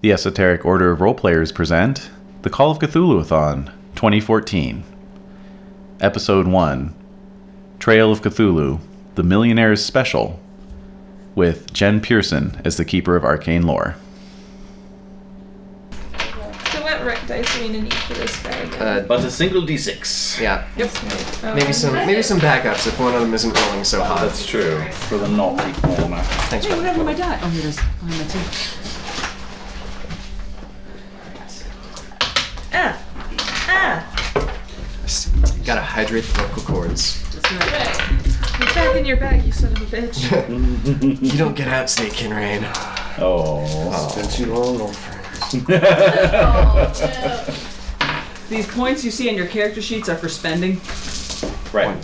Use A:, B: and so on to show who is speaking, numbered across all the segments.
A: The Esoteric Order of Roleplayers present The Call of Cthulhuathon 2014. Episode 1 Trail of Cthulhu The Millionaire's Special with Jen Pearson as the Keeper of Arcane Lore.
B: So what rec dice are we gonna need for this guy? again?
C: Uh,
D: But a single d6.
C: yeah.
B: Yep. Right. Um,
C: Maybe some maybe some backups if one of them isn't rolling so hot.
D: That's true. For the naughty corner.
C: Uh, Thanks,
E: Hey, what happened to my
C: Ryan.
E: dot? Oh, here it is. Oh, my teeth.
B: Ah. Ah.
C: Gotta hydrate the vocal cords.
E: That's right.
B: Right. Get back in your bag, you son of a bitch.
C: You don't get out sneaking rain.
D: Oh.
C: It's been too long, old friend.
E: These points you see on your character sheets are for spending.
D: Right.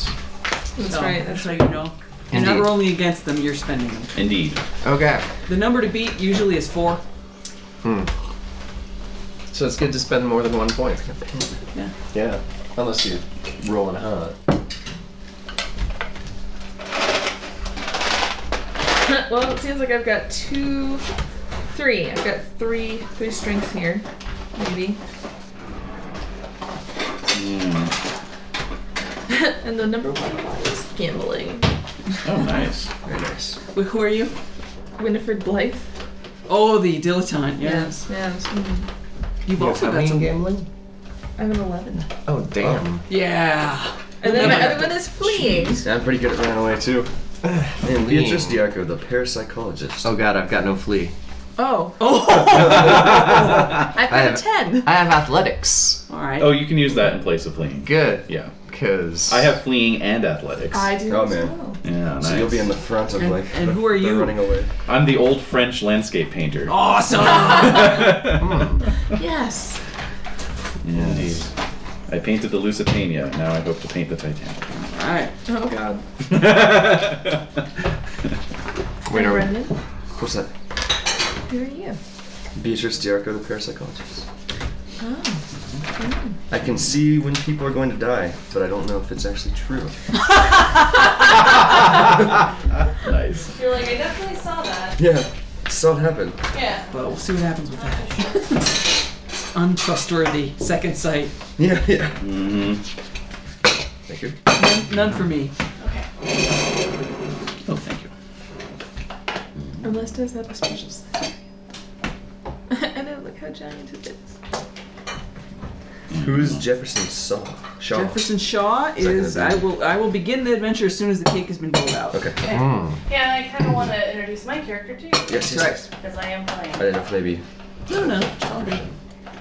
B: That's
E: so
B: right. That's
E: so
B: right.
E: you know. You're not
C: Indeed.
E: rolling against them, you're spending them.
D: Indeed.
C: Okay.
E: The number to beat usually is four.
C: So it's good to spend more than one point.
E: Yeah.
C: Yeah. Unless you're rolling hot.
B: well, it seems like I've got two, three. I've got three, three strengths here, maybe. and the number one one is gambling.
D: Oh, nice.
C: Very nice.
E: Wh- Who are you?
B: Winifred Blythe.
E: Oh, the dilettante. Yes.
B: Yes. Mm.
E: You've also
C: How
E: got
C: many
E: some.
C: gambling?
B: I'm an eleven.
C: Oh damn.
E: Yeah.
B: And then my
E: Remember.
B: other one is fleeing.
C: I'm pretty good at running away too.
F: And
C: Lean.
F: Leah Tristiarco, the parapsychologist.
C: Oh god, I've got no flea.
B: Oh,
E: Oh.
B: I've got
C: I
B: a
C: have-
B: ten.
C: I have athletics.
E: All right.
D: Oh, you can use that in place of fleeing.
C: Good.
D: Yeah.
C: Cause
D: I have fleeing and athletics.
B: I do.
F: Oh,
B: as
F: man.
B: well.
D: yeah, nice.
F: So you'll be in the front of
E: And-
F: like.
E: and
F: the-
E: who are
F: the
E: you?
F: Running away.
D: I'm the old French landscape painter.
E: Oh, Awesome.
B: Yes.
D: Indeed. I painted the Lusitania. Now I hope to paint the Titanic.
E: All right.
B: Oh God.
C: Wait, are we...
B: Brendan,
F: What's that?
B: who are you?
F: Beatrice Diarco, the parapsychologist.
B: Oh.
F: I can see when people are going to die, but I don't know if it's actually true.
D: nice.
B: You're like I definitely saw that.
F: Yeah, saw it happen.
B: Yeah.
E: But we'll see what happens with that. Untrustworthy. Second sight.
F: Yeah, yeah.
D: hmm
F: Thank you.
E: None, none for me.
D: Oh, thank you.
B: Unless does have a special set. and then look how giant it is.
F: Who's Jefferson Saw? Shaw.
E: Jefferson Shaw is.
F: Second
E: I
F: event.
E: will. I will begin the adventure as soon as the cake has been rolled out.
F: Okay.
G: Yeah, and I kind of want to introduce my character too,
F: Yes, yes, yes.
G: because I am playing.
F: I didn't know if maybe.
E: No, no. it's all good.
B: I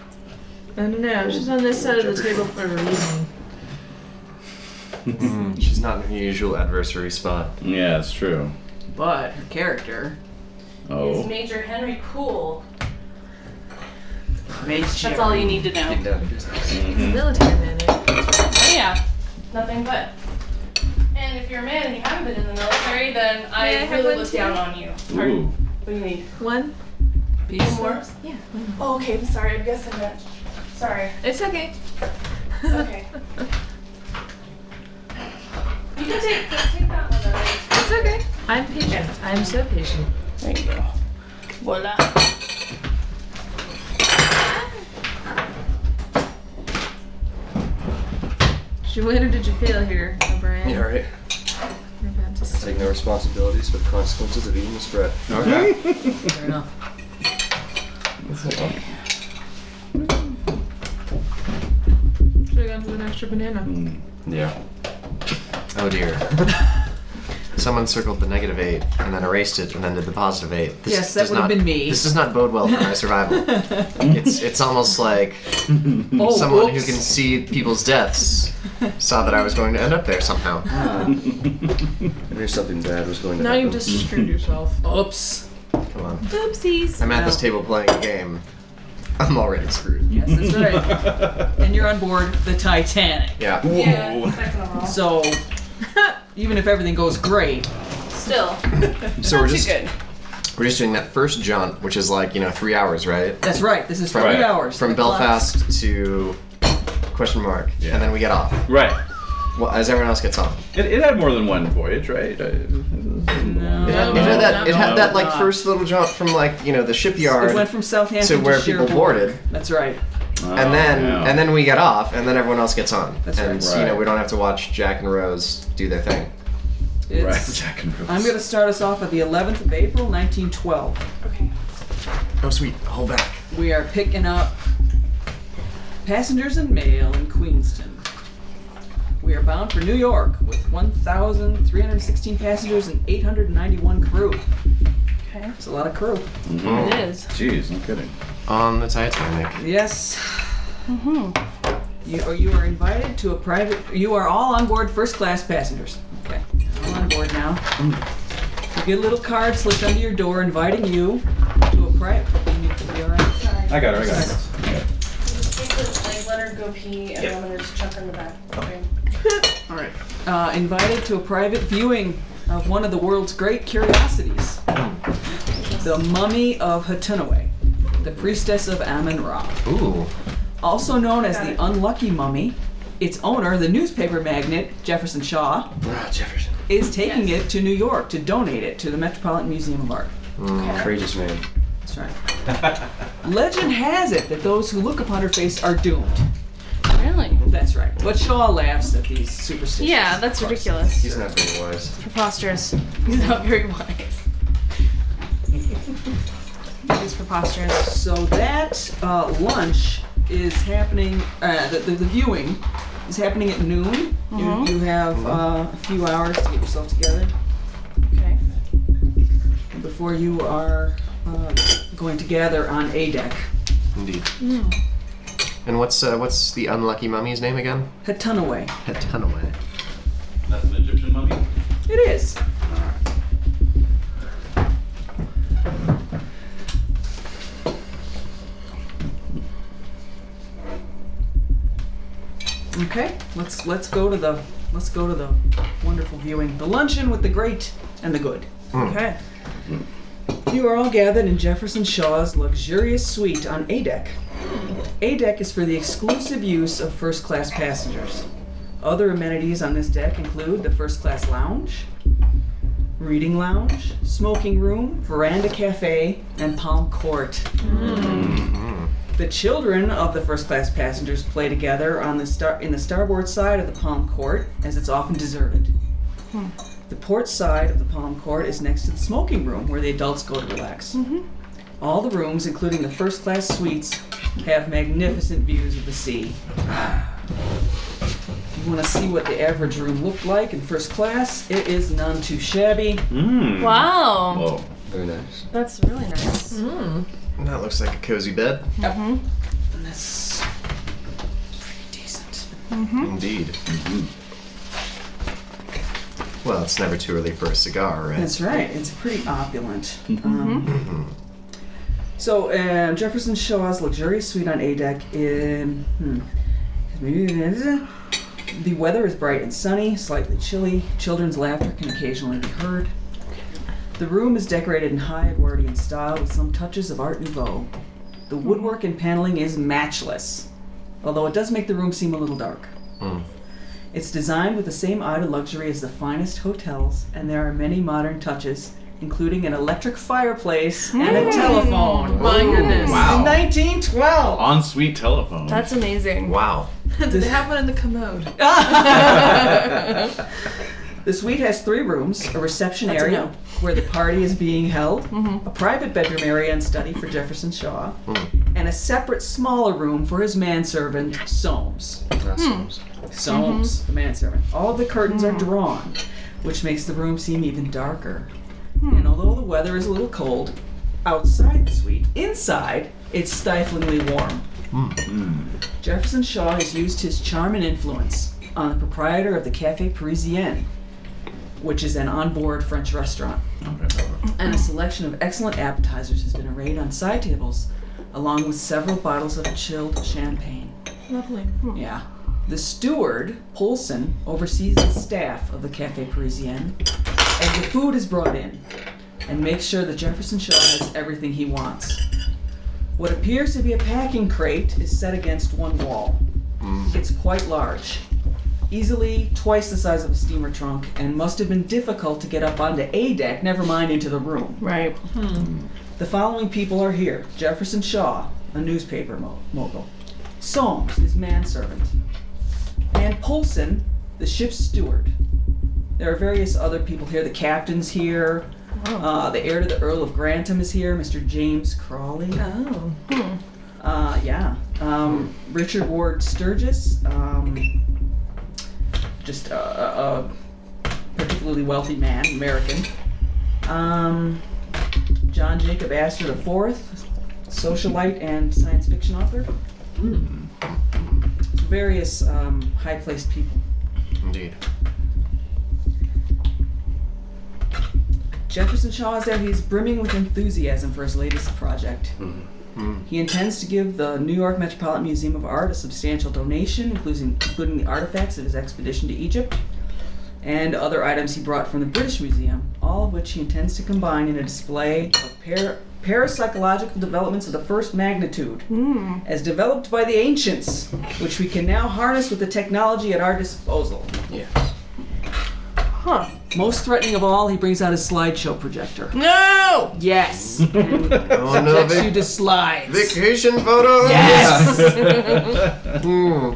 B: don't know. She's on this side of the table for a reason.
C: She's not in her usual adversary spot.
D: Yeah, it's true.
E: But her character
G: It's
D: Oh.
G: Major Henry Cool.
E: makes
G: That's all you need to know.
F: Yeah.
D: Mhm.
B: Military man. eh?
G: Oh, yeah, nothing but. And if you're a man and you haven't been in the military, then I
B: May I have
G: really
B: one
G: look
B: too?
G: down on you.
D: Mm-hmm.
G: Pardon?
D: Ooh.
G: What do you need?
B: One.
G: Some more?
B: Yeah.
G: Oh, okay. I'm sorry. I guess I meant. Sorry.
B: It's okay.
G: Okay. you can take take that one. Though.
B: It's okay. I'm patient. I'm so patient.
G: There you go. Voila.
B: She win or did you fail here, O'Brien?
F: Yeah, right.
B: You're about to
F: Take no responsibilities for the consequences of eating this bread.
C: Okay.
E: fair enough.
B: Should have gone for an extra banana.
D: Mm.
C: Yeah. Oh dear. Someone circled the negative eight and then erased it and then did the positive eight. This
E: Yes, that
C: does
E: would have
C: not-
E: been me.
C: This does not bode well for my survival. it's it's almost like
E: Oh,
C: someone
E: whoops.
C: who can see people's deaths saw that I was going to end up there somehow.
F: I knew something bad was going to
B: Now
F: happen.
B: you've just screwed yourself.
E: Oops.
C: Come on.
B: Oopsies.
C: I'm at
E: Oh.
C: this table playing a game. I'm already screwed.
E: Yes, that's right. and you're on board the Titanic.
C: Yeah.
G: Yeah. Second overall.
E: So even if everything goes great,
G: Still.
C: So we're just
G: good.
C: we're just doing that first jaunt, which is like, you know, three hours, right?
E: that's right. This is three
D: Right.
E: hours.
C: From
E: The clock-
C: Belfast to question mark.
D: Yeah.
C: And then we get off.
D: Right.
C: Well, as everyone else gets on.
D: It, it had more than one voyage, right? I- oh,
E: No.
C: It had,
E: no,
C: it had that. It had
E: no,
C: that like
E: not.
C: first little jump from like you know the
E: It
C: shipyard,
E: went from Southampton
C: to where people
E: Cherbourg.
C: boarded.
E: That's right.
C: and then
D: Oh, yeah.
C: and then we get off, and then everyone else gets on.
E: That's
C: and
D: right.
C: you know
D: Right.
C: we don't have to watch Jack and Rose do their thing.
E: It's,
D: right, Jack and Rose.
E: I'm going to start us off at the 11th of April, 1912.
G: Okay.
C: Oh sweet, hold back.
E: We are picking up passengers and mail in Queenston. We are bound for New York with 1,316 passengers and 891 crew.
G: Okay.
E: That's a lot of crew.
D: Mhm.
G: It is.
D: Jeez, no kidding.
C: Mm. On the Titanic.
E: Yes. You, or you are invited to a private. You are all on board first class passengers. Okay. All on board now. You get a little card slipped under your door inviting you to a private. You, all right?
G: Sorry.
D: I got it. I got it.
G: Take the, like, let her go pee, and then there's Chuck in the back. Okay.
E: All right. Uh, invited to a private viewing of one of the world's great curiosities the mummy of Hatunaway, the priestess of Amun Ra.
C: Ooh.
E: Also known as the Unlucky Mummy, its owner, the newspaper magnate Jefferson Shaw,
H: Ah, Jefferson.
E: is taking it to New York to donate it to the Metropolitan Museum of Art.
C: Mm.
H: Courageous man.
E: That's right. Legend has it that those who look upon her face are doomed.
G: Really?
E: That's right. But Shaw laughs at these superstitions.
G: Yeah, that's ridiculous.
H: He's not very wise.
G: Preposterous. He's not very wise. He's preposterous.
E: So that uh, lunch is happening. Uh, the, the, the viewing is happening at noon.
G: Mm-hmm.
E: You, you have uh, a few hours to get yourself together
G: Okay.
E: before you are uh, going to gather on A deck.
C: Indeed. And what's uh, what's the unlucky mummy's name again?
E: Hatunaway.
C: Hatunaway.
D: That's an Egyptian mummy.
E: It is. Okay, let's let's go to the let's go to the wonderful viewing, the luncheon with the great and the good.
G: Okay.
E: You are all gathered in Jefferson Shaw's luxurious suite on A deck. A deck is for the exclusive use of first class passengers. Other amenities on this deck include the first class lounge, reading lounge, smoking room, veranda cafe, and palm court. The children of the first class passengers play together on the star- in the starboard side of the palm court as it's often deserted. The port side of the palm court is next to the smoking room where the adults go to relax. All the rooms, including the first class suites, have magnificent views of the sea. If you want to see what the average room looked like in first class, it is none too shabby.
D: Mm.
G: Wow.
D: Whoa.
H: Very nice. Mm.
G: That's really nice.
C: Mm. That looks like a cozy bed.
E: And that's pretty decent.
C: Indeed. Well, it's never too early for a cigar, right?
E: That's right. It's pretty opulent. Um, so um, Jefferson Shaw's luxurious suite on A deck. In hmm, the weather is bright and sunny, slightly chilly. Children's laughter can occasionally be heard. The room is decorated in high Edwardian style with some touches of Art Nouveau. The woodwork and paneling is matchless, although it does make the room seem a little dark. It's designed with the same eye to luxury as the finest hotels, and there are many modern touches, including an electric fireplace and a telephone.
I: My goodness.
E: In
D: Wow.
E: 1912.
D: On sweet telephone.
G: That's amazing.
C: Wow.
I: they have one in the commode.
E: The suite has three rooms a reception
G: That's a
E: area
G: no. Mm-hmm.
E: where the party is being held, a private bedroom area and study for Jefferson Shaw, and a separate smaller room for his manservant, Soames.
J: Hmm.
H: Awesome.
E: Soames, the manservant. All of the curtains are drawn, which makes the room seem even darker. And although the weather is a little cold outside the suite, inside it's stiflingly warm. Hmm. Jefferson Shaw has used his charm and influence on the proprietor of the Cafe Parisien, which is an onboard French restaurant. And a selection of excellent appetizers has been arrayed on side tables, along with several bottles of chilled champagne.
I: Lovely.
E: Yeah. The steward, Polson, oversees the staff of the Cafe Parisien as the food is brought in and makes sure that Jefferson Shaw has everything he wants. What appears to be a packing crate is set against one wall. It's quite large. easily twice the size of a steamer trunk, and must have been difficult to get up onto A deck, never mind into the room.
J: Right.
E: The following people are here Jefferson Shaw, a newspaper mo- mogul, Soames, his manservant, and Polson, the ship's steward. There are various other people here. The captain's here. Uh, the heir to the Earl of Grantham is here, Mr. James Crawley.
J: Oh.
E: Uh, yeah. Um, Richard Ward Sturgis, um, just a, a a particularly wealthy man, American. Um, John Jacob Astor IV, socialite and science fiction author. Various um, high placed people.
C: Indeed.
E: Jefferson Shaw is that he's brimming with enthusiasm for his latest project. He intends to give the New York Metropolitan Museum of Art a substantial donation, including, including the artifacts of his expedition to Egypt and other items he brought from the British Museum, all of which he intends to combine in a display of par- parapsychological developments of the first magnitude, as developed by the ancients, which we can now harness with the technology at our disposal.
C: Yes.
J: Huh.
E: Most threatening of all, he brings out his slideshow projector.
J: No.
E: Yes. And
C: Oh no,
E: subjects you
C: vac-
E: to slides.
C: vacation photos.
J: Yes.
C: Hmm.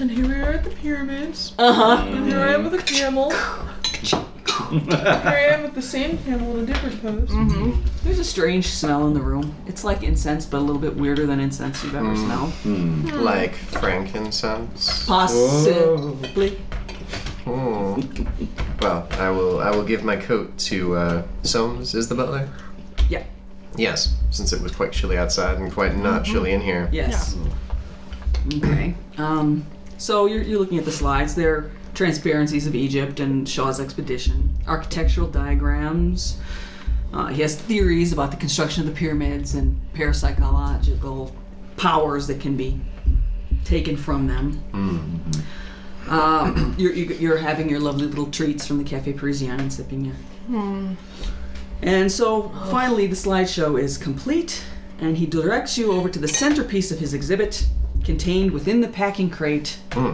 I: And here we are at the pyramids.
E: Uh huh.
I: And here I am with a camel. Here
D: Hmm.
I: I am with the same camel in a different pose.
E: There's a strange smell in the room. It's like incense, but a little bit weirder than incense you've ever smelled.
C: Hmm. Like frankincense.
E: Possibly.
C: Hmm. Well, I will. I will give my coat to uh, Soames. Is the butler?
E: Yeah.
C: Yes, since it was quite chilly outside and quite not
J: Mm-hmm.
C: chilly in here.
E: Yes. Okay. Um, so you're, you're looking at the slides. They're transparencies of Egypt and Shaw's expedition, architectural diagrams. Uh, he has theories about the construction of the pyramids and parapsychological powers that can be taken from them. Um, you're, you're you're having your lovely little treats from the Cafe Parisien and sipping your And so finally, the slideshow is complete, and he directs you over to the centerpiece of his exhibit, contained within the packing crate.
C: Hmm.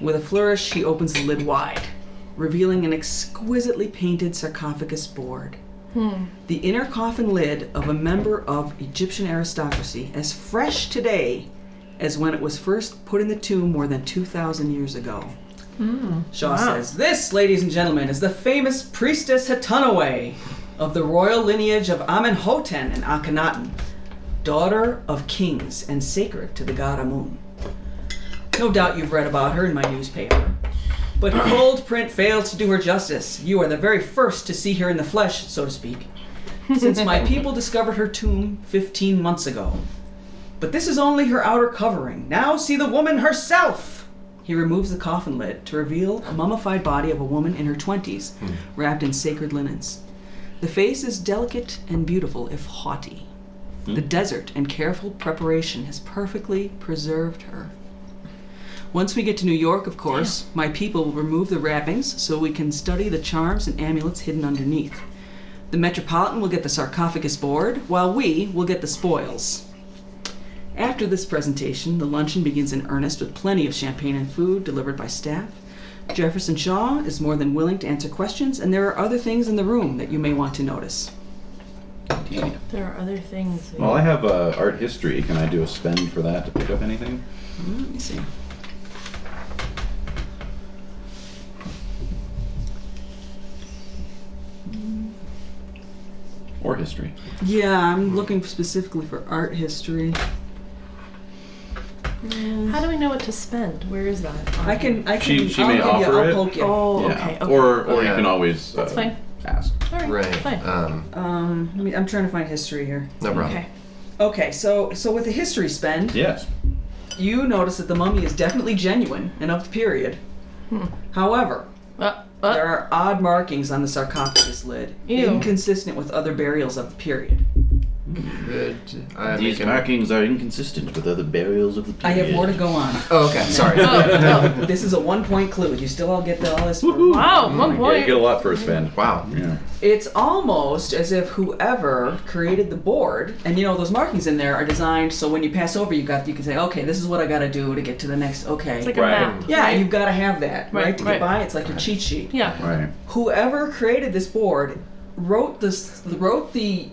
E: With a flourish, he opens the lid wide, revealing an exquisitely painted sarcophagus board. The inner coffin lid of a member of Egyptian aristocracy, as fresh today as when it was first put in the tomb more than 2,000 years ago. Shaw says, This, ladies and gentlemen, is the famous priestess Hatunaway of the royal lineage of Amenhotep and Akhenaten, daughter of kings and sacred to the god Amun. No doubt you've read about her in my newspaper. But cold print fails to do her justice. You are the very first to see her in the flesh, so to speak, since my people discovered her tomb 15 months ago. But this is only her outer covering. Now see the woman herself! He removes the coffin lid to reveal a mummified body of a woman in her 20s, wrapped in sacred linens. The face is delicate and beautiful, if haughty. The desert and careful preparation has perfectly preserved her. Once we get to New York, of course, my people will remove the wrappings so we can study the charms and amulets hidden underneath. The Metropolitan will get the sarcophagus board, while we will get the spoils. After this presentation, the luncheon begins in earnest with plenty of champagne and food delivered by staff. Jefferson Shaw is more than willing to answer questions, and there are other things in the room that you may want to notice.
D: Indeed.
J: There are other things.
D: Well, I have uh, art history. Can I do a spend for that to pick up anything?
E: Hmm, Let me see.
D: Or history?
E: Yeah, I'm looking specifically for art history.
J: How do we know what to spend? Where is that?
E: I can, I can,
D: She- she
E: I'll
D: may
E: give you,
D: offer
E: I'll
D: it.
E: poke you.
J: Oh,
D: yeah.
J: okay. okay.
D: Or, or you
C: Yeah.
D: can always uh,
J: that's fine.
D: ask.
J: All right.
C: Right.
J: Fine.
C: Um.
E: Um, let me- I'm trying to find history here.
C: No problem.
J: okay.
E: Okay, so so with the history spend,
D: Yes.
E: you notice that the mummy is definitely genuine and of the period. However,
J: Uh, Hmm. uh,
E: there are odd markings on the sarcophagus lid,
J: Ew.
E: inconsistent with other burials of the period.
C: Good
K: I
D: These
K: make an-
D: markings are inconsistent with other burials of the
E: I
D: period.
E: have more to go on.
K: Oh, okay. Sorry.
B: Oh,
E: This is a one point clue. You still all get the, all this.
B: oh. Wow, one
D: Yeah, you
B: point.
D: get a lot for a spend.
K: Wow.
D: Yeah.
E: It's almost as if whoever created the board, and you know those markings in there are designed so when you pass over, you got you can say, okay, this is what I got to do to get to the next. Okay.
B: It's like a
D: Right.
B: map.
E: yeah, you've got to have that, right?
B: Right,
E: to get
B: right.
E: by, it's like your cheat sheet.
B: Yeah.
D: Right.
E: Whoever created this board wrote this wrote the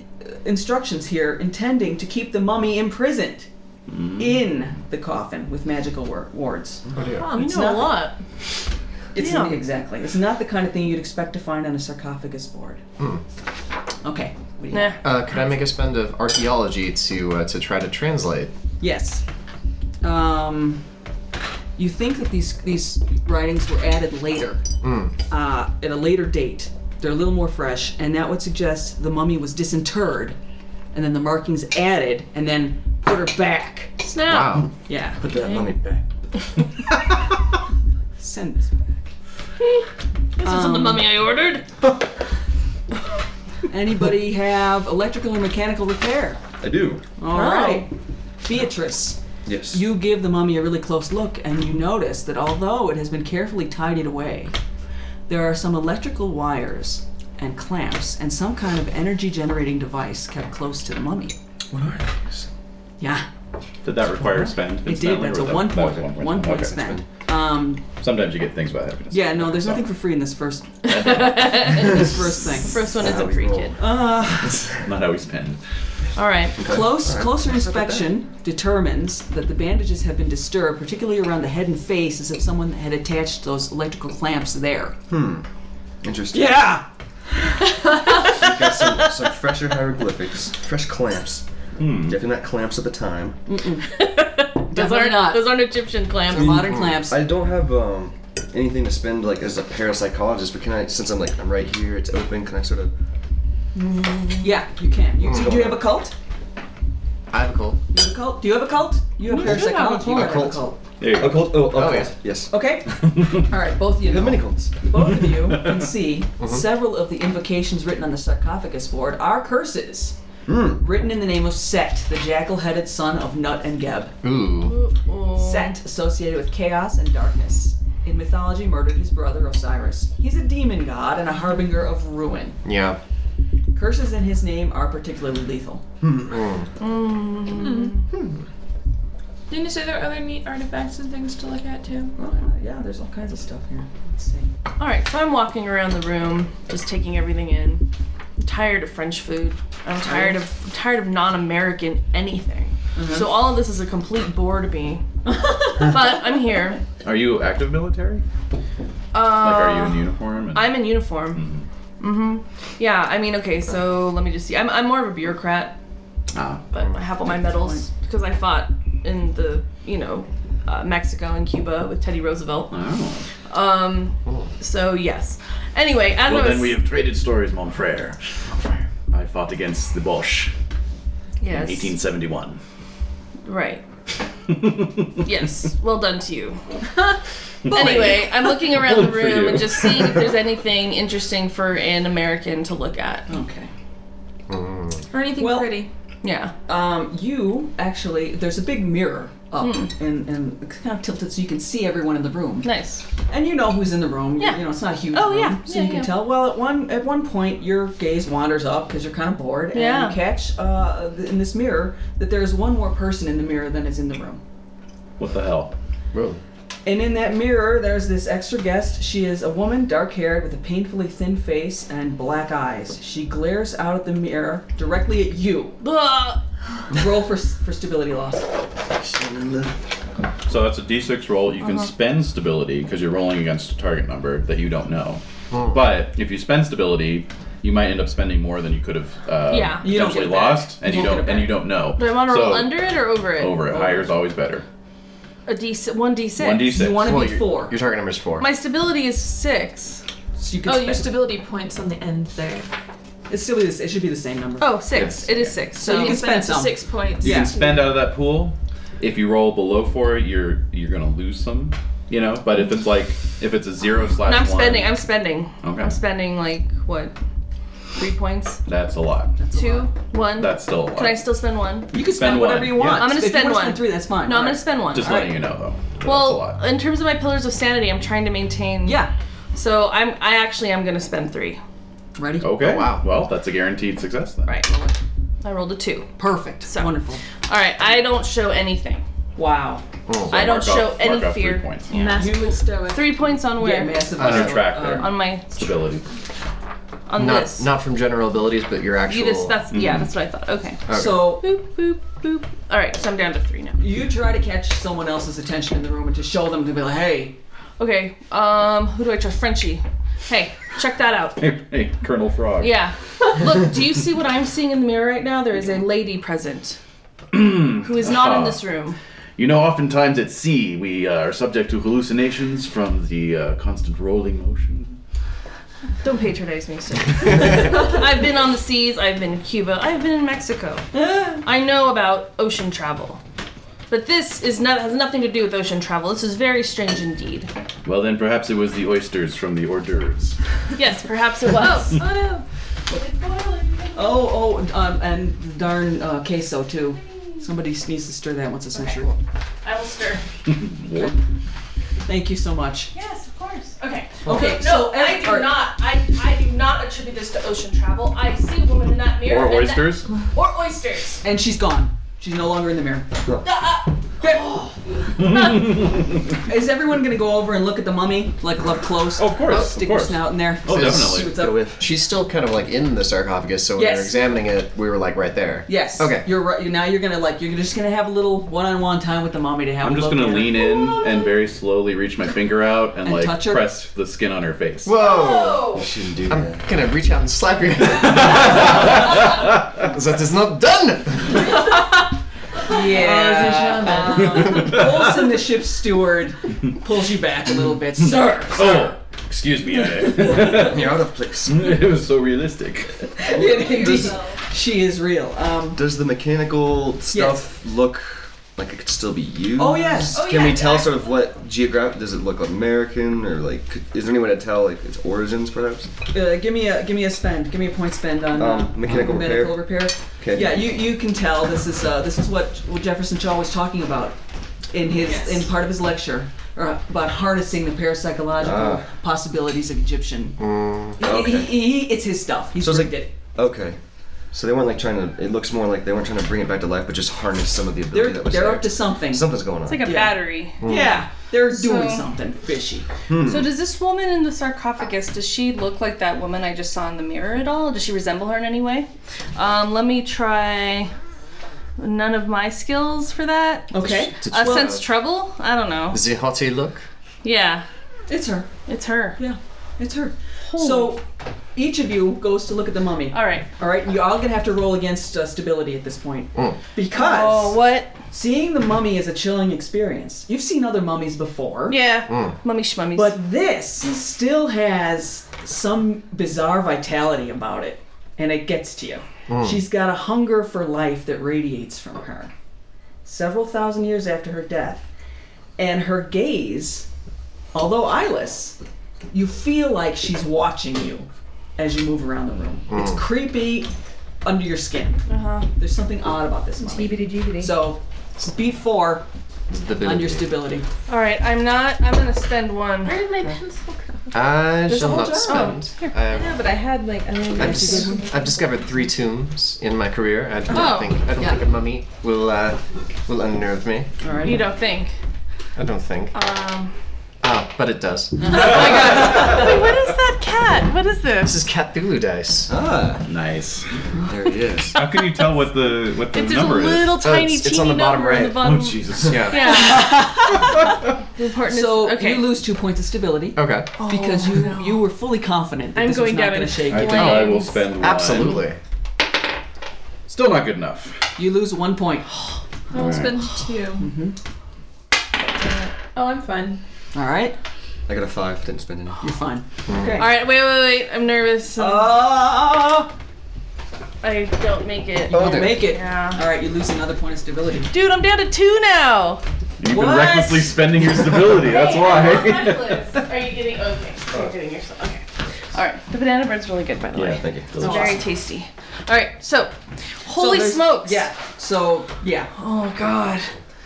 E: instructions here intending to keep the mummy imprisoned in the coffin with magical wor- wards.
B: Wow, you
E: It's
B: know a
E: nothing.
B: lot.
E: It's
B: Yeah.
E: exactly. It's not the kind of thing you'd expect to find on a sarcophagus board. Okay. what do you-
B: Hmm. Nah.
K: Uh, could I make a spend of archaeology to uh, to try to translate?
E: Yes. Um, you think that these these writings were added later,
B: Hmm.
K: Mm.
E: uh, at a later date. They're a little more fresh, and that would suggest the mummy was disinterred, and then the markings added, and then put her back.
B: Snap.
K: Wow.
E: Yeah.
C: Put that money back.
E: Send this.
B: This isn't the
E: Um,
B: mummy I ordered.
E: Anybody have electrical or mechanical repair?
C: I do.
E: All right. Beatrice.
C: Yes.
E: You give the mummy a really close look, and you notice that although it has been carefully tidied away, there are some electrical wires and clamps and some kind of energy generating device kept close to the mummy.
C: What are these?
E: Yeah,
D: Did that require a spend?
E: it did.
D: incidentally,
E: That's
D: or
E: a
D: that-
E: one
D: that was
E: point,
D: a
E: one point,
D: Okay.
E: spend. Um,
D: Sometimes you get things by happiness.
E: yeah, no, there's nothing for free in this first this first thing.
B: First one isn't
C: we
B: free,
C: roll.
B: kid.
E: Uh,
D: Not how we spend.
B: All right.
E: close
C: Alright.
E: closer inspection determines that the bandages have been disturbed, particularly around the head and face, as if someone had attached those electrical clamps there.
C: Interesting.
E: Yeah.
C: We got some, some fresher hieroglyphics, fresh clamps. Definitely not clamps at the time.
B: Those
E: Definitely
B: aren't,
E: not. Mm-hmm.
B: those aren't Egyptian
E: They're
B: clams.
E: modern clamps.
C: I don't have um, anything to spend like as a parapsychologist, but can I? Since I'm like I'm right here, it's open. Can I sort of?
E: Yeah, you can. You, do, do you have a cult?
K: I have a cold.
E: You have a cult? Do you have a cult? You have
B: We should have a
E: parapsychology. You
B: cult.
E: gotta have a cult.
D: There you go.
C: cult. Oh,
K: Oh,
C: cult.
K: yeah.
C: Yes.
E: Okay. All right. Both of you.
C: How
E: know.
C: many cults?
E: Both of you can see several of the invocations written on the sarcophagus board are curses.
C: Hmm.
E: Written in the name of Set, the jackal-headed son of Nut and Geb.
K: Ooh.
E: Set, associated with chaos and darkness. In mythology, murdered his brother Osiris. He's a demon god and a harbinger of ruin.
K: Yeah.
E: Curses in his name are particularly lethal.
C: Hmm.
K: Hmm.
B: Mm.
G: Didn't you say there were other neat artifacts and things to look at too?
E: Well, Uh, yeah, there's all kinds of stuff here. Let's see.
B: All right, so I'm walking around the room, just taking everything in. I'm tired of French food. I'm tired of I'm tired of non-American anything. So all of this is a complete bore to me. But I'm here.
D: Are you active military?
B: Uh,
D: Like, are you in uniform? And,
B: I'm in uniform. hmm Yeah, I mean, okay, so let me just see. I'm, I'm more of a bureaucrat,
D: Ah.
B: but I have all my medals because I fought in the, you know, uh, Mexico and Cuba with Teddy Roosevelt.
D: Oh.
B: Um, so yes. Anyway, as
D: Well,
B: I was,
D: then we have traded stories, mon frere. I fought against the Bosch
B: yes,
D: in 1871.
B: right. Yes, well done to you. anyway, I'm looking around the
D: Well done for
B: room
D: you.
B: and just seeing if there's anything interesting for an American to look at.
E: Okay.
K: Hmm.
G: Or anything
E: Well-
G: pretty?
B: Yeah.
E: Um, you actually, there's a big mirror up and, and it's kind of tilted so you can see everyone in the room.
B: Nice.
E: And you know who's in the room. You-
B: Yeah.
E: You know, it's not a huge
B: Oh,
E: room,
B: yeah.
E: So
B: Yeah,
E: you can
B: yeah.
E: tell. Well, at one at one point, your gaze wanders up because you're kind of bored and
B: Yeah.
E: you catch uh, th- in this mirror that there is one more person in the mirror than is in the room.
D: What the hell?
K: Whoa.
E: And in that mirror, there's this extra guest. She is a woman, dark haired, with a painfully thin face and black eyes. She glares out at the mirror directly at you.
B: Ugh.
E: Roll for, s- for stability loss.
D: So that's a d6 roll. You can spend stability because you're rolling against a target number that you don't know. But if you spend stability, you might end up spending more than you could have uh,
B: Yeah. You
E: don't
D: potentially
E: get it back.
D: lost, and
E: You
D: you,
E: don't get
D: don't
E: it
D: and you
E: back.
D: don't know.
B: Do I want to
D: So,
B: roll under it or over it?
D: Over it. Higher is always better.
B: A D one D six.
D: One d6.
E: You want to
K: Well,
E: be
K: your-
E: four.
K: Your target number is four.
B: My stability is six.
E: So you can
G: Oh,
E: spend-
G: your stability points on the end there.
E: It's still this. It should be the same number.
B: Oh, six.
D: Yes.
B: It is six. So,
E: So you can
G: Spend
E: spend
G: up to
E: some.
G: six points.
D: you
E: Yeah.
D: can spend out of that pool. If you roll below four, you're you're gonna lose some. You know, but if it's like if it's a zero slash
B: and I'm
D: one,
B: spending. I'm spending.
D: Okay.
B: I'm spending like what? Three points.
D: That's a lot.
B: Two. One.
D: That's still a lot.
B: Can I still spend one?
E: You can spend,
D: Spend
E: whatever
D: one.
E: you want.
D: Yeah.
B: I'm gonna
E: If you
B: spend
E: wanna
B: one.
E: Spend three. That's fine.
B: No, I'm gonna
E: Alright.
B: spend one.
D: Just letting you know, though. that that's a
B: well,
D: lot.
B: in terms of my pillars of sanity, I'm trying to maintain.
E: Yeah.
B: So I'm. I actually am gonna spend three.
E: Ready?
D: Okay.
C: Oh, wow.
D: Well, that's a guaranteed success then.
B: Right. I rolled a two.
E: Perfect.
B: So-
E: Wonderful.
B: All right. I don't show anything.
E: Wow.
K: Hmm.
D: So
B: I don't
D: mark off-
B: show any
D: mark off
B: fear.
D: Three points.
E: You would stow it.
B: Three points on
E: Yeah,
B: where?
E: massive.
C: On your
E: uh,
D: track there.
E: uh,
B: on my
D: Stability.
B: on
C: Not
B: this.
C: not from general abilities, but your
B: you
C: actual.
B: just that's yeah. That's what I thought. Okay.
C: Okay.
E: So
B: Boop boop boop. All right. So I'm down to three now.
E: you try to catch someone else's attention in the room and to show them to be like, hey,
B: Okay. Um. Who do I trust? Frenchie. Hey, check that out.
D: Hey, hey, Colonel Frog.
B: Yeah. Look, do you see what I'm seeing in the mirror right now? There is a lady present who is not
C: Oh.
B: in this room.
D: You know, oftentimes at sea, we uh, are subject to hallucinations from the uh, constant rolling motion.
B: Don't patronize me, sir. I've been on the seas, I've been in Cuba, I've been in Mexico. I know about ocean travel. But this is not, has nothing to do with ocean travel. This is very strange indeed.
D: Well, then perhaps it was the oysters from the hors d'oeuvres.
B: Yes, perhaps it was.
E: oh, oh, um, and the darn uh, queso too. Somebody needs to stir that once a century.
G: I will stir.
E: Thank you so much.
G: Yes, of course. Okay.
E: Okay,
B: No,
E: so
B: I do
E: alright.
B: not. I, I do not attribute this to ocean travel. I see a woman in that mirror.
D: Or
B: and that-
D: oysters?
B: or oysters.
E: And she's gone. She's no longer in the mirror.
B: Uh, uh,
E: Is everyone gonna go over and look at the mummy like up close?
D: Oh, Of course, of
E: Stick
D: course.
E: your snout in there.
D: Oh,
E: See
D: definitely.
E: what's up.
L: with.
C: She's still kind of like in the sarcophagus, so when we
E: Yes.
C: were examining it, we were like right there.
E: Yes.
C: Okay.
E: You're right. You're, now you're gonna like you're just gonna have a little one-on-one time with the mummy to have.
D: I'm
E: a
D: just
E: look
D: gonna
E: at her.
D: lean in and very slowly reach my finger out and,
E: And
D: like
E: touch her?
D: press the skin on her face.
C: Whoa!
G: Oh.
L: You shouldn't do
C: I'm
L: that.
C: gonna reach out and slap your that is not done!
B: Uh, Oh,
E: Yeah. Olson, the ship's steward, pulls you back a little bit, sir.
D: Oh, excuse me. I,
L: You're out of place.
D: it was so realistic.
E: Indeed. she is real. Um,
L: Does the mechanical stuff look like it could still be used?
E: Oh, yes.
G: Oh,
L: Can
G: yeah,
L: we tell sort of what geographic? Does it look American or like? Could, is there any way to tell like its origins perhaps?
E: uh, give me a give me a spend. Give me a point spend on
L: Um,
E: uh,
L: mechanical repair.
E: medical repair.
L: Okay.
E: Yeah, you, you can tell this is uh, this is what, what Jefferson Shaw was talking about in his in part of his lecture or about harnessing the parapsychological
L: Ah. Mm,
E: possibilities of Egyptian. He-
L: okay.
E: he, he, it's his stuff. He's
L: So it's
E: rigged
L: like-
E: it.
L: Okay. So they weren't like trying to. It looks more like they weren't trying to bring it back to life, but just harness some of the ability
E: They're
L: that was
E: they're
L: there.
E: up to something.
L: Something's going on.
B: like a
E: Yeah.
B: battery.
E: Yeah, they're doing
B: So-
E: something fishy.
B: So does this woman in the sarcophagus, does she look like that woman I just saw in the mirror at all? Does she resemble her in any way? Um, let me try none of my skills for that.
E: Okay,
B: Uh,
E: Oh.
B: sense trouble? I don't know.
C: The haughty look.
B: Yeah,
E: it's her.
B: it's her.
E: It's her. So each of you goes to look at the mummy.
B: All right.
E: All right, you're all gonna have to roll against uh, stability at this point
C: Mm.
E: because
B: Oh, what?
E: seeing the mummy is a chilling experience. You've seen other mummies before,
B: Yeah.
C: Mm.
B: Mummy shmummies.
E: but this still has some bizarre vitality about it, and it gets to you. She's got a hunger for life that radiates from her. Several thousand years after her death, and her gaze, although eyeless, you feel like she's watching you as you move around the room. It's creepy under your skin.
B: Uh-huh.
E: There's something odd about this mummy. So, beat four on your stability.
B: All right, I'm not, I'm going to spend one.
M: Where did my pencil go?
C: I
B: There's a
C: shall
B: whole
C: not
B: jar.
C: spend.
B: Here.
C: I
M: Yeah, but I had like I mean,
C: I've, dis- I've discovered three tombs in my career. I don't
B: Oh.
C: think I don't think a mummy will uh, will unnerve me.
E: All right.
B: You don't think.
C: I don't think.
B: Um,
C: Ah, but it does.
B: wait, what is that cat? What is
C: This
B: this?
C: is Cthulhu dice.
L: ah,
D: Nice.
L: there it is.
N: How can you tell what the what the
B: It's just a
N: number is?
B: little tiny,
C: uh, it's- it's
B: teeny
C: on the bottom
B: number on the
C: right. Oh,
B: bottom.
D: Oh, Jesus.
C: Yeah.
B: Yeah. the important
E: So
B: is, okay. Oh,
E: you lose two points of stability
C: Okay.
E: because you you were fully confident that
B: I'm
E: this
B: going
E: was not
B: down
E: going
B: in
E: to shake
D: I
E: you.
D: think I will
B: Flames.
D: spend one.
C: Absolutely.
D: Still not good enough.
E: You lose one point.
M: I will spend 2
B: Mm-hmm.
M: Oh, I'm fine.
E: All right,
L: I got a five. Didn't spend any.
E: you're fine. Okay.
B: All right, wait, wait, wait. I'm nervous. Oh.
E: Ah,
B: I don't make it.
E: you don't make it.
B: Yeah.
E: All right, you lose another point of stability.
B: Dude, I'm down to two now.
D: You've
E: What?
D: been recklessly spending your stability. That's
G: Hey,
D: why.
G: I'm not reckless. Are you getting okay? You're getting yourself okay. All right, the banana bread's really good, by the
D: Yeah,
G: way.
D: thank you.
G: It's
D: Delicious.
G: very tasty. All right, so holy
E: there's-
G: smokes!
E: Yeah. So yeah.
G: Oh God.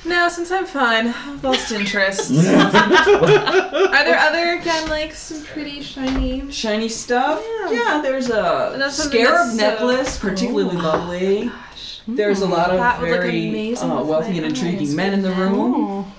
B: No, since I'm fine, I've lost interest. Are there other again like some pretty shiny?
E: Shiny stuff.
B: Yeah.
E: there's a
B: And that's something
E: scarab
B: that's, uh,
E: necklace, particularly lovely. There's a lot of
B: Hmm. That would look
E: very
B: amazing
E: uh,
B: with
E: wealthy
B: my
E: and
B: eyes
E: intriguing
B: right
E: men in the room.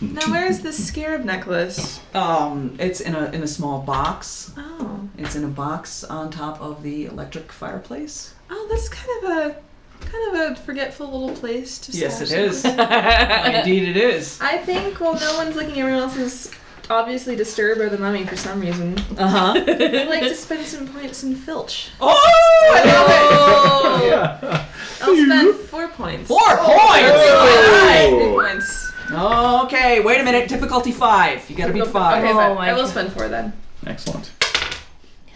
B: Now where's the scarab necklace?
E: Um, it's in a in a small box.
B: Oh,
E: It's in a box on top of the electric fireplace.
B: oh, that's kind of a kind of a forgetful little place to.
E: Yes,
B: stash
E: it is.
B: something.
E: Indeed, it is.
B: I think while no one's looking, everyone else is obviously disturbed by the mummy for some reason.
E: Uh huh.
B: I'd like to spend some points in Filch.
E: Oh, I love it. Oh!
B: I'll spend four points.
E: Four points.
B: Three points.
E: Okay, wait a minute. Difficulty five. You gotta beat five.
B: Okay,
G: Oh
B: fine.
G: my
B: I will
G: God.
B: spend four then.
D: Excellent.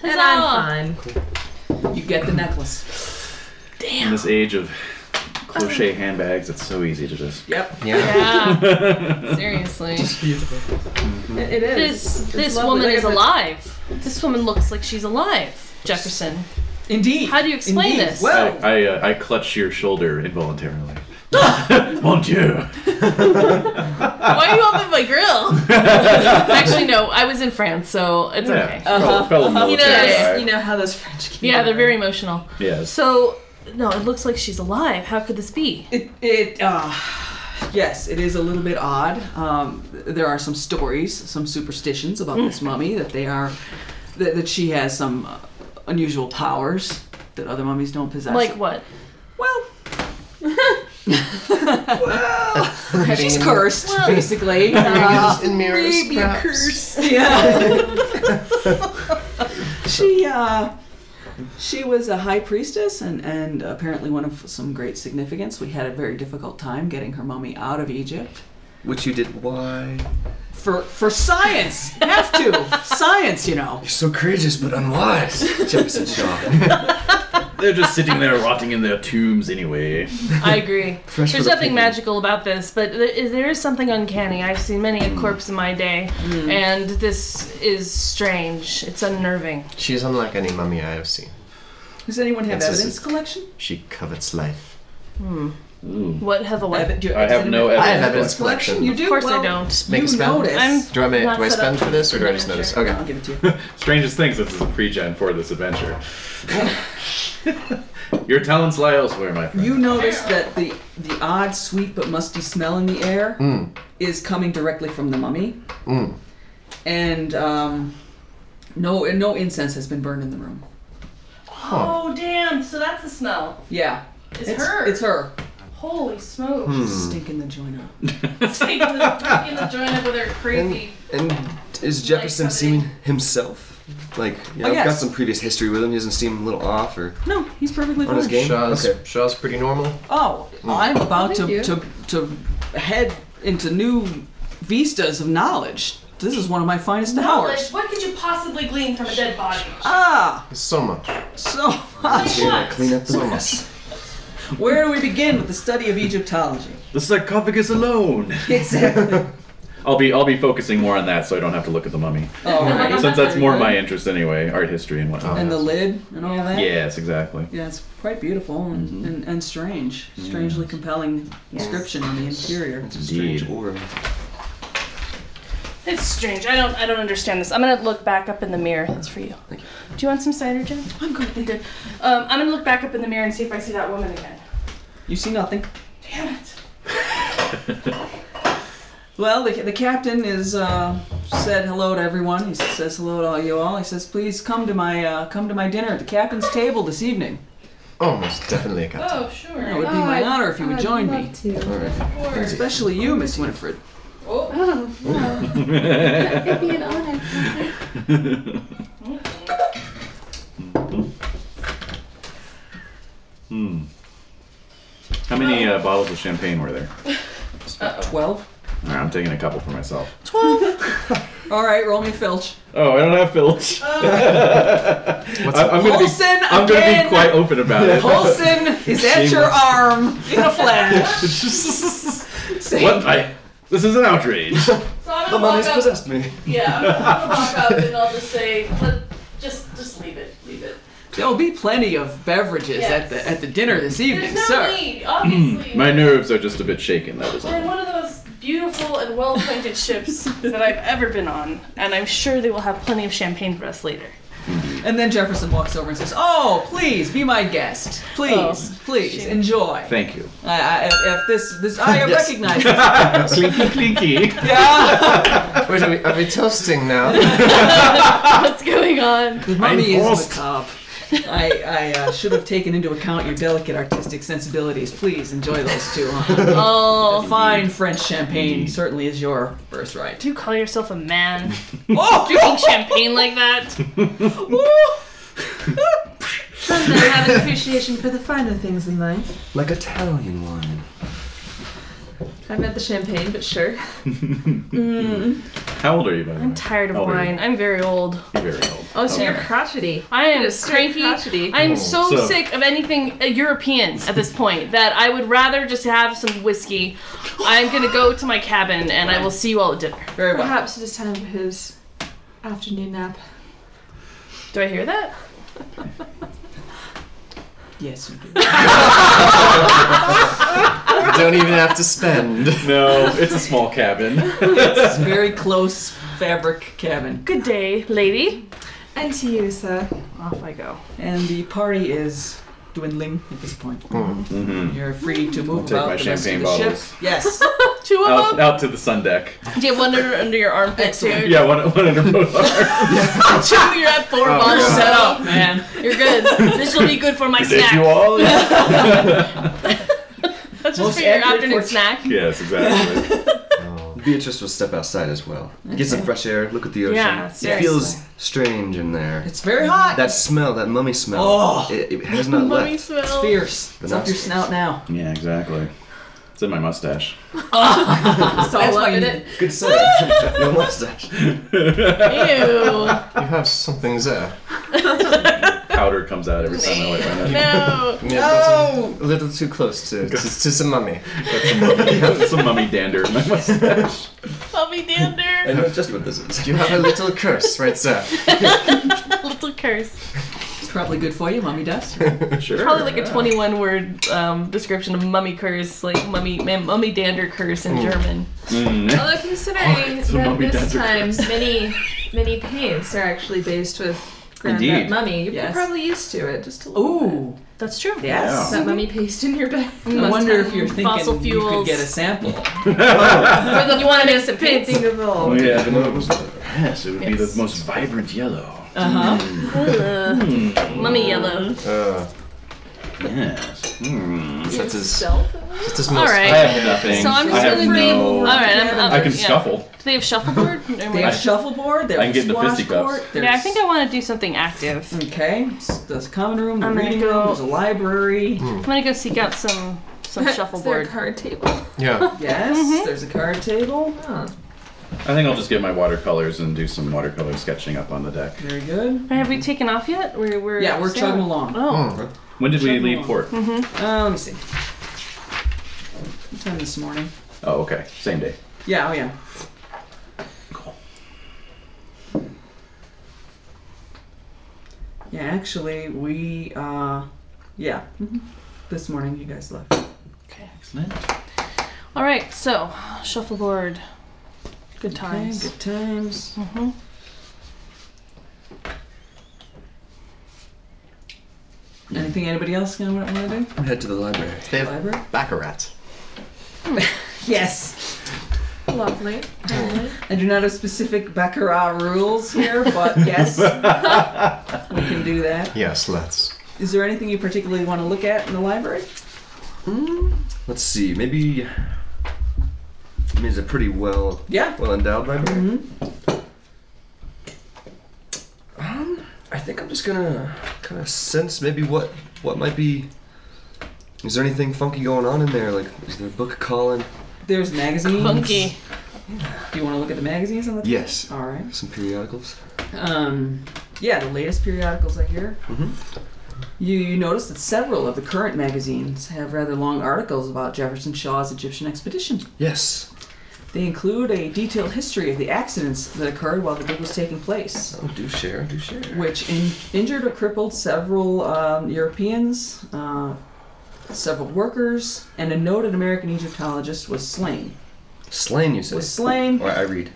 B: And
G: Huzzah.
B: I'm fine.
E: You get the necklace.
D: In this age of cliche handbags, it's so easy to just.
E: Yep.
G: Yeah. Seriously.
B: It, it is.
G: This this
B: lovely.
G: woman
B: Look
G: is
B: at the-
G: alive. This woman looks like she's alive. Jefferson.
E: Indeed.
G: How do you explain
E: Indeed.
D: I
G: this?
E: Well,
D: I, uh, I clutch your shoulder involuntarily. Mon Dieu!
G: Why are you up at my grill? Actually, no. I was in France, so it's
D: Yeah,
G: okay.
D: fellow, fellow
G: You
D: military
G: know,
D: guy.
B: You know how those French can
G: Yeah, they're very emotional.
D: Yes.
G: So, no, it looks like she's alive. How could this be?
E: It, it uh, yes, it is a little bit odd. Um, there are some stories, some superstitions about this mummy that they are, that, that she has some uh, unusual powers that other mummies don't possess.
G: Like what?
E: well, well, she's cursed, basically. Uh,
O: in mirrors,
B: Maybe a curse.
E: yeah. she uh she was a high priestess and and apparently one of some great significance. We had a very difficult time getting her mummy out of Egypt.
C: Which you did. Why?
E: For for science. Have to. science, you know.
C: You're so courageous but unwise. Jefferson Shaw.
D: They're just sitting there rotting in their tombs anyway.
G: I agree.
C: Fresh for
G: There's
C: the
G: nothing
C: picking.
G: magical about this, but there is, there is something uncanny. I've seen many a corpse in my day, and this is strange. It's unnerving.
O: She's unlike any mummy I have seen.
E: Does anyone have
O: It's just-
E: evidence collection?
O: She covets life.
D: Ooh.
G: What have a what?
E: Evi- do you-
D: I have no
E: evidence
D: evidence.
O: I have evidence
E: collection.
O: collection.
E: You do?
G: Of course
E: Well,
G: I don't.
O: Make
E: you
O: a spell.
E: notice.
G: I'm-
O: Do I, ma-
G: Not
O: do I
G: set
O: spend
G: up
O: for this or do I
G: for
O: just
G: that,
O: notice?
G: sure.
O: Okay.
E: I'll give it to you.
D: Strangest things. This is a pre-gen for this adventure. Your talents lie elsewhere, my friend.
E: You notice that the the odd, sweet but musty smell in the air
C: Hmm.
E: is coming directly from the mummy,
O: Mm.
E: and um, no and no incense has been burned in the room.
G: Oh damn! So that's the smell.
E: Yeah,
G: It's,
E: it's
G: her.
E: It's Hmm. her
G: Holy smokes!
E: stinking the joint up.
G: Taking the, taking the joint up with her crazy.
C: And is Jefferson
G: Like,
C: seeming himself? Like, yeah,
E: Oh,
C: I've got
E: yes.
C: some previous history with him. He doesn't seem a little off or
E: No, he's perfectly
C: on his
E: fine.
C: game.
O: Oh, Shaw's,
C: Okay.
O: Shaw's pretty normal.
E: Oh, I'm about
B: Thank
E: to,
B: you.
E: to to head into new vistas of knowledge. This is one of my finest
G: Knowledge.
E: hours.
G: What could you possibly glean from a dead body?
E: Ah,
O: So much.
G: Oh,
E: so much.
C: Here,
G: What?
C: clean up the mess.
E: Where do we begin with the study of Egyptology?
D: The sarcophagus alone.
E: Exactly.
D: I'll be I'll be focusing more on that, so I don't have to look at the mummy,
E: All Oh, right.
D: since that's more my interest anyway, art history and whatnot.
E: And the lid and all that.
D: Yes, exactly.
E: Yeah, Mm-hmm. it's quite beautiful and, and, and strange. Strangely compelling description on the interior.
D: Indeed.
C: Or
G: It's strange. I don't. I don't understand this. I'm gonna look back up in the mirror. That's for you. Do you want some cider, Jen? I'm good. Thank you. Um, I'm gonna look back up in the mirror and see if I see that woman again.
E: You see nothing.
G: Damn it.
E: Well, the, the captain is uh, said hello to everyone. He says hello to all you all. He says, "Please come to my uh, come to my dinner at the captain's table this evening.
O: Almost definitely a cut.
P: Oh, sure.
E: It would be my honor if you would join me,
C: All right.
E: especially you, Miss Winifred."
B: It'd be an honor.
D: Hmm. How many uh, bottles of champagne were there?
E: Twelve.
D: All right, I'm taking a couple for myself.
E: All right, roll me filch.
D: Oh, I don't have Filch. I, I'm gonna be,
E: Olsen
D: I'm gonna
E: again.
D: be quite open about it.
E: Olsen is at your
D: Shameless.
E: arm in a flash.
D: what? I, this is an outrage.
P: So I'm
Q: gonna
G: Oh,
C: The
Q: walk
C: money's
Q: up.
C: possessed me.
Q: Yeah, I'm gonna walk up and I'll just say, Let, just, just leave it, leave it.
E: There'll be plenty of beverages
Q: Yes.
E: at the at the dinner this evening,
Q: There's no
E: sir.
Q: need, obviously.
D: Mm, My nerves are just a bit shaken. That is
Q: We're in
D: all.
Q: one of the most beautiful and well-appointed ships that I've ever been on, and I'm sure they will have plenty of champagne for us later.
E: And then Jefferson walks over and says, "Oh, please be my guest. Please,
Q: Oh,
E: please
Q: shoot.
E: enjoy."
D: Thank you.
E: I, I, if- if this this I
C: Yes.
E: recognize this.
D: Clinky clinky.
E: Yeah.
R: Wait, are we, are we toasting now?
Q: What's going on?
E: The mummy is
R: forced.
E: macabre. I, I uh, should have taken into account your delicate artistic sensibilities. Please enjoy those too.
Q: Oh,
E: Fine French champagne certainly is your birthright.
Q: do you call yourself a man?
E: Oh,
Q: Drinking champagne like that?
B: Some men have an appreciation for the finer things in life.
C: Like Italian wine.
B: I meant the champagne, but sure.
D: How old are you, by the way?
G: I'm tired of
D: Elder.
G: wine. I'm very old.
D: You're very old.
B: Oh, so
D: Okay.
B: you're crotchety.
G: I am
B: You're straight
G: cranky.
B: crotchety.
G: I'm so,
D: Oh, so-
G: sick of anything uh, European at this point that I would rather just have some whiskey. I'm gonna go to my cabin and I will see you all at dinner.
E: Very well.
B: Perhaps it is time for his afternoon nap.
G: Do I hear that?
E: Yes, you do.
R: Don't even have to spend.
D: No, it's a small cabin.
E: It's very close fabric cabin.
G: Good day, lady.
B: And to you, sir.
G: Off I go.
E: And the party is dwindling at this point.
D: Mhm.
E: You're free to move
D: take
E: about
D: my
E: the rest of
D: champagne
E: the
D: bottles.
E: ship. Yes.
G: Two of
D: Out,
G: them.
D: out to the sun deck.
G: Do you have one under, under your armpit too?
E: Excellent.
D: Yeah, one, one under both arms.
G: Two, you're at four
R: Oh,
G: bottles.
R: God.
E: Shut up, man.
G: You're good. This will be good for my
D: Did
G: snack.
D: you all?
G: That's just
E: Most
G: for your
E: accurate
G: afternoon
E: for-
G: snack.
D: yes, exactly.
C: Beatrice will step outside as well. Get some fresh air, look at the ocean.
G: Yeah,
C: it feels strange in there.
E: It's very hot.
C: That smell, that mummy smell,
E: Oh.
C: it, it has not
G: Mummy
C: left.
G: smell.
E: It's fierce.
C: The
E: It's up your
C: nostrils.
E: snout now.
D: Yeah, exactly. It's in my mustache.
G: It's all
E: That's
G: up
E: why
G: in
E: you-
G: it.
C: Good sir. no mustache.
G: Ew.
R: You have something there.
D: Powder comes out every time I wipe my nose.
G: No.
R: No! A little too close to, to, to some mummy.
D: That's some mummy dander in my mustache.
G: Mummy
C: I
G: dander.
C: know just what this is.
R: You have a little curse right there.
G: Little curse.
E: It's probably good for you, mommy does.
D: Sure.
G: Probably like a
D: yeah.
G: 21 word um, description of mummy curse, like mummy man, mummy dander curse in German.
D: Mm.
B: Although considering
D: so
B: that
D: mummy
B: this
D: dads are
B: time many, many paints are actually based with ground up
D: Indeed.
B: mummy, you're
E: Yes.
B: probably used to it just a little bit.
E: Ooh.
G: That's true.
E: Yes.
B: That mummy paste in your bag.
E: I wonder if
G: have
E: you're thinking
G: fossil
E: you could
G: fuels.
E: get a sample.
G: Or the you want to make some painting.
B: Painting of all.
D: Oh, Yeah.
C: I know it was there.
D: Yes, it would be the most vibrant yellow.
E: Uh huh.
G: Mummy yellow.
R: Uh,
D: Yes. Mm.
R: that's his,
B: Self?
R: that's his
G: All
R: most.
D: I
G: right.
D: have nothing.
G: So I'm
D: I
G: just
D: have
G: gonna name.
D: no.
G: All right. I'm, I'm,
D: I can
G: yeah.
D: scuffle.
G: Do they have shuffleboard?
E: They have shuffleboard. They
D: I
E: have
D: can get into
E: squash
D: fisticuffs.
E: court. There's...
G: yeah, I think I want to do something active.
E: Okay. s- There's a common room, the
G: I'm gonna
E: reading
G: go-
E: room, there's a library.
D: Hmm.
G: I'm gonna go seek out some some
B: Is there a
G: shuffleboard.
B: card table?
R: Yeah.
E: Yes.
G: Mm-hmm.
E: There's a card table.
D: I think I'll just get my watercolors and do some watercolor sketching up on the deck.
E: Very good.
G: Have we taken off yet? We're, we're
E: Yeah, we're chugging along.
G: Oh,
D: When did we leave port?
E: Uh, let me see. What time this morning?
D: Oh, okay. Same day.
E: Yeah, oh yeah.
D: Cool.
E: Yeah, actually, we, uh, yeah. mhm. This morning you guys left.
D: Excellent.
G: all right. So shuffleboard. Good
E: Okay,
G: times.
E: good times.
G: Mhm.
E: Anything anybody else gonna want to do?
C: Head to the library.
R: Hmm. They have
E: Library?
R: Baccarat.
E: Yes.
B: Lovely.
E: I do not have specific baccarat rules here, but yes, we can do that.
R: Yes, let's.
E: Is there anything you particularly want to look at in the library?
C: Let's see, maybe. I mean, it's a pretty well
E: Yeah.
C: well endowed library.
E: Mhm.
C: Um, I think I'm just gonna kind of sense maybe what what might be. Is there anything funky going on in there? Like, is there a book calling?
E: There's magazines.
G: Funky.
E: Do you want to look at the magazines on the?
C: Yes.
E: All right.
C: Some periodicals.
E: Um, yeah, the latest periodicals I hear.
C: Mhm.
E: You, you notice that several of the current magazines have rather long articles about Jefferson Shaw's Egyptian expedition.
C: Yes.
E: They include a detailed history of the accidents that occurred while the bid was taking place,
H: Oh, do share, do share.
E: which in- injured or crippled several um, Europeans, uh, several workers, and a noted American Egyptologist was slain.
H: Slain, you say?
E: Was slain.
H: Or I read.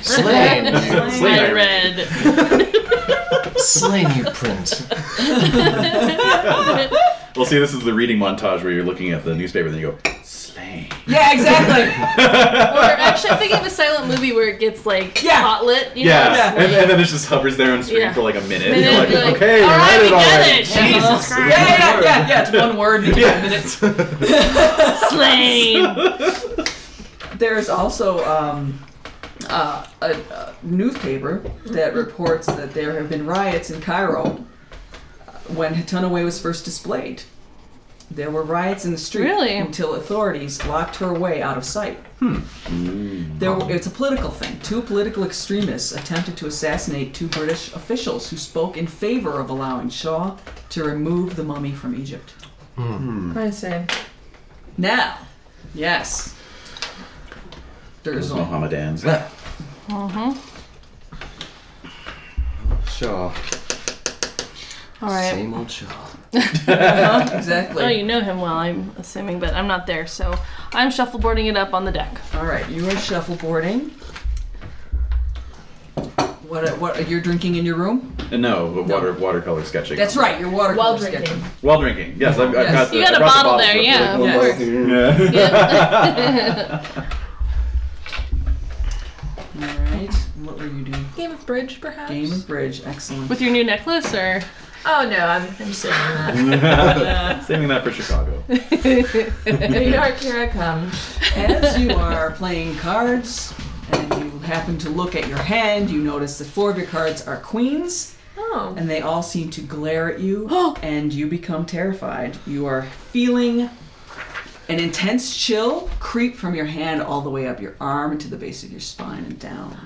C: Slain, you.
E: slain.
G: I read.
C: Slain, you print.
D: Well, see, this is the reading montage where you're looking at the newspaper, then you go, slain.
E: Yeah, exactly.
G: Or actually, I'm thinking of a silent movie where it gets like
E: Yeah.
G: hotlit. You
D: Yeah,
G: Know?
E: Yeah.
D: And, and then it just hovers there on screen
G: Yeah.
D: for like a minute.
G: And
D: you're
G: then
D: like,
G: you're like,
D: okay, we
G: all right,
D: read
G: we
D: it
G: get
D: already.
G: it.
E: Jesus Christ. Yeah, yeah, yeah, yeah. It's one word in
D: Yeah.
E: yeah. minutes.
G: Slain.
E: There's also um, uh, a, a newspaper
G: Mm-hmm.
E: that reports that there have been riots in Cairo uh, when Hatunaway was first displayed. There were riots in the street
G: Really?
E: until authorities locked her way out of sight. There, were- it's a political thing. Two political extremists attempted to assassinate two British officials who spoke in favor of allowing Shaw to remove the mummy from Egypt.
B: I say.
E: Now, yes, there's
D: Those
E: a
D: Mohammedans. Uh,
E: Uh-huh.
H: Shaw.
G: All right.
H: Same old Shaw.
E: exactly.
G: Oh, you know him well, I'm assuming, but I'm not there, so I'm shuffleboarding it up on the deck.
E: All right, you are shuffleboarding. What uh, what you're drinking in your room?
D: Uh, No, but water watercolor sketching.
E: That's right, your water.
B: While
E: cooler
B: drinking.
E: sketch.
D: While drinking. Yes, I've, I've
E: Yes.
D: got the,
G: You got
D: I
G: a
D: brought the
G: bottle
D: bottles
G: there,
D: with
G: yeah,
D: me.
G: of course.
D: Yeah.
E: All right. What were you doing?
B: Game of bridge, perhaps?
E: Game of bridge. Excellent.
G: With your new necklace, or
B: Oh no, I'm, I'm sitting on
D: Saving that for Chicago.
B: that. New York, here I come.
E: As you are playing cards and you happen to look at your hand, you notice that four of your cards are queens,
B: Oh.
E: and they all seem to glare at you, and you become terrified. You are feeling an intense chill creep from your hand all the way up your arm to the base of your spine and down.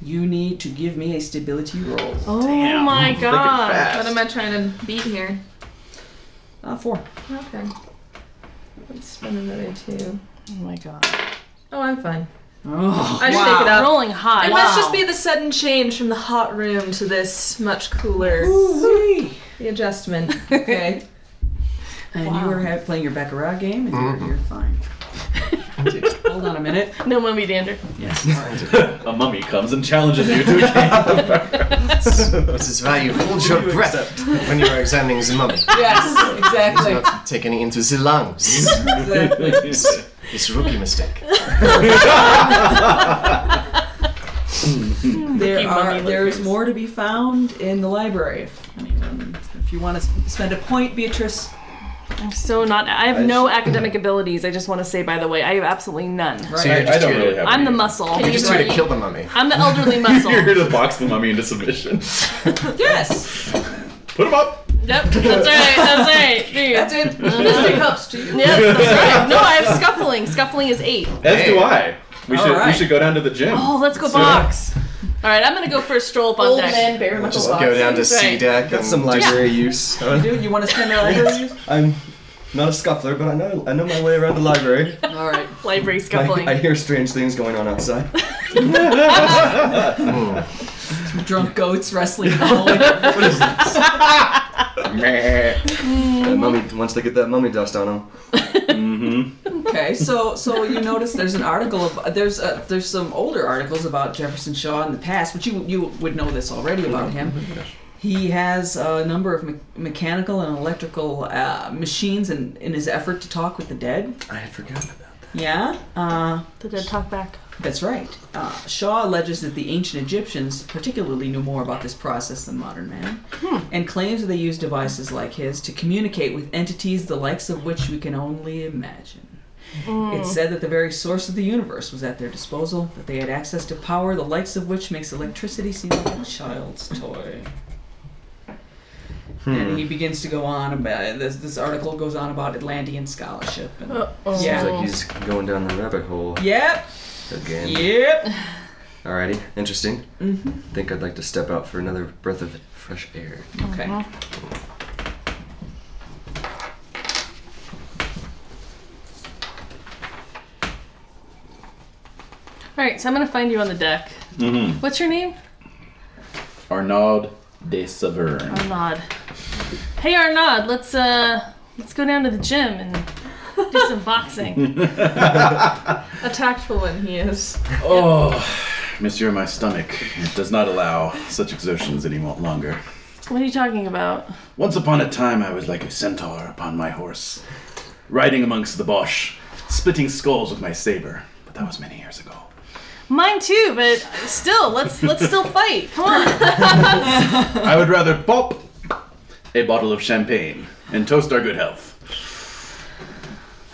E: You need to give me a stability roll.
G: oh my god,
B: What am I trying to beat here?
E: Uh, four.
B: Okay. Let's spend another two.
G: oh my god,
B: Oh, I'm fine.
E: Oh,
B: I shake it up.
G: rolling high.
B: It must just be the sudden change from the hot room to this much cooler.
E: Ooh-wee.
B: The adjustment.
E: Okay. And you were ha- playing your Baccarat game, and you're, you're fine. Hold on a minute.
G: No mummy dander.
D: A mummy comes and challenges you to a game.
C: This is why you hold your breath when you are examining the mummy.
E: Yes, exactly.
C: Not taking it into the lungs.
E: exactly.
C: It's a rookie mistake.
E: There
G: Keep
E: are
G: mummy
E: there is
G: liquors.
E: more to be found in the library. If anyone, if you want to spend a point, Beatrice.
G: I'm so not. I have no academic abilities. I just want to say, by the way, I have absolutely none.
C: So you're
D: I, I
C: just
D: don't
C: here
D: really
C: to,
D: have
G: I'm the
D: any-
G: muscle.
C: you're just here to kill the mummy.
G: I'm the elderly muscle.
D: You're here to box the mummy into submission.
E: Yes,
D: Put him up.
G: Yep, that's right. That's right. Dude.
E: that's it. comes to you.
G: Yep, that's right. No, I have scuffling. Scuffling is eight.
D: As do
C: Hey.
D: I. We
E: All
D: should we
E: right.
D: should go down to the gym.
G: Oh, let's go
D: So-
G: box. All right, I'm gonna go for a stroll up on
B: Old
G: deck.
B: man bear
C: We'll
B: knuckle
C: just go down to
G: that's
C: C
G: right.
C: deck
H: Got
C: and
H: some library use. huh?
E: Do you want to spend a library? use?
H: I'm not a scuffler, but I know I know my way around the library.
E: All right.
G: Library scuffling.
H: I, I hear strange things going on outside.
E: Some drunk goats wrestling. in the hallway.
H: what is this? That mummy, once they get that mummy dust on them.
E: Okay, so so you notice there's an article of there's a, there's some older articles about Jefferson Shaw in the past, but you you would know this already about him. He has a number of me- mechanical and electrical uh, machines in, in his effort to talk with the dead.
H: I had forgotten about that.
E: Yeah, uh,
G: The dead talk back.
E: that's right. Uh, Shaw alleges that the ancient Egyptians particularly knew more about this process than modern man, and claims that they used devices like his to communicate with entities the likes of which we can only imagine. It's said that the very source of the universe was at their disposal, that they had access to power the likes of which makes electricity seem like a child's toy.
H: Hmm.
E: And he begins to go on about this. This article goes on about Atlantean scholarship. And,
G: Uh-oh.
E: Yeah.
H: Seems like he's going down the rabbit hole
E: Yep,
H: again.
E: yep.
H: Alrighty, interesting. Mm-hmm. I think I'd like to step out for another breath of fresh air.
E: Okay.
G: All right, so I'm gonna find you on the deck.
D: Mm-hmm.
G: What's your name?
D: Arnaud de Severn.
G: Arnaud. Hey Arnaud, let's uh let's go down to the gym and do some boxing.
B: A tactful one he is.
D: oh, Monsieur, my stomach it does not allow such exertions any mo- longer.
G: What are you talking about?
D: Once upon a time, I was like a centaur upon my horse, riding amongst the Bosch, splitting skulls with my saber. But that was many years ago.
G: Mine too, but still, let's let's still fight. Come on.
D: I would rather pop a bottle of champagne and toast our good health.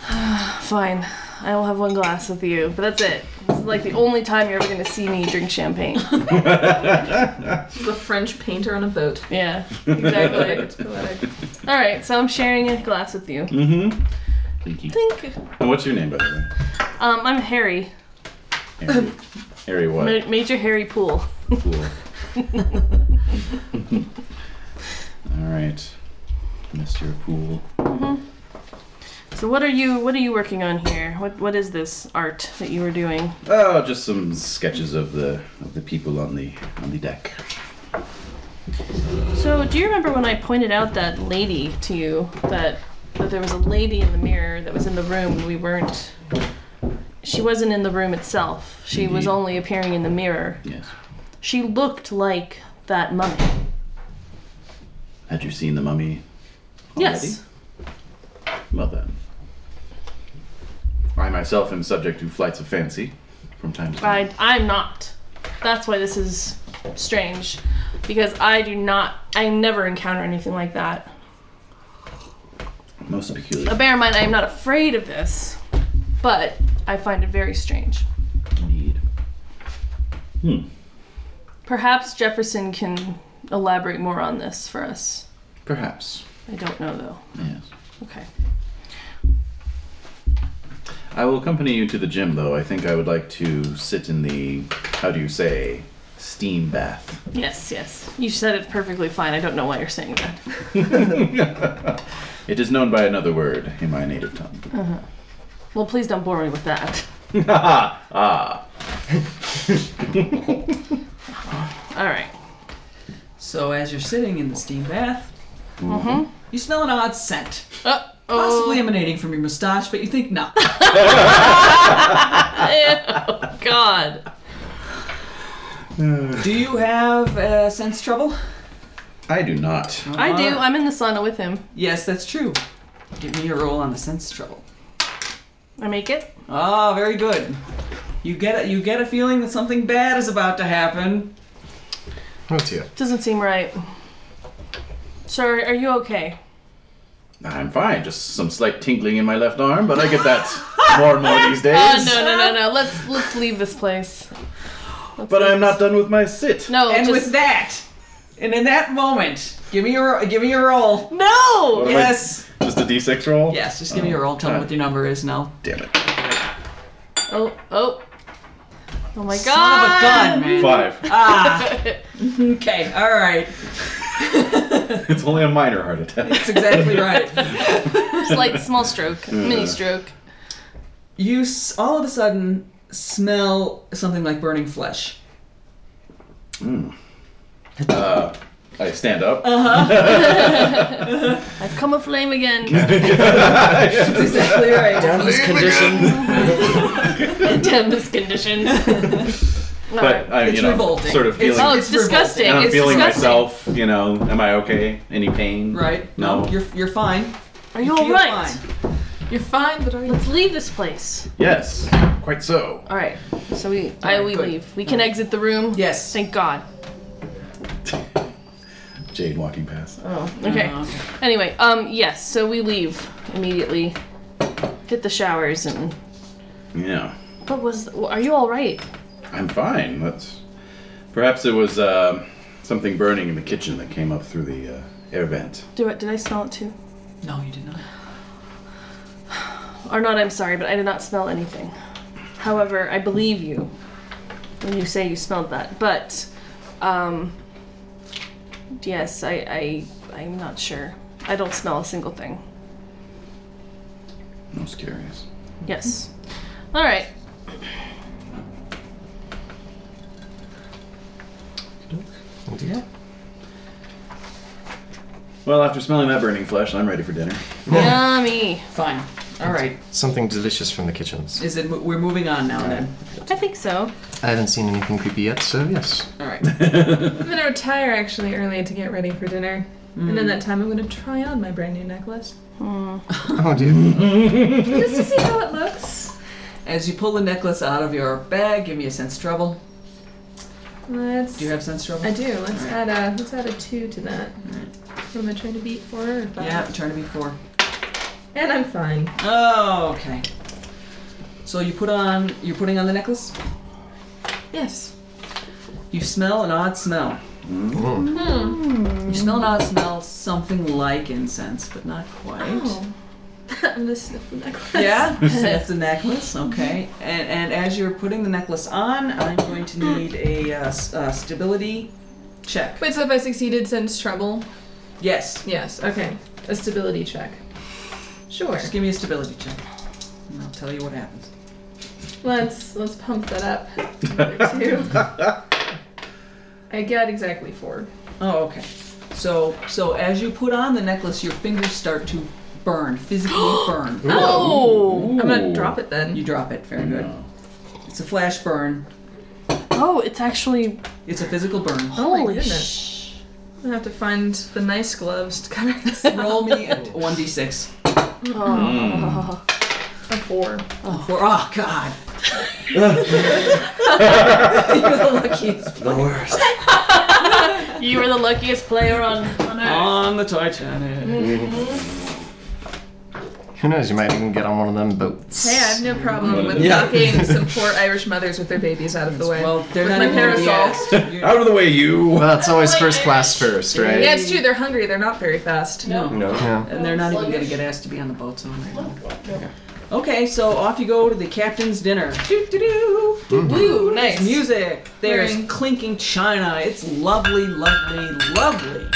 G: Fine. I will have one glass with you, but that's it. This is like the only time you're ever gonna see me drink champagne.
B: The French painter on a boat.
G: Yeah, exactly.
B: It's poetic.
G: All right, so I'm sharing a glass with you.
D: Mm-hmm. Thank you.
G: Think.
D: And what's your name, by the
G: Um, I'm Harry,
D: way? Harry, Harry what?
G: Ma- Major Harry Poole.
D: Cool. All right, Mr. Pool.
G: So what are you what are you working on here? What what is this art that you were doing?
D: Oh, just some sketches of the of the people on the on the deck.
G: So do you remember when I pointed out that lady to you that that there was a lady in the mirror that was in the room and we weren't she wasn't in the room itself. She was
D: Indeed.
G: only appearing in the mirror.
D: Yes.
G: She looked like that mummy.
D: Had you seen the mummy?
G: Yes.
D: Well then, I myself am subject to flights of fancy from time to time.
G: I I'm not. That's why this is strange because I do not I never encounter anything like that.
D: Most peculiar.
G: Now, bear in mind, I am not afraid of this, but I find it very strange.
D: Indeed. Hmm.
G: Perhaps Jefferson can elaborate more on this for us.
D: Perhaps.
G: I don't know, though.
D: Yes.
G: Okay.
D: I will accompany you to the gym, though. I think I would like to sit in the, how do you say, steam bath.
G: Yes, yes. You said it perfectly fine. I don't know why you're saying that.
D: it is known by another word in my native tongue.
G: Well, please don't bore me with that.
D: ah.
G: All right.
E: So as you're sitting in the steam bath, you smell an odd scent,
G: Uh,
E: possibly
G: oh,
E: emanating from your mustache, but you think not.
G: ew, Oh, God.
E: Uh-huh. Do you have uh, sense trouble?
D: I do not.
G: I do. I'm in the sauna with him.
E: Yes, that's true. Give me a roll on the sense trouble.
G: I make it.
E: Ah, very good. You get a, you get a feeling that something bad is about to happen.
C: Oh, dear.
G: Doesn't seem right. Sir, are you okay?
D: I'm fine. Just some slight tingling in my left arm, but I get that more and more these days.
G: Uh, no, no, no, no. Let's let's leave this place. Let's
D: But
G: leave
D: I'm
G: this-
D: not done with my sit.
G: No,
E: and
G: just...
E: with that, and in that moment, give me your give me your roll.
G: no.
D: What am I-
E: Yes,
D: Just a d6 roll?
E: yes. Just give me your roll. Tell me what your number is now.
D: Damn it.
G: Oh, oh. Oh my
E: Son of a gun,
G: god.
E: man.
D: Five.
E: Ah,
G: of a gun.
E: okay, all right.
D: it's only a minor heart attack.
E: That's exactly right.
G: Slight small stroke, mini stroke.
E: You s- all of a sudden smell something like burning flesh.
D: Hmm. Uh, I stand up.
E: Uh.
G: I've come aflame again.
E: Exactly right.
C: Down to this condition.
G: Damn this condition.
D: but I,
E: It's
D: you know,
E: revolting.
D: sort of feeling,
E: It's-
G: oh, it's, disgusting.
D: and uh, I'm
G: it's
D: feeling
G: disgusting.
D: myself. You know, am I okay? Any pain?
E: Right?
D: No.
E: you're you're fine.
G: Are you
E: Feel
G: alright?
E: fine.
B: You're fine, but are you?
G: Let's leave this place.
D: Yes. Quite so.
G: All right. So we, I,
E: right,
G: we
E: good.
G: leave. We can exit the room.
E: Yes.
G: Thank God.
D: Jade walking past.
G: Oh. Okay.
E: Oh, okay.
G: Anyway, um, yes. So we leave immediately. Hit the showers and.
D: Yeah.
G: What was? Are you all right?
D: I'm fine. That's perhaps it was uh, something burning in the kitchen that came up through the uh, air vent.
G: Do I, did I smell it too?
E: No, you did not.
G: Or not, I'm sorry, but I did not smell anything. However, I believe you when you say you smelled that. But, um, yes, I, I, I'm not sure. I don't smell a single thing.
D: I was curious.
B: Mm-hmm.
G: Yes. All right.
E: Yeah.
D: Well, after smelling that burning flesh, I'm ready for dinner.
G: Yummy.
E: Fine. All right.
C: Something delicious from the kitchens.
E: Is it? We're moving on now. Then.
G: I think so.
C: I haven't seen anything creepy yet, so yes.
E: All right.
B: I'm gonna retire actually early to get ready for dinner. And in that time, I'm gonna try on my brand new necklace.
C: Oh, dude.
B: Just to see how it looks.
E: As you pull the necklace out of your bag, give me a sense trouble.
B: Let's.
E: Do you have sense trouble?
B: I do. Let's add a let's add a two to that. What am I trying to beat? Four or five?
E: Yeah, trying to be four.
B: And I'm fine.
E: Oh, okay. So you put on you're putting on the necklace.
G: Yes.
E: You smell an odd smell. You smell an odd smell, something like incense, but not quite.
B: Oh. I'm gonna sniff the necklace.
E: Yeah, sniff the necklace. Okay, and and as you're putting the necklace on, I'm going to need a uh, s- uh, stability check.
B: Wait, so if I succeeded, sense trouble?
E: Yes,
B: Yes. Okay. A stability check. Sure.
E: just give me a stability check, and I'll tell you what happens.
B: Let's let's pump that up. Another two. I got exactly four.
E: Oh, okay. So so as you put on the necklace, your fingers start to burn, physically burn.
B: Oh! I'm
D: Ooh.
B: gonna drop it then.
E: You drop it. Very good. It's a flash burn.
G: Oh, it's actually
E: It's a physical burn.
B: Oh my
G: holy
B: goodness.
G: sh.
B: I'm gonna have to find the nice gloves to cover this.
E: Roll me a 1d6.
G: Oh.
B: A four.
E: Oh, four. oh God. You're the luckiest
H: The worst.
G: You were the luckiest player on, on earth.
E: on the Titanic.
C: Who knows? You might even get on one of them boats.
B: Hey, I have no problem with
H: Yeah.
B: knocking some poor Irish mothers with their babies out of the way.
E: Well, they're
B: With
E: not
B: my
E: even gonna be
B: parasol.
E: asked. You're-
D: Out of the way, you!
C: Well, it's always first class first, right?
B: yeah, it's true. They're hungry. They're not very fast.
E: No.
H: No.
C: Yeah.
E: And they're not even gonna get asked to be on the boat soon right now. Okay, so off you go to the captain's dinner. Doo doo doo.
B: Woo, nice.
E: There's music. There's
B: Right.
E: clinking china. It's lovely, lovely, lovely.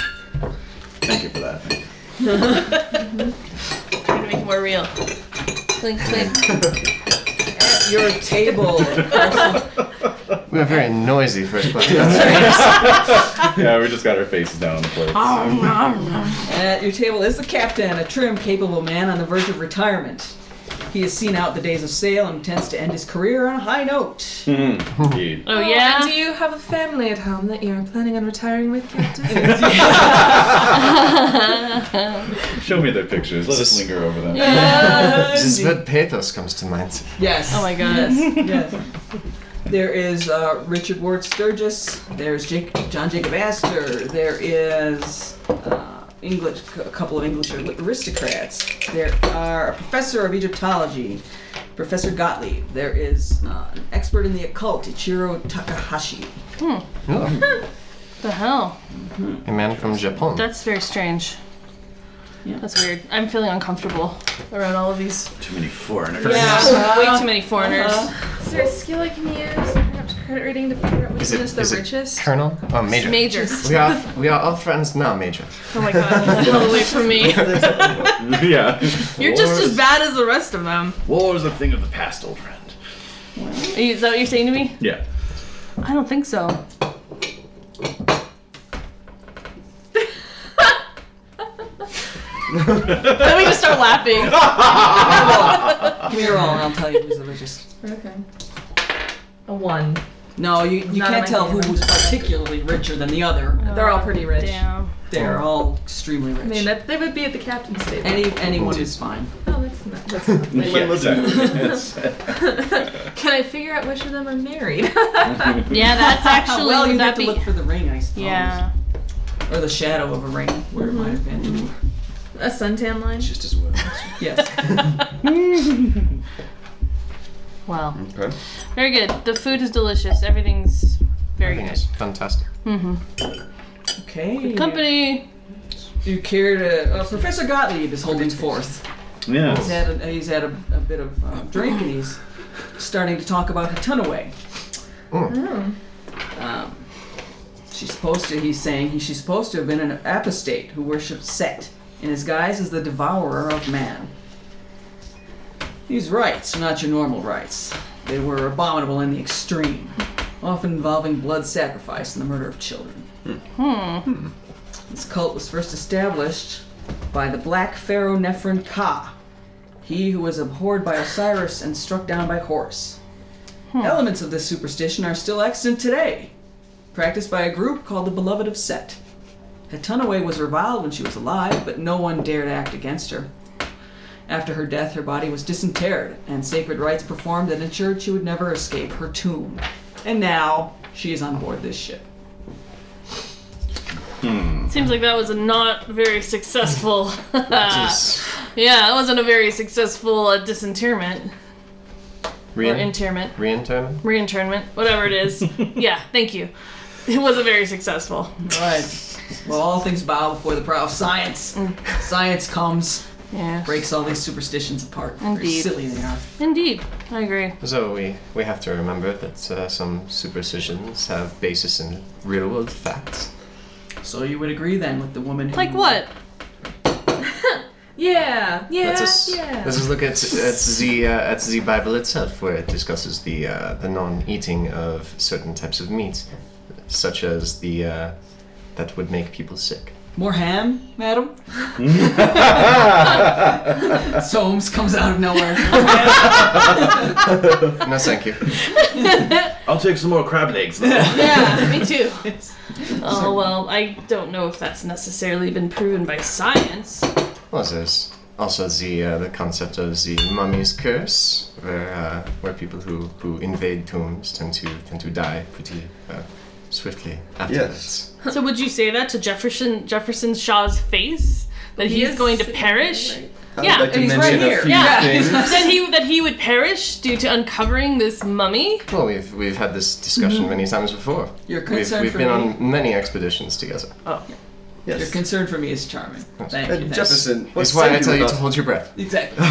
D: Thank you for that.
G: Trying to make it more real. Clink, clink.
E: At your table. Also-
C: We have very noisy first class.
D: yeah, we just got our faces down on the plate.
E: At your table is the captain, a trim, capable man on the verge of retirement. He has seen out the days of sail and intends to end his career on a high note.
D: Mm, indeed.
G: Oh,
B: And
G: yeah?
B: do you have a family at home that you're planning on retiring with, Captain?
D: Show me their pictures. Let us linger over them.
C: Just that pathos comes to mind.
E: Yes.
G: Oh my god.
E: yes. There is uh, Richard Ward Sturgis. There's Jake, John Jacob Astor. There is uh, English, a couple of English aristocrats. There are a professor of Egyptology, Professor Gottlieb. There is uh, an expert in the occult, Ichiro Takahashi.
G: the hell?
C: A man from Japan.
G: That's very strange.
E: Yeah.
G: That's weird. I'm feeling uncomfortable around all of these.
D: Too many foreigners.
G: Yeah. Way too many foreigners.
B: Is there a skill I can use? Perhaps credit rating to figure out which
C: Is
B: one
C: it-
B: is the
C: is it
B: richest?
C: Colonel? Oh, Major.
G: Majors.
C: we are we are all friends now, Major.
G: Oh my god. Get away from me.
D: yeah.
G: You're just as bad as the rest of them.
D: War is a thing of the past, old friend.
G: Are you- Is that what you're saying to me?
D: Yeah.
G: I don't think so. then we just start laughing.
E: Give me your roll, and I'll tell you who's the richest.
B: Okay. A one.
E: No, you, you
B: Not in
E: can't
B: my
E: tell who
B: favor.
E: was particularly richer than the other.
B: They're all pretty rich.
G: Damn.
E: They're all extremely rich.
B: I mean, that, they would be at the captain's table.
E: Any anyone is fine.
B: oh, that's not. That's not
D: Yeah, exactly. Yes.
B: Can I figure out which of them are married?
G: Yeah, that's actually
E: well,
G: would
E: you have to
G: that be?
E: look for the ring, I suppose.
G: yeah.
E: or the shadow of a ring, where it might have been.
B: a suntan line.
H: Just as well.
E: Yes.
G: Wow.
H: Okay.
G: Very good. The food is delicious. Everything's
C: Very
G: very good.
C: nice. Fantastic.
G: Mm-hmm.
E: Okay.
G: Company.
E: You care to? Uh, Professor Gottlieb is holding forth. He's
D: yes.
E: had a, he's had a, a bit of uh, drink and he's starting to talk about Hatunaway.
B: Oh.
E: Um, she's supposed to. He's saying he, she's supposed to have been an apostate who worshipped Set in his guise as the devourer of man. These rites are not your normal rites. They were abominable in the extreme. often involving blood sacrifice and the murder of children. Hmm. This cult was first established by the Black Pharaoh Nephren Ka, he who was abhorred by Osiris and struck down by Horus. Elements of this superstition are still extant today, practiced by a group called the Beloved of Set. Hatunaway was reviled when she was alive, but no one dared act against her. After her death, her body was disinterred and sacred rites performed that ensured she would never escape her tomb. And now she is on board this ship.
G: Seems like that was a not very successful. Uh, yeah, that wasn't a very successful uh, disinterment or
C: Rein-
G: interment,
C: Reinternment?
G: reinternment, whatever it is. yeah, thank you. It wasn't very successful.
E: Right. Well, all things bow before the prow of science. Science comes,
G: Yeah,
E: breaks all these superstitions apart.
G: Indeed.
E: Very silly they are.
G: indeed, I agree.
C: So we, we have to remember that uh, some superstitions have basis in real world facts.
E: So you would agree then with the woman who.
G: Like what?
B: Yeah. Yeah.
C: Let us let us look at at the uh, at the Bible itself, where it discusses the uh, the non-eating of certain types of meat, such as the uh, that would make people sick.
E: More ham, madam? Soames comes out of nowhere.
C: No, thank you.
D: I'll take some more crab legs. though.
G: Yeah, me too. Oh well, I don't know if that's necessarily been proven by science.
C: Well, there's also the uh, the concept of the mummy's curse, where uh, where people who, who invade tombs tend to tend to die pretty uh, swiftly afterwards.
G: So would you say that to Jefferson Jefferson Shaw's face that
B: He
G: he's
B: is
G: going to
B: sitting
G: perish?
B: there, right?
H: I
G: Yeah,
H: would like to
E: and he's
H: mention
E: right
H: a
E: here.
H: few
G: Yeah.
H: things.
G: that he that he would perish due to uncovering this mummy?
C: Well, we've we've had this discussion many times before.
E: Your
C: We've,
E: concern
C: we've
E: Mm-hmm. for
C: been
E: me.
C: on many expeditions together.
E: Your
H: Yes.
E: concern for me is charming. Thank you.
H: And
E: thank
H: Jefferson, what
C: That's why
H: say
C: I tell you
H: about-
C: to hold your breath.
E: you. Exactly.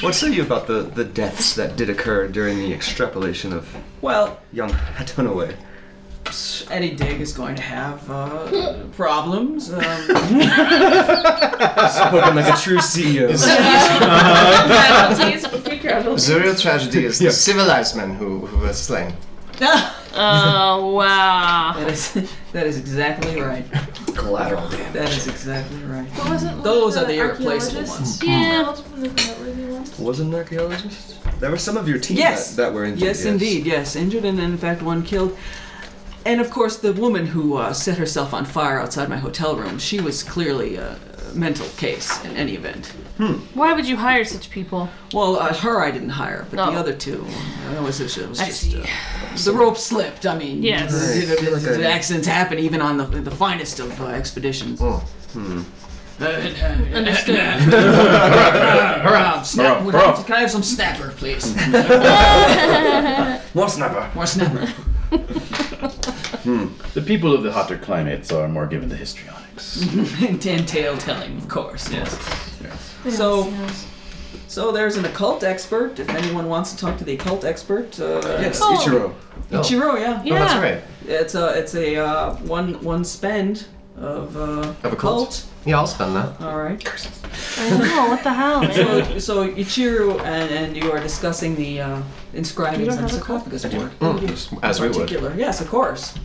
H: What say you about the, the deaths that did occur during the extrapolation of
E: Well,
H: young Hatunaway?
E: Eddie Dig is going to have uh, problems. Um,
H: Spoken like a true E CEO.
B: Casualties, free casualties.
C: The real tragedy is the civilized man who, who was slain.
E: that
G: Oh wow.
E: is that is exactly right.
H: Collateral damage.
E: That is exactly right.
B: But wasn't one
E: Those
B: of
E: are the irreplaceable
B: archaeologists
E: ones.
G: Yeah.
B: Multiple noteworthy ones.
H: Wasn't an archaeologist? There were some of your team
E: Yes.
H: that, that were injured.
E: Yes, indeed. Yes, injured and in fact one killed. And of course, the woman who uh, set herself on fire outside my hotel room, she was clearly a mental case in any event.
G: Why would you hire such people?
E: Well, uh, her I didn't hire, but
G: Oh.
E: the other two, uh, it was, it was
G: I
E: just
G: see.
E: uh, the rope slipped. I mean,
G: Yes.
E: you know,
H: Right. I feel like
E: the
H: I-
E: accidents happen even on the the finest of uh, expeditions. Uh, uh,
G: Understood.
E: Rob, snap,
D: Rob,
E: would I-
D: Rob.
E: can I have some snapper, please?
H: One sniper.
E: More snapper.
D: the people of the hotter climates are more given to histrionics.
E: and, and tale telling, of course. Yes. So, so there's an occult expert. If anyone wants to talk to the occult expert, uh,
H: Yes,
G: Oh.
H: Ichiro.
E: Ichiro, yeah.
G: Yeah.
C: Oh, that's right.
E: It's a it's a uh, one one spend of uh,
C: Of a cult. Yeah, I'll spend that.
E: All right.
G: I know, what the hell, man?
E: So, so Ichiro and, and you are discussing the uh, inscribings on sarcophagus board.
C: Mm, as we would.
E: Particular, yes, of course.
G: Do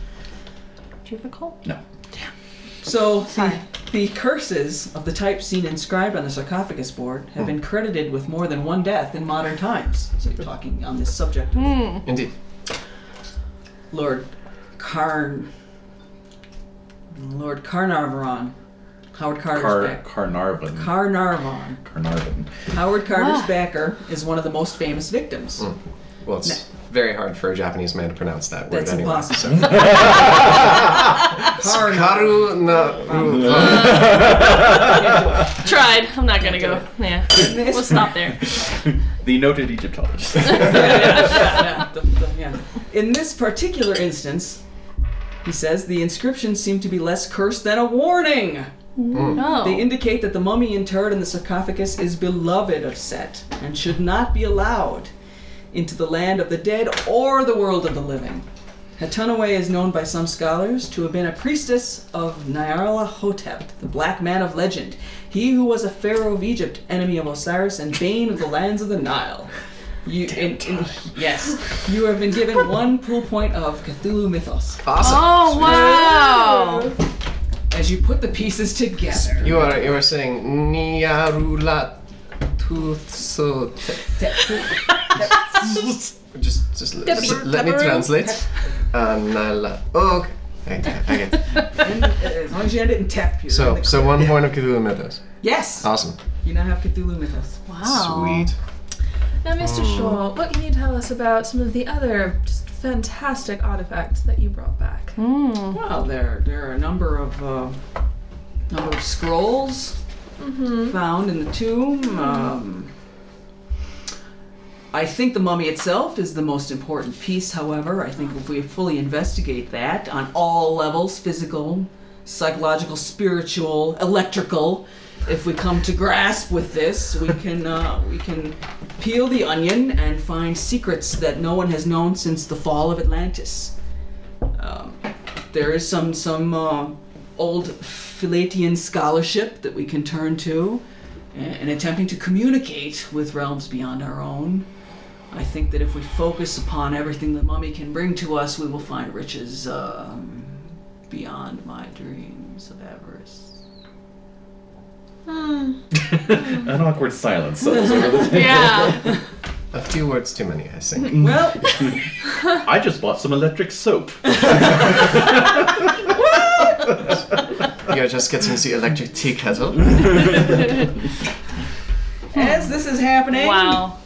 G: you have a cult?
E: So
G: Sorry.
E: the curses of the type seen inscribed on the sarcophagus board have been credited with more than one death in modern times. So you're talking on this subject of
C: Indeed.
E: Lord Carn. Lord Carnarvon. Howard Carter's
D: Car-
E: back.
D: Carnarvon.
E: Carnarvon.
D: Carnarvon.
E: Howard Carter's
G: Wow.
E: backer is one of the most famous victims.
C: Well, it's very hard for a Japanese man to pronounce that word
E: That's
C: anyway.
E: impossible. Carnarvon.
C: Karu na-
G: Tried. I'm not gonna go. Yeah. We'll stop there. Oh.
D: The noted Egyptologist.
E: Yeah, the- the- yeah. In this particular instance, he says the inscriptions seem to be less cursed than a warning. They
G: No.
E: indicate that the mummy interred in the sarcophagus is beloved of Set and should not be allowed into the land of the dead or the world of the living. Hatunaway is known by some scholars to have been a priestess of Nyarla Hotep, the black man of legend, he who was a pharaoh of Egypt, enemy of Osiris, and bane of the lands of the Nile. You and, and- yes, you have been given one pool point of Cthulhu Mythos
C: Awesome.
G: Oh wow!
E: as you put the pieces together.
C: You are you are saying Niarula Tutso. Just just let, just let me translate. Uh, Nala. Oh, okay. I get it. I get it.
E: And, uh, as long as you end it in tap, you're in
C: So
E: the-
C: so one point of Cthulhu Mythos.
E: yes,
C: Awesome.
E: you now have Cthulhu Mythos.
G: Wow.
C: Sweet.
B: Now, Mr. Shaw, what can you tell us about some of the other just fantastic artifacts that you brought back?
G: Mm.
E: Well, there there are a number of uh, number of scrolls found in the tomb. Um, I think the mummy itself is the most important piece. However, I think if we fully investigate that on all levels physical, psychological, spiritual, electrical if we come to grasp with this, we can uh, we can peel the onion and find secrets that no one has known since the fall of Atlantis. Um, there is some some uh, old Philatian scholarship that we can turn to in, in attempting to communicate with realms beyond our own. I think that if we focus upon everything the mummy can bring to us, we will find riches um, beyond my dreams of Everest.
D: An awkward silence settles over the table.
G: Yeah.
C: A few words too many, I think.
E: Well,
D: I just bought some electric soap.
C: You're just getting the electric tea kettle.
E: as this is happening,
G: wow.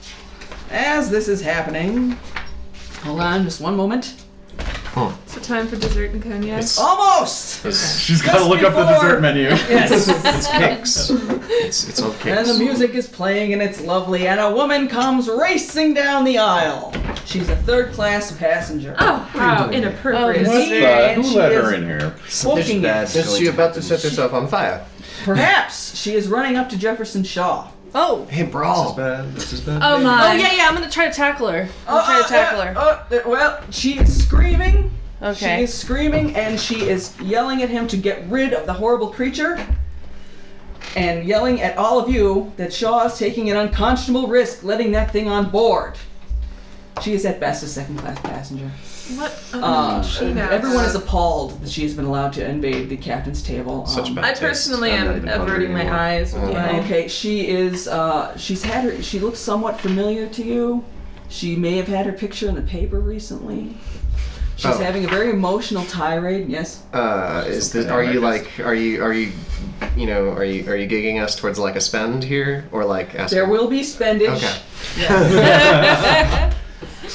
E: As this is happening, hold on just one moment.
B: So time for dessert and cognac.
E: Oh.
C: It's,
E: Almost!
C: it's,
D: She's got to
E: Just
D: look up the
E: before-
D: dessert menu.
E: Yes!
C: it's cakes. It's, it's all
E: and
C: cakes.
E: the music is playing and it's lovely, and a woman comes racing down the aisle. She's a third class passenger.
B: Oh, how inappropriate.
D: What the?
E: And
D: Who
E: she
D: let
E: is
D: her in here?
E: Smoking it.
H: bad's
C: Is
H: going
C: she
H: to
C: about to
H: happen.
C: set herself on fire?
E: Perhaps she is running up to Jefferson Shaw.
G: Oh.
C: Hey,
H: This is
C: brawl.
H: bad. This is bad.
G: Oh my.
J: Oh, yeah,
G: yeah. I'm gonna try to tackle her.
E: Oh,
G: try to tackle her.
E: oh, oh, well, she is screaming. She
C: Oh,
G: Okay.
E: is screaming and she is yelling at him to get rid of the horrible creature and yelling at all of you that Shaw is taking an unconscionable risk letting that thing on board. She is at best a second class passenger.
B: What?
E: Uh,
B: she knows.
E: Everyone is appalled that she has been allowed to invade the captain's table.
C: Such
E: Um,
C: bad
B: I
C: taste.
B: personally
C: I'm not
B: am
C: even hungry
B: averting my
C: anymore. Oh,
B: eyes with
C: Yeah.
B: my.
E: Okay, she is. Uh, she's had her. She looks somewhat familiar to you. She may have had her picture in the paper recently. She's
C: Oh.
E: having a very emotional tirade. Yes.
C: Uh, is this, are you like are you are you you know are you are you gigging us towards like a spend here or like asking?
E: There will be spendage.
C: Okay.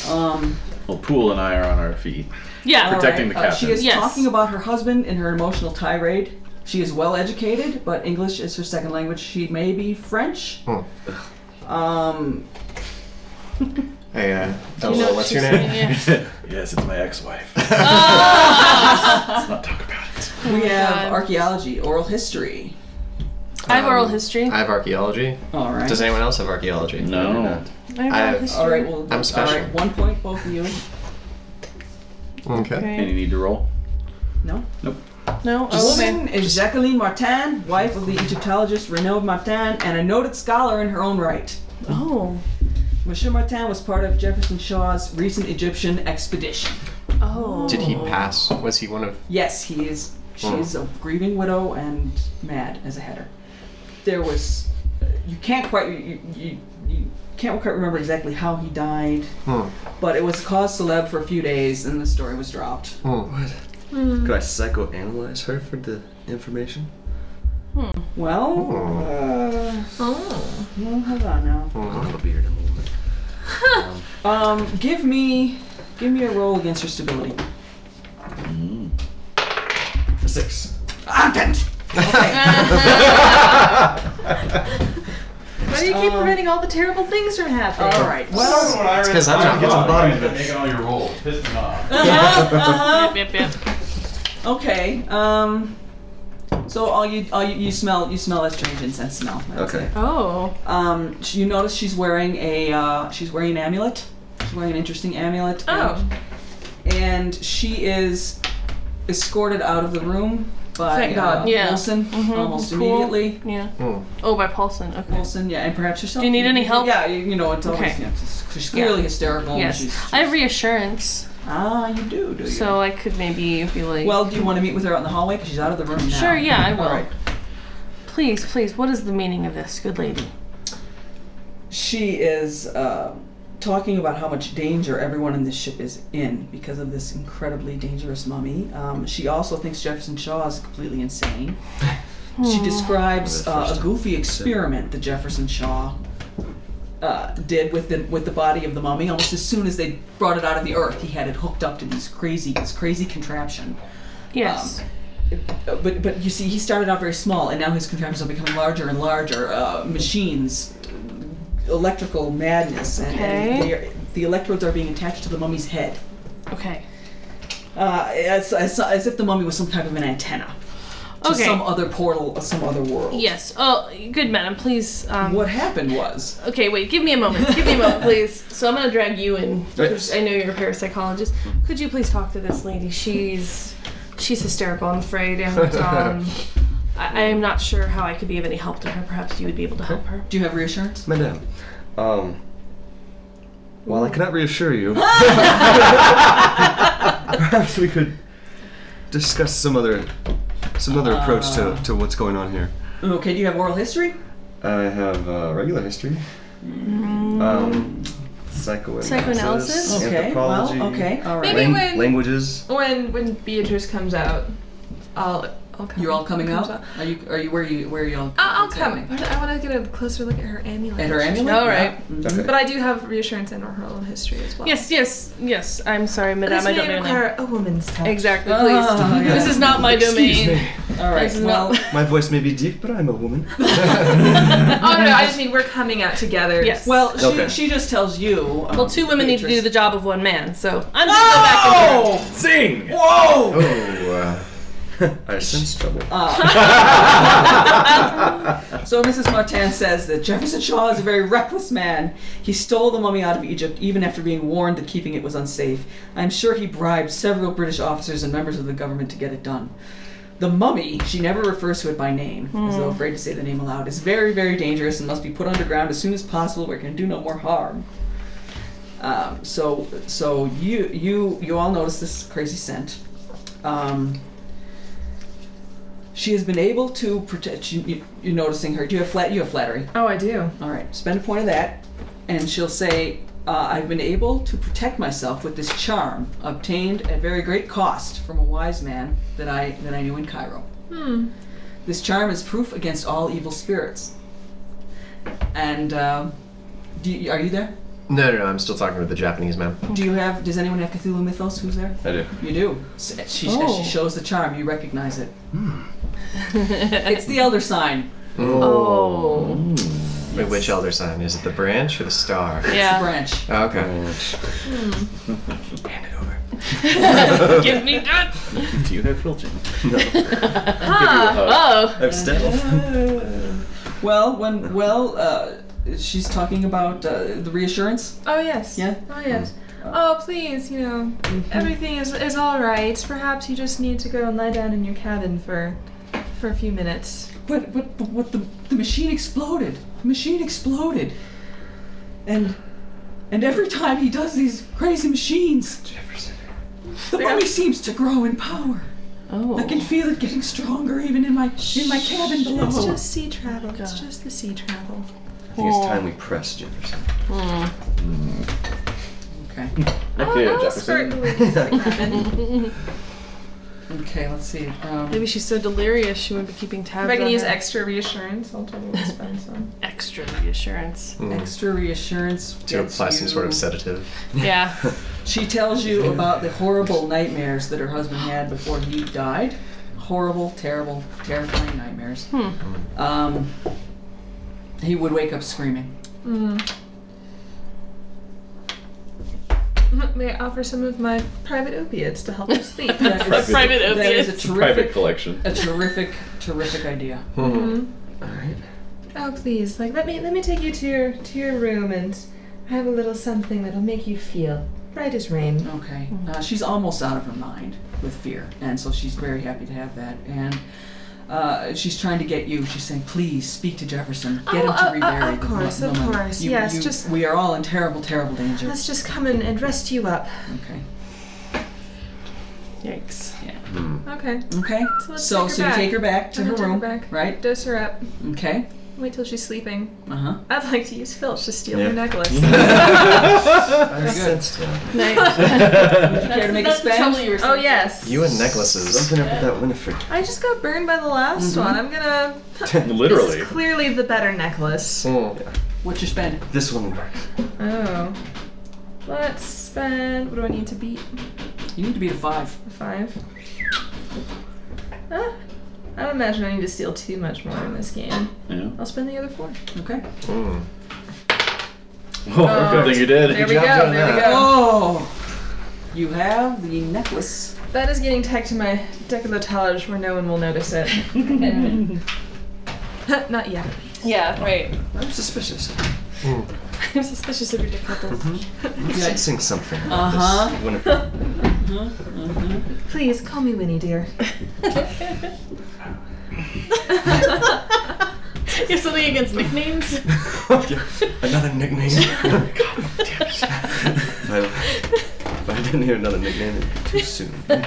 E: Um,
D: Well, Pool and I are on our feet.
G: Yeah.
E: all
D: Protecting
E: right.
D: the
E: Uh, she
D: captain.
E: is
G: Yes.
E: talking about her husband in her emotional tirade. She is well educated, but English is her second language. She may be French.
C: Hmm.
E: Um,
C: Hey, uh, Dello,
G: You know
C: what's your
G: what she's
C: name?
G: saying, yeah.
D: yes, it's my ex-wife. Let's not talk about it.
E: we have
G: God.
E: archaeology, oral history.
G: I have oral
C: Um,
G: history.
C: I have archaeology.
E: All right.
C: Does anyone else have archaeology?
D: No.
G: I have
C: I
G: oral
C: have-
G: history.
E: all right. Well,
C: I'm special.
E: All right. One point, both of you.
C: Okay.
D: Any
G: Okay.
D: need to roll?
G: No.
E: The
G: Oh, okay.
E: woman is Jacqueline Martin, wife of the Egyptologist Renaud Martin, and a noted scholar in her own right.
G: Oh.
E: Monsieur Martin was part of Jefferson Shaw's recent Egyptian expedition.
G: Oh.
C: Did he pass? Was he one of?
E: Yes, he is. She's a grieving widow and mad as a hatter. There was, you can't quite you, you, you can't quite remember exactly how he died,
C: Hmm.
E: but it was cause celeb for a few days, and the story was dropped.
C: hmm.
H: What? Could I psychoanalyze her for the information?
E: Well, uh,
B: Oh.
E: well, hold on now.
H: I'll have a beard in a little bit.
E: Um, give me, give me a roll against your stability.
H: A six.
E: Ah, damn it.
B: Why do Oh, you keep
G: Um,
B: preventing all the terrible things from happening?
E: All right. Well,
D: It's
H: 'cause I'm not getting to the bottom of this.
D: Making all your rolls. Pissed me off.
G: Yep, Oh, yep, yep.
E: okay. Um, so all you all you, you smell you smell a strange incense smell. That's
H: Okay.
E: it.
G: Oh.
E: Um, sh- you notice she's wearing a uh, she's wearing an amulet. She's wearing an interesting amulet.
B: Oh.
E: and, and she is escorted out of the room by
I: Thank
E: uh,
I: God.
G: Yeah.
E: Wilson almost
G: Cool.
E: immediately.
G: Yeah.
C: Hmm.
G: Oh, by Paulson. Okay.
E: Wilson, yeah, and perhaps yourself.
G: Do you need any help?
E: Yeah, you, you know, it's always,
G: Okay.
E: yeah, she's, she's clearly hysterical. and
G: Yes.
E: she's-
G: I have reassurance,
E: ah, you do, do you?
G: so I could maybe be like,
E: well, do you want to meet with her out in the hallway? 'Cause she's out of the room now.
G: Sure, yeah, I will.
E: All right.
G: please, please, what is the meaning of this, good lady?
E: She is uh, talking about how much danger everyone in this ship is in because of this incredibly dangerous mummy. Um, she also thinks Jefferson Shaw is completely insane. She describes
H: Well, that's
E: uh,
H: first
E: a
H: time.
E: goofy experiment that Jefferson Shaw uh, did with the with the body of the mummy. Almost as soon as they brought it out of the earth, he had it hooked up to these crazy this crazy contraption.
G: Yes.
E: Uh, but but you see, he started out very small, and now his contraptions are becoming larger and larger. Uh, machines, electrical madness, and, and
G: Okay.
E: they are, the electrodes are being attached to the mummy's head,
G: okay.
E: uh, as, as, as if the mummy was some type of an antenna to
G: Okay.
E: some other portal or some other world.
G: Yes. Oh, good madam, please. Um,
E: What happened was
G: Okay, wait. Give me a moment. Give me a moment, please. So I'm gonna drag you in. 'cause I know you're a parapsychologist. Could you please talk to this lady? She's she's hysterical. I'm afraid, and um, I, I am not sure how I could be of any help to her. Perhaps you would be able to help her.
E: do you have reassurance?
H: Madame, um, while I cannot reassure you, perhaps we could discuss some other some other approach to, to what's going on here.
E: Okay, do you have oral history?
H: I have uh, regular history, um, psychoanalysis,
G: Psychoanalysis?
E: Okay, well,
H: anthropology,
E: okay, all right.
I: Maybe
H: lang-
I: when-
H: languages.
B: When when Beatrice comes out, I'll I'll come.
E: You're all coming
B: comes
E: out. Are you? Are you? Where are you? Where are you all?
B: I'll, I'll come. But I want to get a closer look at her amulet.
E: At her amulet.
G: All
E: Yeah.
G: right.
E: Mhm.
H: Okay.
B: But I do have reassurance and her own history as well.
G: Yes, yes, yes. I'm sorry,
B: This
G: madame. I
B: may
G: don't know your name.
B: require a woman's touch.
G: Exactly, please.
E: Ah, yeah.
G: This is not my
H: Excuse
G: domain.
H: me.
E: All right.
G: This is
E: Well,
G: not.
H: My voice may be deep, but I'm a woman.
B: Oh no, I just mean we're coming out together.
G: Yes.
E: well, she,
H: Okay.
E: she just tells you. um,
G: Well, two women need to do
E: Beatrice-
G: the job of one man, so I'm gonna go back and
E: Oh!
D: Zing!
E: Whoa!
C: Oh, uh,
H: I sense trouble.
E: Uh. So Mrs. Martin says that Jefferson Shaw is a very reckless man. He stole the mummy out of Egypt even after being warned that keeping it was unsafe. I'm sure he bribed several British officers and members of the government to get it done. The mummy, she never refers to it by name, as though afraid to say the name aloud, is very, very dangerous and must be put underground as soon as possible where it can do no more harm. Um, so, so you, you, you all notice this crazy scent. Um, she has been able to protect. You, you, you're noticing her. Do you have flat? You have flattery.
I: Oh, I do.
E: All right, spend a point of that, and she'll say, uh, I've been able to protect myself with this charm obtained at very great cost from a wise man that I, that I knew in Cairo.
B: Hmm.
E: This charm is proof against all evil spirits. And um, do you, are you there?
C: no, no, no, I'm still talking with the Japanese man.
E: Do you have? Does anyone have Cthulhu Mythos? Who's there?
H: I do.
E: You do. S- She, as
G: Oh.
E: she shows the charm. You recognize it. it's the elder sign.
G: Oh,
C: Wait, which elder sign? Is it the branch or the star?
E: The
G: yeah.
E: branch.
C: Oh, okay.
G: Give me that.
D: Do you have filching?
G: Oh,
H: I have stealth.
E: Well, when well, uh, she's talking about uh, the reassurance.
B: Oh yes.
E: Yeah. Mm-hmm.
B: Oh yes. Oh please, you know, everything is is all right. Perhaps you just need to go and lie down in your cabin for for a few minutes.
E: But but but what the the machine exploded. The machine exploded. And and every time he does these crazy machines, the mummy seems to grow in power. I
G: oh.
E: can feel it getting stronger even in my in my cabin below.
B: It's just sea travel. It's just the sea travel.
H: I think it's time we press Jefferson.
G: Hmm.
E: Okay.
D: Okay,
B: I'll
D: Jefferson.
B: start going to the cabin.
E: Okay, let's see. Um,
G: Maybe she's so delirious she wouldn't be keeping tabs.
B: If I can
G: on
B: use
G: her.
B: extra reassurance, I'll totally spend some.
G: extra reassurance.
E: extra reassurance
C: To
E: gets
C: apply some sort of
E: you-
C: sedative.
G: Yeah.
E: She tells you about the horrible nightmares that her husband had before he died. Horrible, terrible, terrifying nightmares.
B: Hmm.
E: Um, he would wake up screaming.
B: Mm-hmm. May I offer some of my private opiates to help you sleep?
E: That is-
G: Private
E: that is a
G: opiates.
D: Private
E: terrific,
D: collection.
E: a terrific, terrific idea.
B: Oh please, like let me let me take you to your to your room and I have a little something that'll make you feel right as rain.
E: Okay. Uh, she's almost out of her mind with fear, and so she's very happy to have that. And uh, she's trying to get you. She's saying, "Please speak to Jefferson. Get
B: Oh,
E: him to
B: uh, uh,
E: remarry."
B: of
E: the
B: course, of
E: woman.
B: course. Yes, just-
E: we are all in terrible, terrible danger.
B: Let's just come in and rest you up.
E: Okay.
G: Yikes.
B: Okay.
E: Okay.
B: So let's take her
E: so so you
B: back.
E: take her back to
B: I'm
E: her
B: gonna take her
E: room,
B: back.
E: right?
B: Dose her up.
E: Okay.
B: Wait till she's sleeping.
E: Uh huh.
B: I'd like to use Filch to steal
H: Yeah.
B: her necklace.
H: I sensed that.
E: You care to make a
G: That's the
E: spend?
G: trouble you were
B: oh
G: saying.
B: yes.
H: You and necklaces. Something up with that Winifred.
B: I just got burned by the last one. I'm gonna. This
D: Literally.
B: is clearly the better necklace.
H: Yeah.
E: What's your spend?
H: This one works.
B: Oh. Let's spend. What do I need to beat?
E: You need to be at a five.
B: A Five. Ah, I don't imagine I need to steal too much more in this game.
D: Yeah.
B: I'll spend the other four.
E: Okay.
H: Mm.
D: Oh, good thing you
B: There
D: did.
B: we go.
H: job
B: There
H: doing
B: we
H: that.
B: go.
E: Oh. You have the necklace.
B: That is getting tagged to my decolletage where no one will notice it. Not yet.
G: Yeah, right.
H: I'm suspicious.
G: I'm suspicious of your different
H: I'm sensing something. about this
E: Uh-huh.
H: Winifred.
E: Mm-hmm.
B: Please call me Winnie, dear.
G: You have something against nicknames?
H: Another nickname. God damn it. If I didn't hear another nickname it'd be too soon.
G: All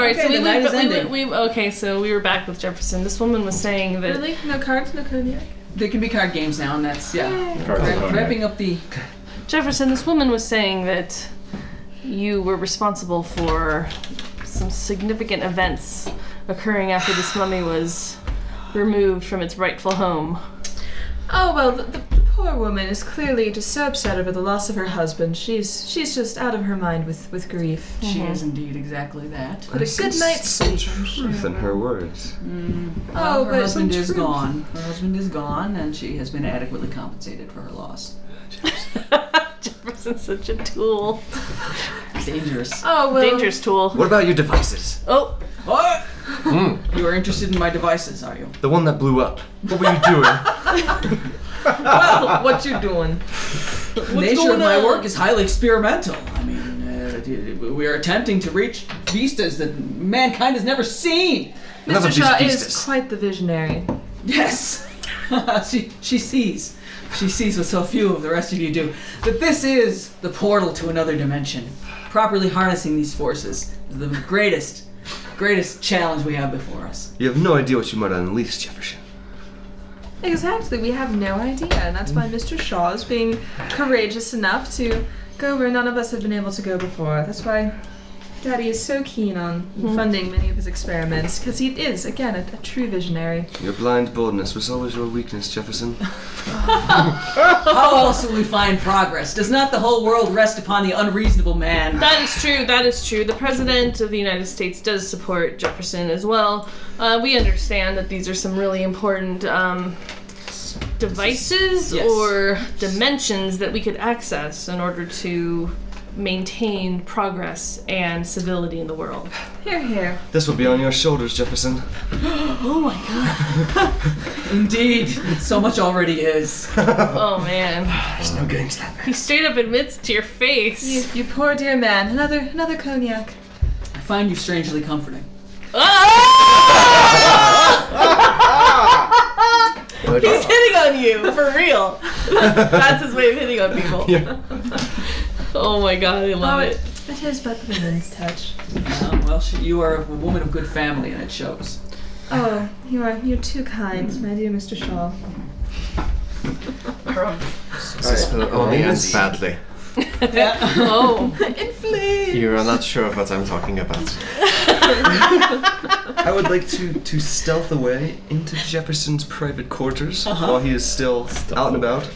G: right, so
E: Okay,
G: we,
E: the night
G: went-
E: is
G: we,
E: ending.
G: we, okay, so we were back with Jefferson. This woman was saying that
B: Really? No cards, no cognac.
E: There can be card games now, and that's yeah.
D: Cards and cognac.
E: Wrapping up the
B: Uh-huh.
G: Jefferson, this woman was saying that you were responsible for some significant events occurring after this mummy was removed from its rightful home.
B: Oh well, the, the poor woman is clearly just so upset over the loss of her husband. She's she's just out of her mind with with grief.
E: She is indeed exactly that.
B: But a
H: There's
B: good
H: some-
B: night's
H: some
B: sleep, I'm
H: truth in her words.
E: Oh,
B: Oh,
E: her
B: but
E: husband
B: some
E: is
B: truth.
E: gone. Her husband is gone, and she has been adequately compensated for her loss.
G: Jefferson's such a tool.
E: Dangerous.
B: Oh well.
G: Dangerous tool.
H: What about your devices?
G: Oh,
E: What? You are interested in my devices, are you?
H: The one that blew up. What were you doing?
B: Oh, Well, what you doing?
E: the nature of my work is highly experimental. I mean, uh, d- d- we are attempting to reach vistas that mankind has never seen.
H: Another
B: Mr.
H: piece of
B: Shaw is
H: business.
B: quite the visionary.
E: Yes. she she sees. She sees what so few of the rest of you do. That this is the portal to another dimension. Properly harnessing these forces is the greatest, greatest challenge we have before us.
H: You have no idea what you might unleash, Jefferson.
B: Exactly. We have no idea, and that's why Mr. Shaw is being courageous enough to go where none of us have been able to go before. That's why. Daddy is so keen on
E: Hmm.
B: funding many of his experiments because he is, again, a, a true visionary.
H: Your blind boldness was always your weakness, Jefferson.
E: How else will we find progress? Does not the whole world rest upon the unreasonable man?
G: that is true. That is true. The president of the United States does support Jefferson as well. Uh, we understand that these are some really important um, devices
E: Yes.
G: or dimensions that we could access in order to maintain progress and civility in the world.
B: Here, here.
H: This will be on your shoulders, Jefferson.
G: Oh
E: Indeed, so much already is.
G: Oh man,
H: There's no getting to that.
G: he straight up admits to your
B: You,
G: face.
B: you poor dear man. Another, another cognac.
E: I find you strangely comforting.
G: Ah! He's hitting on you for real. That's his way of hitting on people. Oh my god, I love it.
B: It is but the woman's touch.
E: Uh, well, she, you are a woman of good family, and it shows.
B: Oh, you are you're too kind, my dear Mr. Shaw.
C: It only ends badly.
G: Oh,
C: You are not sure of what I'm talking about.
H: I would like to, to stealth away into Jefferson's private quarters while he is still out and about.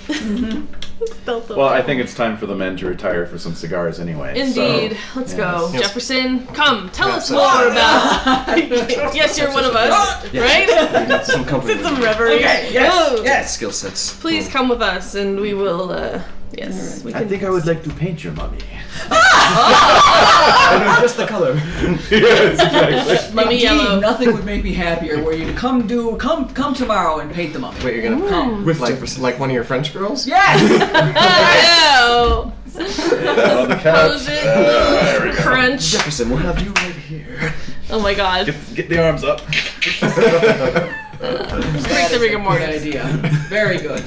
D: Well, I think it's time for the men to retire for some cigars anyway.
G: indeed. Let's go,
H: Yes.
G: Jefferson. Come, tell us
H: Yes,
G: more about. yes, you're one of us, right?
H: Some company.
G: Some reverie. Oh,
H: Skill sets.
G: Please come with us, and we will. Uh, yes, we
D: I
G: can.
D: think I would like to paint your mummy.
H: I know just the color.
A: yes, exactly.
J: Let me
E: Indeed,
J: yellow.
E: Nothing would make me happier were you to come do come come tomorrow and paint the mummy.
C: Wait, you're gonna
E: Come.
C: with like, like one of your French girls?
E: Yes.
J: Oh,
D: on the couch.
J: Close it.
D: Ah, there we go.
J: crunch.
H: Jefferson, we'll have you right here.
J: Oh my god.
D: Get, get the arms up.
J: Break the rigor
E: Great
J: mortis.
E: idea. Very good.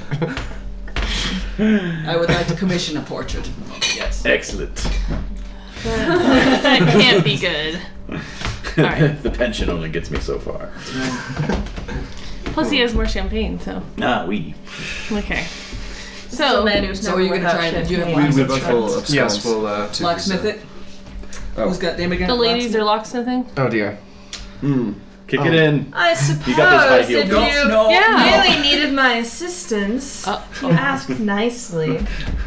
E: I would like to commission a portrait. of the mummy, Yes.
D: Excellent.
J: that can't be good. Alright.
D: the pension only gets me so far.
J: Plus, he has more champagne, so.
D: Ah, we.
J: Okay.
B: The
J: So,
B: Oh, man who's
E: So
B: never
E: are you gonna
B: without
E: try and-
B: shit.
E: do you have
B: Yeah.
E: lines
H: We
E: of
H: both
E: trust?
H: will abscond.
C: Yes, we'll uh, two
E: Locksmith
C: pieces.
E: it.
H: Oh.
E: Who's got name again?
J: the ladies are locksmithing?
C: Oh dear.
H: Mm.
D: Kick it in.
B: I
D: You got those high
B: suppose
D: heel
B: if
D: boots.
B: you
E: No.
J: Yeah.
B: really needed my assistance,
J: Uh,
B: you asked nicely.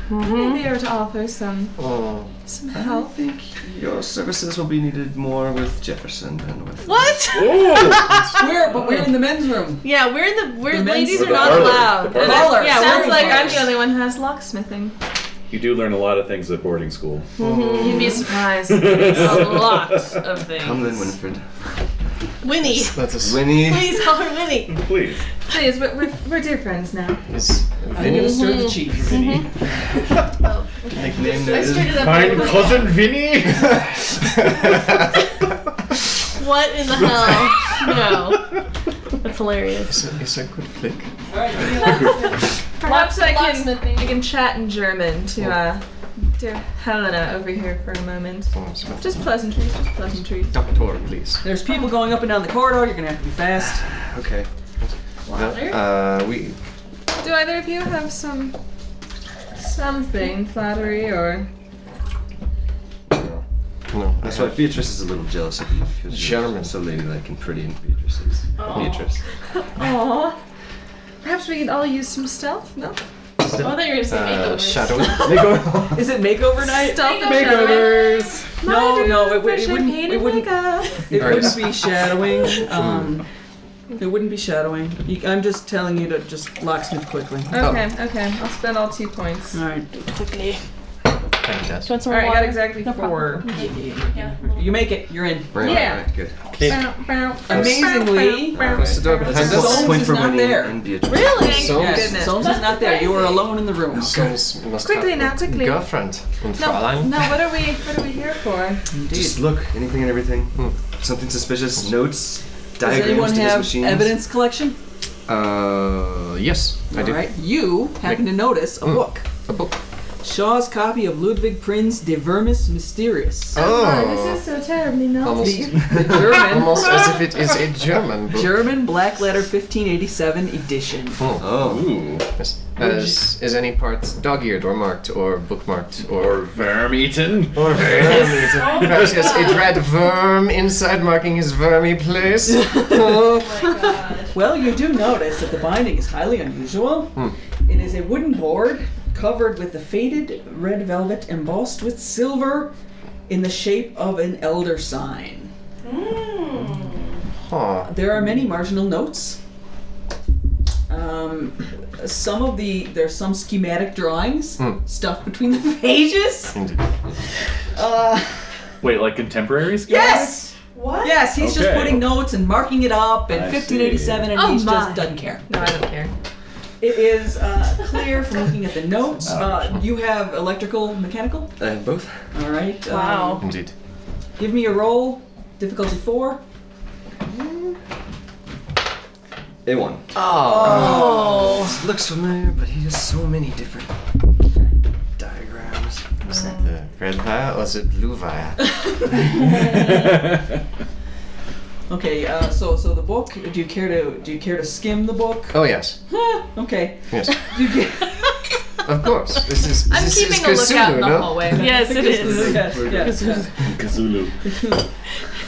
G: Mm-hmm.
B: I'd be able to offer some
H: Oh.
B: some
H: I
B: help.
H: think your services will be needed more with Jefferson than with.
J: What?
E: We're but we're in the men's room.
J: Yeah, we're in the. We're,
E: The men's-
J: ladies
E: We're
J: are
D: the
J: not
D: parlor.
J: allowed.
D: The parlor.
J: And it's-
B: Color.
J: Yeah,
B: Sounds
J: we're
B: like I'm
J: parlors.
B: the only one who has locksmithing.
D: You do learn a lot of things at boarding school.
B: You'd be surprised.
J: a lot of things.
H: Cumberland Winfred.
J: Winnie.
C: That's a s-
H: Winnie.
J: Please call her Winnie.
D: Please.
B: Please, we're, we're, we're dear friends now.
C: is
E: I'm gonna stir the cheese.
J: Mm-hmm.
H: Nickname
B: I
H: is.
B: stirred it up.
D: Fine cousin Vinny.
J: What in the hell? No. That's hilarious.
C: It's a, it's a good flick.
B: Perhaps I can,
J: Locksmithing.
B: I can chat in German
D: Oh.
B: to uh, dear Helena over here for a moment.
C: Oh, it's about-
B: Just pleasantries, just pleasantries.
C: Doctor, please.
E: There's people going up and down the corridor. You're gonna have to be fast.
H: Okay.
B: Flatter?
C: Uh, we.
B: Do either of you have some something flattery or
C: No,
H: That's why Beatrice is a little jealous of you. because you're
C: German.
H: So ladylike and pretty, and Beatrice is.
E: Oh.
H: Beatrice.
B: Aw. Perhaps we could all use some stealth, no?
J: Oh, there is
C: Uh, shadow.
H: Makeover.
E: Is it makeover night?
B: Stealth and
C: Makeovers.
E: No, no, it, would-
B: fresh
E: it
B: and
E: wouldn't.
B: painted
E: It wouldn't.
B: makeup.
E: It
C: Alright.
E: wouldn't be shadowing. Um, it wouldn't be shadowing. You, I'm just telling you to just locksmith quickly.
B: Okay, okay. I'll spend all two points.
E: All right.
J: Quickly. Do you
C: Fantastic.
J: want some
B: Alright, I got
J: water?
B: exactly four.
E: You make it. You're in.
H: Right,
B: Yeah.
H: Right, right, good.
E: Amazingly,
H: So do I have
E: Soames
H: plus point
E: is
H: for
E: not
H: Winnie
E: there.
H: and Beatrice?
B: Really?
C: So-
B: Thank
E: yes.
B: goodness.
E: Soames is not there. You are alone in the room.
C: Someone's must
B: Quickly
C: have
B: now,
C: a
B: quickly.
C: Girlfriend and
B: No,
C: Fräulein.
B: no, what are we what are we here for?
H: Just look, anything and everything. Something suspicious, notes,
E: Does
H: diagrams
E: anyone
H: to his
E: have
H: machines.
E: evidence collection?
C: Uh, yes, I
E: All
C: do. Mm.
E: right. You happen to notice a book.
C: A book.
E: Shaw's copy of Ludwig Prinz De Vermis Mysterius.
B: Oh, this is so terribly naughty.
C: almost,
E: The
C: Oh.
E: German,
C: almost as if it is a German book.
E: German black letter 1587 edition.
H: Oh.
D: Ooh.
C: Yes. As is any part dog-eared or marked or bookmarked
D: Or
C: or
D: worm eaten.
C: or verm. Perhaps has a red worm inside marking his vermy place. Oh,
E: Well, you do notice that the binding is highly unusual. It is a wooden board covered with the faded red velvet embossed with silver in the shape of an elder sign.
C: huh.
E: There are many marginal notes. Um, some of the there's some schematic drawings
C: Hmm.
E: stuff between the pages.
C: Indeed.
E: Uh,
D: Wait, like contemporary scheme?
E: yes,
B: What?
E: yes, he's just
D: Okay.
E: putting notes and marking it up, and
D: I
E: 1587, and
B: see. Oh
E: he's
B: my.
E: just doesn't care.
B: No, I don't care.
E: It is uh, clear from looking at the notes. Uh, you have electrical, mechanical.
H: I have Uh, both.
E: All right. um,
J: Wow.
C: Indeed.
E: give me a roll. Difficulty four.
H: A1.
J: Oh.
H: This looks familiar, but he has so many different diagrams.
C: Was that the red wire or the blue wire?
E: Uh, Okay. Uh, so so the book. Do you care to do you care to skim the book?
C: Oh yes,
E: Huh, okay.
C: yes,
E: You get.
C: of course. This is
B: I'm
C: this
B: keeping
C: is
B: a lookout in
C: Cthulhu,
B: the
C: no?
B: hallway.
J: Yes, it is.
E: Yes, yes, yes.
D: Kazulu.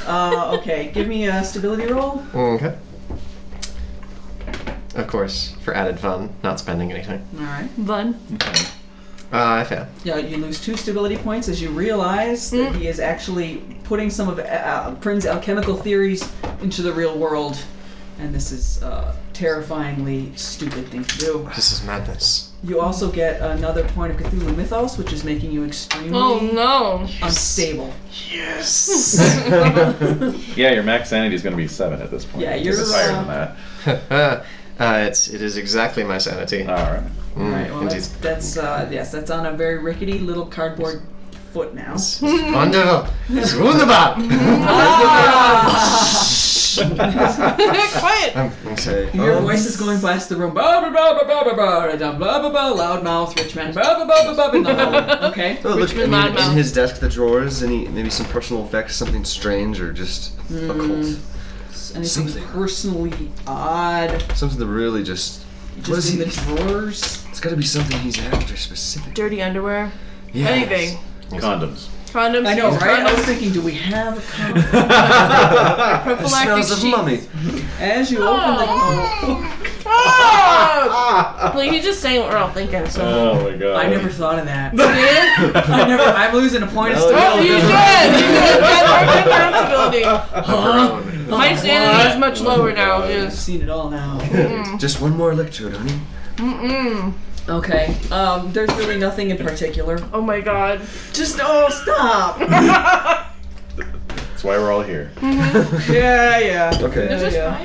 E: Uh, okay, give me a stability roll.
C: Okay. Of course, for added fun, not spending anything.
E: All right.
J: Fun.
C: Uh, I fail.
E: Yeah, you lose two stability points as you realize that he is actually putting some of uh, Prin's alchemical theories into the real world and this is a terrifyingly stupid thing to do.
C: This is madness.
E: You also get another point of Cthulhu Mythos, which is making you extremely
G: Oh no!
E: unstable.
C: Yes.
D: Yeah, your max sanity is going to be seven at this point.
E: Yeah,
D: This
E: you're,
D: is higher
E: uh,
D: than that.
C: uh, it's, it is exactly my sanity.
D: All right.
C: Mm,
E: Right, well,
C: indeed.
E: that's, that's uh, yes, that's on a very rickety little cardboard foot now.
C: It's wonderful. It's wunderbar.
G: Quiet.
C: I'm, okay.
E: Your
H: Um,
E: voice is going past the room. Blah blah blah blah blah blah blah blah blah blah blah. Loud mouth, rich man. Blah blah blah blah blah. blah, blah, blah. Okay.
H: Oh, look, I
G: Richmond
H: mean,
G: Loudmouth.
H: in his desk, the drawers, any maybe some personal effects, something strange, or just occult.
E: Anything
H: Something.
E: personally odd?
H: Something that really just. What is
E: Just in
H: he?
E: the drawers.
H: It's gotta be something he's after specific.
G: Dirty underwear.
H: Yes.
G: Anything.
D: Condoms.
G: Condoms.
E: I know,
G: used
E: right? I was
G: Condoms.
E: thinking, do we have? Condoms?
H: The smells of
G: sheets.
H: mummy.
E: As you open the, Oh. Ah!
G: Like he's just saying what we're all thinking. So.
E: Uh.
D: Oh my god.
E: I never thought of that. I never. I'm losing a point.
H: No,
E: No,
G: Oh, you should! You should have more responsibility. My standard is much lower now.
E: I've
G: Yes.
E: seen it all now.
H: Just one more lecture, honey.
G: Mm-mm.
E: Okay. Um. There's really nothing in particular.
G: Oh my god.
E: Just oh, stop.
D: That's why we're all here.
H: Hmm.
E: yeah, yeah.
H: Okay.
E: Just yeah.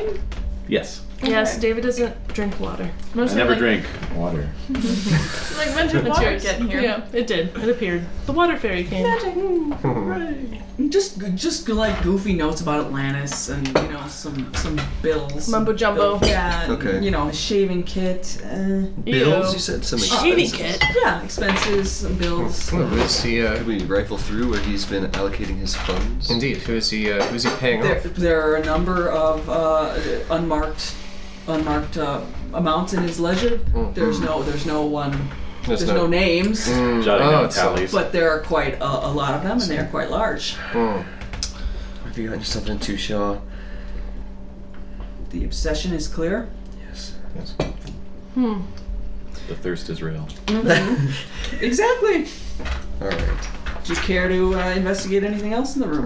D: Yes.
G: Yes, David doesn't drink water.
D: I never drink water.
G: Like magic
B: That's where it get here.
G: Yeah, it did. It appeared. The water fairy came.
E: Just, just like goofy notes about Atlantis and you know some some bills.
G: Mumbo jumbo.
E: Yeah. and,
H: Okay.
E: You know, a shaving kit. Uh,
H: Bills,
G: Ew.
H: you said some
G: Shaving
H: expenses.
G: kit.
E: yeah, expenses, some bills.
C: Who is he? Uh,
H: Could we rifle through where he's been allocating his funds?
C: indeed. Who is he? Uh, who is he paying
E: There,
C: off?
E: there are a number of uh, unmarked, unmarked uh, amounts in his ledger. There's no, there's no one, there's, no,
C: no-
E: names,
C: Mm,
D: Jotting
C: oh,
D: down
C: it's-
D: tallies.
E: but there are quite a, a lot of them, and they are quite large.
C: mm.
H: Have you gotten yourself into, Shaw?
E: The obsession is clear.
H: Yes.
C: Yes.
D: The thirst is real.
E: Exactly.
H: All right.
E: Do you care to uh, investigate anything else in the room?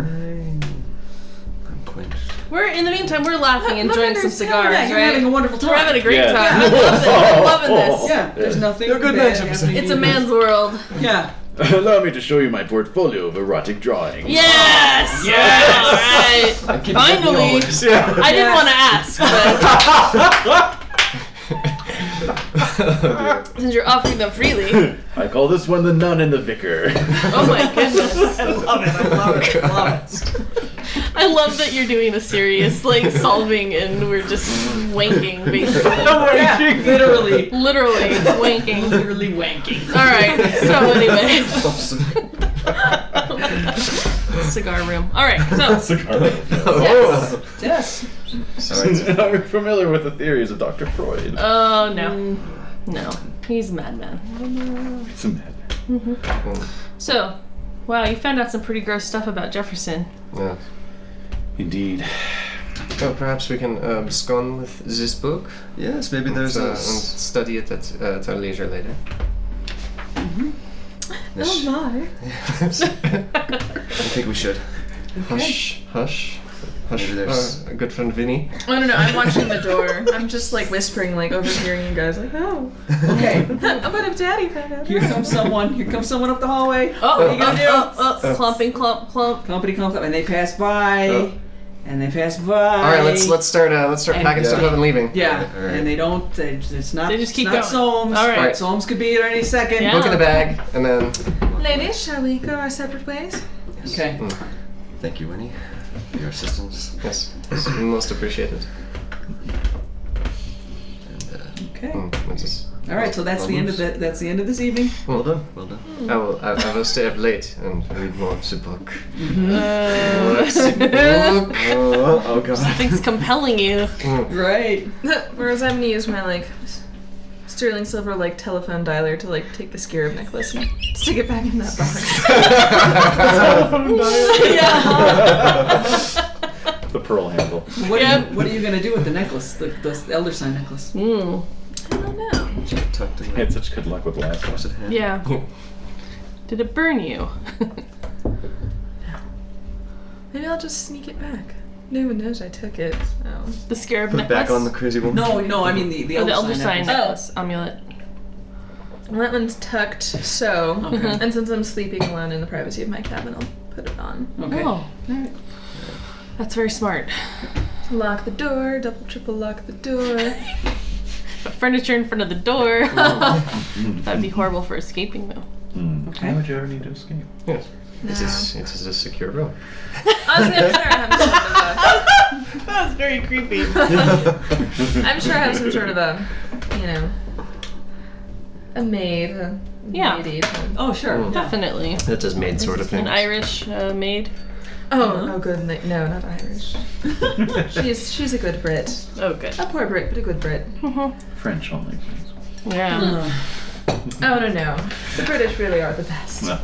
H: I'm I'm quenched.
G: We're in the meantime we're laughing and enjoying some cigars,
E: Yeah, you're having a
G: right?
E: wonderful time.
G: We're having a great
D: Yeah.
G: time. I'm loving, I'm loving this.
E: yeah, there's nothing.
H: You're a good
E: bad
H: man, Jefferson.
E: happening
G: It's a
E: to you.
G: man's world.
E: Yeah.
D: Allow me to show you my portfolio of erotic drawings.
G: Yes. Yes. All right. Finally, I didn't want to ask, but since you're offering them freely,
D: I call this one the nun and the vicar.
G: oh my goodness,
E: I love it. I love it. I love it.
G: I love that you're doing a serious like solving, and we're just wanking, basically,
E: yeah, literally,
G: literally wanking.
E: literally wanking.
G: All right. So anyway.
H: Awesome.
G: Cigar room. All right, so
H: Oh.
E: Yes.
D: I'm familiar with the theories of Dr. Freud.
G: oh
B: Mm.
G: no, no, he's a madman.
D: It's a madman.
G: So, wow, you found out some pretty gross stuff about Jefferson.
C: Yeah.
D: Indeed.
C: Well, perhaps we can uh, abscond with this book
H: Yes, maybe there's
C: uh,
H: a.
C: and
H: s-
C: study it at, uh, at our leisure later.
H: this-
B: Oh, my.
H: I think we should.
C: Hush, hush, hush.
H: Maybe there's-
C: Uh, good friend Vinny.
B: Oh no no! I'm watching the door. I'm just like whispering, like overhearing you guys, like, oh,
E: Okay.
B: what if Daddy found out?
E: Here comes someone. Here comes someone up the hallway.
G: Oh,
E: What are you gonna do?
G: oh, oh, oh, clump and clump, clump.
E: Company comes up and they pass by,
C: Oh.
E: and they pass by.
C: All right, let's let's start uh, let's start
E: And-
C: packing stuff
E: Yeah.
C: up and leaving.
E: Yeah,
H: All right.
E: and they don't. They, it's not.
G: They just keep
E: it's not
G: going.
E: Solms.
G: All right.
E: Solms could be here any second.
G: Yeah.
C: Book in the bag, and then
B: Ladies, shall we go our separate ways?
E: Okay.
H: Thank you, Winnie, for your assistance.
C: yes, it's most appreciated.
H: And, uh,
E: Okay.
C: Mm, that's it.
E: All right. So that's the end of the, That's the end of this evening.
H: well done, well done.
C: I will I, I will stay up late and read more of the book.
H: Oh, oh god.
G: Something's compelling you.
E: Right.
B: Whereas I'm gonna use my like s- sterling silver like telephone dialer to like take the scarab necklace and stick it back in that box.
D: The pearl handle.
E: What, are
G: Yep.
E: you, what are you gonna do with the necklace? The, the elder sign necklace.
G: Mm.
B: I don't know.
H: Tucked
D: I
H: away.
D: had such good luck with the last one.
H: What's it have?
G: Yeah. Did it burn you?
B: Maybe I'll just sneak it back. No one knows I took it. Oh.
G: The scarab
H: Put it
G: necklace.
H: back on the crazy woman.
E: No, no, I mean the the
G: Or the
E: elder
G: elder
E: sign
G: sign
E: necklace.
G: necklace amulet.
B: Well, that one's tucked so.
E: Okay.
B: And since I'm sleeping alone in the privacy of my cabin, I'll put it on.
E: Okay.
G: Oh, that's very smart.
B: Lock the door, double triple lock the door.
G: But furniture in front of the door. That'd be horrible for escaping though.
E: Okay.
A: Why would you ever need to escape?
C: It is, it is a secure room.
B: Honestly, I'm sure I have some sort of a.
G: That was very creepy.
B: I'm sure I have some sort of a, you know, a maid. A
G: Yeah.
B: maid even.
E: Oh sure.
H: Mm.
E: Yeah.
G: Definitely.
C: That does maid sort of thing.
G: An Irish uh, maid.
B: Oh, oh, good. na- No, not Irish. she's she's a good Brit.
G: Oh, good.
B: A poor Brit, but a good Brit.
G: Mm-hmm.
A: French only, please.
G: Yeah.
B: Oh no no, the British really are the best.
A: No.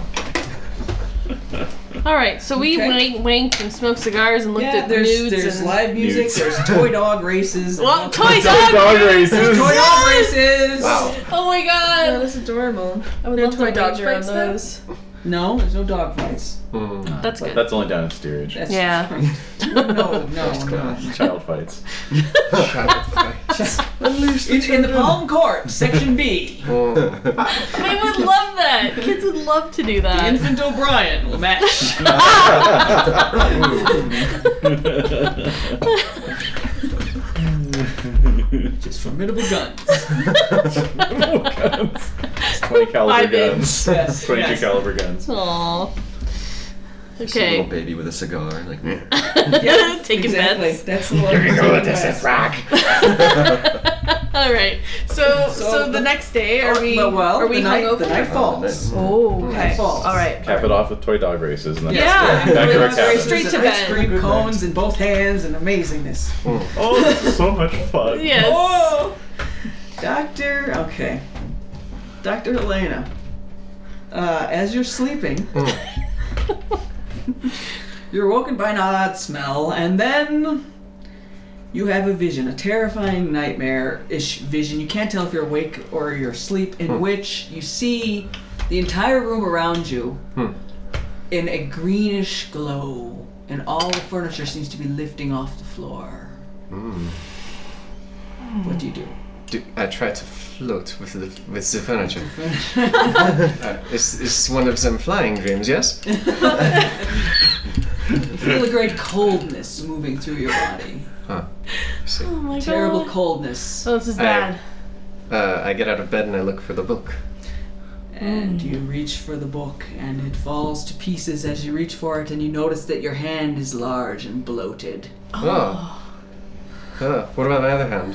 G: All right, so we
E: Okay.
G: wank, wanked and smoked cigars and looked
E: Yeah,
G: at
E: there's
G: nudes
E: there's
G: and
E: live music,
A: nudes.
E: there's toy dog races. and all
G: well, toy
E: kinds of-
G: dog.
E: There's toy dog races.
G: Oh my
B: Oh,
G: god!
B: that's adorable.
G: I would
B: No
G: love
B: toy
G: to
B: dog
G: wager
B: fights,
G: on
B: though?
G: those.
E: No, there's no dog fights.
C: Hmm.
G: That's good.
A: That's only down in steerage.
E: That's
G: Yeah.
E: no, no, no.
H: class.
A: Child fights.
E: It's in the Palm Court, Section B.
C: Hmm.
H: Oh.
G: I would love that. Kids would love to do that.
E: Infant O'Brien will match. Just formidable guns.
A: guns. 20 caliber
G: Five inch.
A: guns.
E: Yes,
A: 22
E: yes.
A: caliber guns.
G: Aw.
H: Just a little
G: Okay.
H: baby with a cigar, like
E: Yeah,
G: Taking
E: exactly.
G: bets.
E: That's the Here we go. This is rock.
G: All right. So, so, the,
E: the- oh,
G: next day, are we?
E: well, well,
G: are we
E: the night, the
G: hungover?
H: uh,
E: night falls.
G: Oh, okay.
E: Night falls.
G: All right.
A: Cap it off with toy dog races and then back
G: Yeah.
A: to our
E: Dog races
A: cabin.
G: Straight to
E: and ice
G: bed.
E: cream cones in both hands and amazingness.
A: Oh, this is so much fun.
G: Yes.
E: Oh, Doctor. Okay, Doctor Elena. Uh, as you're sleeping, you're woken by an odd smell, and then you have a vision, a terrifying nightmare-ish vision. You can't tell if you're awake or you're asleep. In which you see the entire room around you in a greenish glow, and all the furniture seems to be lifting off the floor. What do you do?
C: Do, I try to float with the with the furniture. Uh, it's, it's one of them flying dreams, yes?
E: feel a great coldness moving through your body.
G: Oh my god.
E: Terrible coldness.
G: Oh, this is
C: I-
G: bad.
C: Uh, I get out of bed and I look for the book.
E: And
G: Mm.
E: you reach for the book, and it falls to pieces as you reach for it, and you notice that your hand is large and bloated.
C: Oh. Huh, what about my other hand?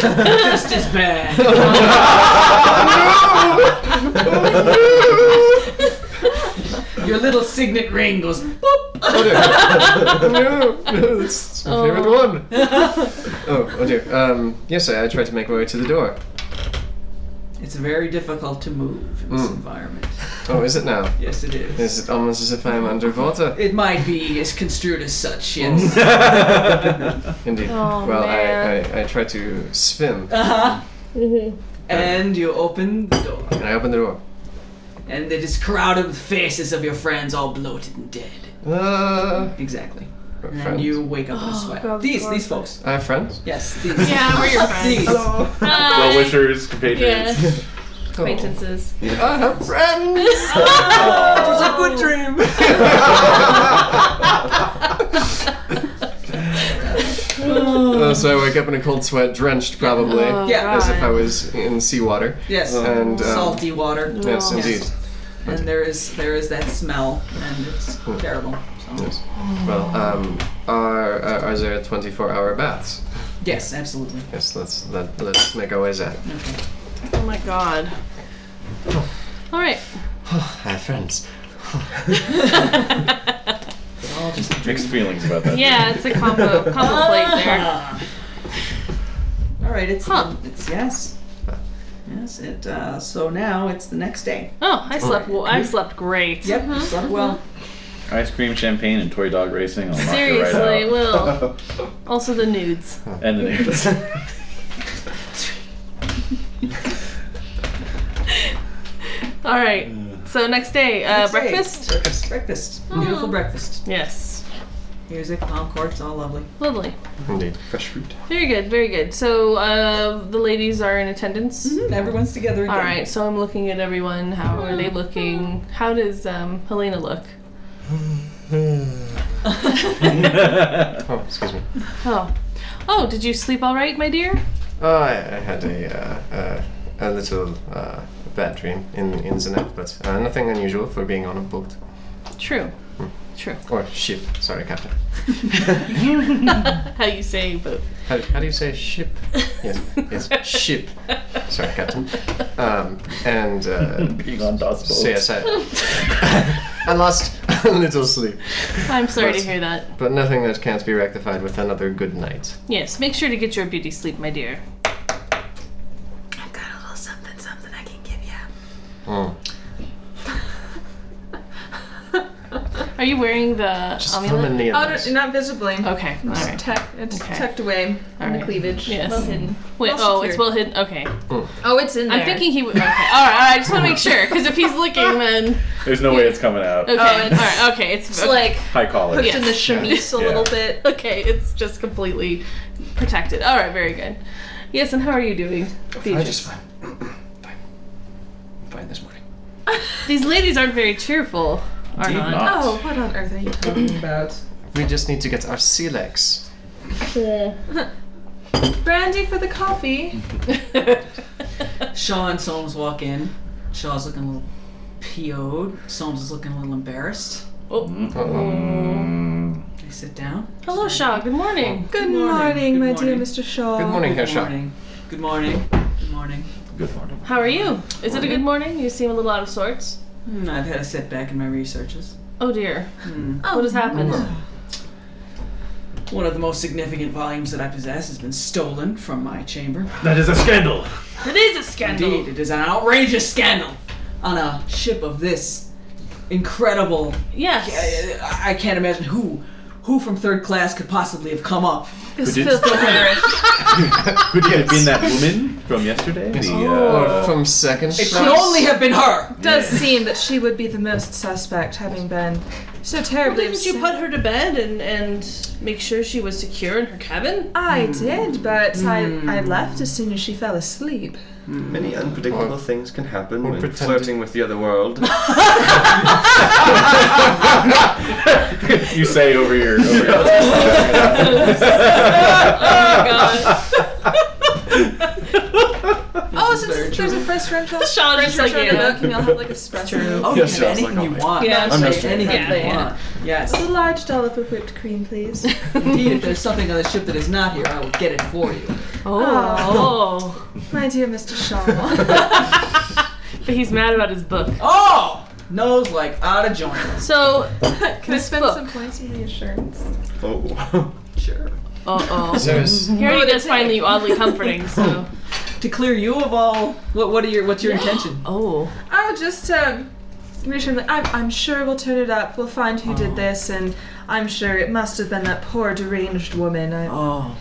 E: Just as bad.
C: Oh,
E: Your little signet ring goes boop.
C: Oh dear. no, no, that's my favorite one. Oh, oh dear. Um, yes, I, I try to make my way to the door.
E: It's very difficult to move in this environment.
C: Oh, is it now?
E: Yes, it is.
C: Is it almost as if I am underwater?
E: It might be as construed as such, yes.
D: Mm.
C: Indeed.
G: Oh,
C: well,
G: man.
C: I, I, I try to swim.
E: Uh-huh.
G: Mm-hmm.
E: And you open the door.
C: And I open the door.
E: and it is crowded with faces of your friends all bloated and dead.
C: Uh,
E: Exactly. And
C: friends.
E: you wake up in a sweat.
G: Oh, God,
E: these
G: God.
E: these folks.
C: I have friends.
E: Yes, these.
G: yeah, we're your friends. Oh.
E: These.
G: Hi.
A: Well wishers, compatriots.
G: Yeah.
C: Oh.
G: Acquaintances.
C: I have friends.
E: It was a good dream.
C: Uh, so I wake up in a cold sweat, drenched probably,
G: Oh,
E: Yeah.
C: as if I
G: God.
C: was in seawater.
E: yes.
C: And um,
E: Salty water.
C: Yes,
G: Yes.
C: indeed.
E: And there is there is that smell, and it's terrible. So.
C: Yes. Well, um, are, are are there 24-hour baths?
E: Yes, absolutely.
C: Yes, let's let, let's make our way there.
G: Oh my god. All right.
C: I have friends.
A: Mixed feelings about that.
G: Yeah, it's a combo combo plate there.
E: All right. Uh, It's
G: Huh.
E: it's yes. Yes, it. Uh, so now it's the next day.
G: Oh, I slept. Well, I slept great.
E: Yep, you slept well.
G: Mm-hmm.
A: Ice cream, champagne, and toy dog racing. I'll knock you right
G: Seriously,
A: out.
G: will. Also the nudes.
A: And the nudes.
G: All right. So next day, uh,
E: Next day.
G: breakfast. Mm-hmm.
E: Breakfast. Breakfast. Beautiful breakfast.
G: Yes.
E: music, concourse, all lovely.
G: Lovely.
C: Indeed.
H: Fresh fruit.
G: Very good, very good. So uh, the ladies are in attendance.
E: And everyone's together again.
G: All right, so I'm looking at everyone. How are
E: Mm.
G: they looking? How does um, Helena look?
C: Oh, excuse me.
G: Oh, oh, did you sleep all right, my dear?
C: Oh, I, I had a, uh, uh, a little uh, bad dream in, in the night, but uh, nothing unusual for being on a boat.
G: True.
C: Or ship, sorry, Captain.
G: How you say, but
C: How, how do you say ship? Yes, yes, ship. Sorry, Captain. Um, and uh,
D: Being on DOS
C: so yes, I, I lost a little sleep,
G: I'm sorry to
C: But-
G: hear that.
C: but nothing that can't be rectified with another good night.
G: Yes, make sure to get your beauty sleep, my dear.
B: I've got a little something, something I can give you.
C: Mm.
G: Are you wearing the
C: Just
G: amulet?
C: permanently
B: Oh,
C: at
B: no,
C: least.
B: not visibly.
G: Okay, all
B: It's,
G: right.
B: tuck- it's
G: Okay.
B: tucked away
G: All
B: in
G: right.
B: the cleavage.
G: Yes.
B: Well hidden.
G: Wait,
B: well
G: oh, it's
B: secured.
G: well hidden. Okay,
B: Oh, it's in there.
G: I'm thinking he. would. Okay, all right, all right. I just want to make sure because if he's looking, then
A: There's no way it's coming out.
G: okay,
B: Oh,
G: all
B: it's-
G: right, okay, Oh. it's,
B: it's
G: okay.
B: like
A: High collar.
B: hooked in the chemise a
A: Yeah.
B: little bit.
G: okay, it's just completely protected. All right, very good. Yes, and how are you doing,
H: I
G: Beatrice?
H: just fine. fine. Fine this morning.
G: These ladies aren't very cheerful, are
D: Indeed
G: not?
D: not.
B: Oh, what on earth are you talking about?
C: We just need to get our sea legs.
B: Brandy for the coffee.
E: Shaw and Solms walk in. Shaw's looking a little PO'd. Solms is looking a little embarrassed.
A: Mm.
E: They sit down.
G: Hello, Shaw. Good morning.
B: Good,
E: morning.
B: morning,
E: Good
B: my
E: morning.
B: dear Mr. Shaw.
D: Oh.
C: Good morning, Herr
E: Good
C: Shock.
E: morning. Good morning. Good morning.
A: Good morning.
G: How are you? Is it a good morning? You seem a little out of sorts.
E: Hmm, I've had a setback in my researches.
G: Oh dear.
E: Hmm.
G: what has happened?
E: One of the most significant volumes that I possess has been stolen from my chamber.
S: That is a scandal.
G: It is a scandal.
E: Indeed, it is an outrageous scandal on a ship of this incredible. uh,
G: Yes.
E: I, I can't imagine who, who from third class could possibly have come up.
B: This
A: did-
B: feels hilarious.
A: Could it have been that woman from yesterday? The,
C: Or
A: uh,
C: from second
E: Oh. It could
C: class.
E: only have been her.
B: does seem that she would be the most suspect, having been so
G: Well,
B: terribly
G: didn't you put her to bed and, and make sure she was secure in her cabin?
B: I did, but I, I left as soon as she fell asleep.
H: Many unpredictable things can happen when
C: pretend-
H: flirting with the other world.
A: you say over your. Over your
B: Oh, since there's a first round shot,
G: Sean
B: first
G: just
B: round
G: like,
B: shot in
G: yeah.
B: a book, and you'll have like espresso.
E: Oh, you
H: Yes,
E: can have
H: sounds like
E: anything you
H: I'm-
E: want.
G: Yeah,
E: You can
H: I'm
E: have anything
G: yeah,
E: you
G: yeah.
E: want. Yes.
B: A large dollop of whipped cream, please.
E: Indeed, if there's something on the ship that is not here, I will get it for you.
G: Oh.
B: My dear Mr. Shaw.
G: but he's mad about his book.
E: Oh! Nose like out of joint.
G: So,
B: Can I
G: This
B: spend
G: book.
B: some points on reassurance?
H: oh, sure.
G: uh oh.
C: There is-
G: He already does find you oddly comforting, so.
E: To clear you of all, what what are your what's your intention?
G: Oh.
B: Oh, just um, reassure me. I'm, I'm sure we'll turn it up. We'll find who did this, and I'm sure it must have been that poor deranged woman. I,
E: Oh,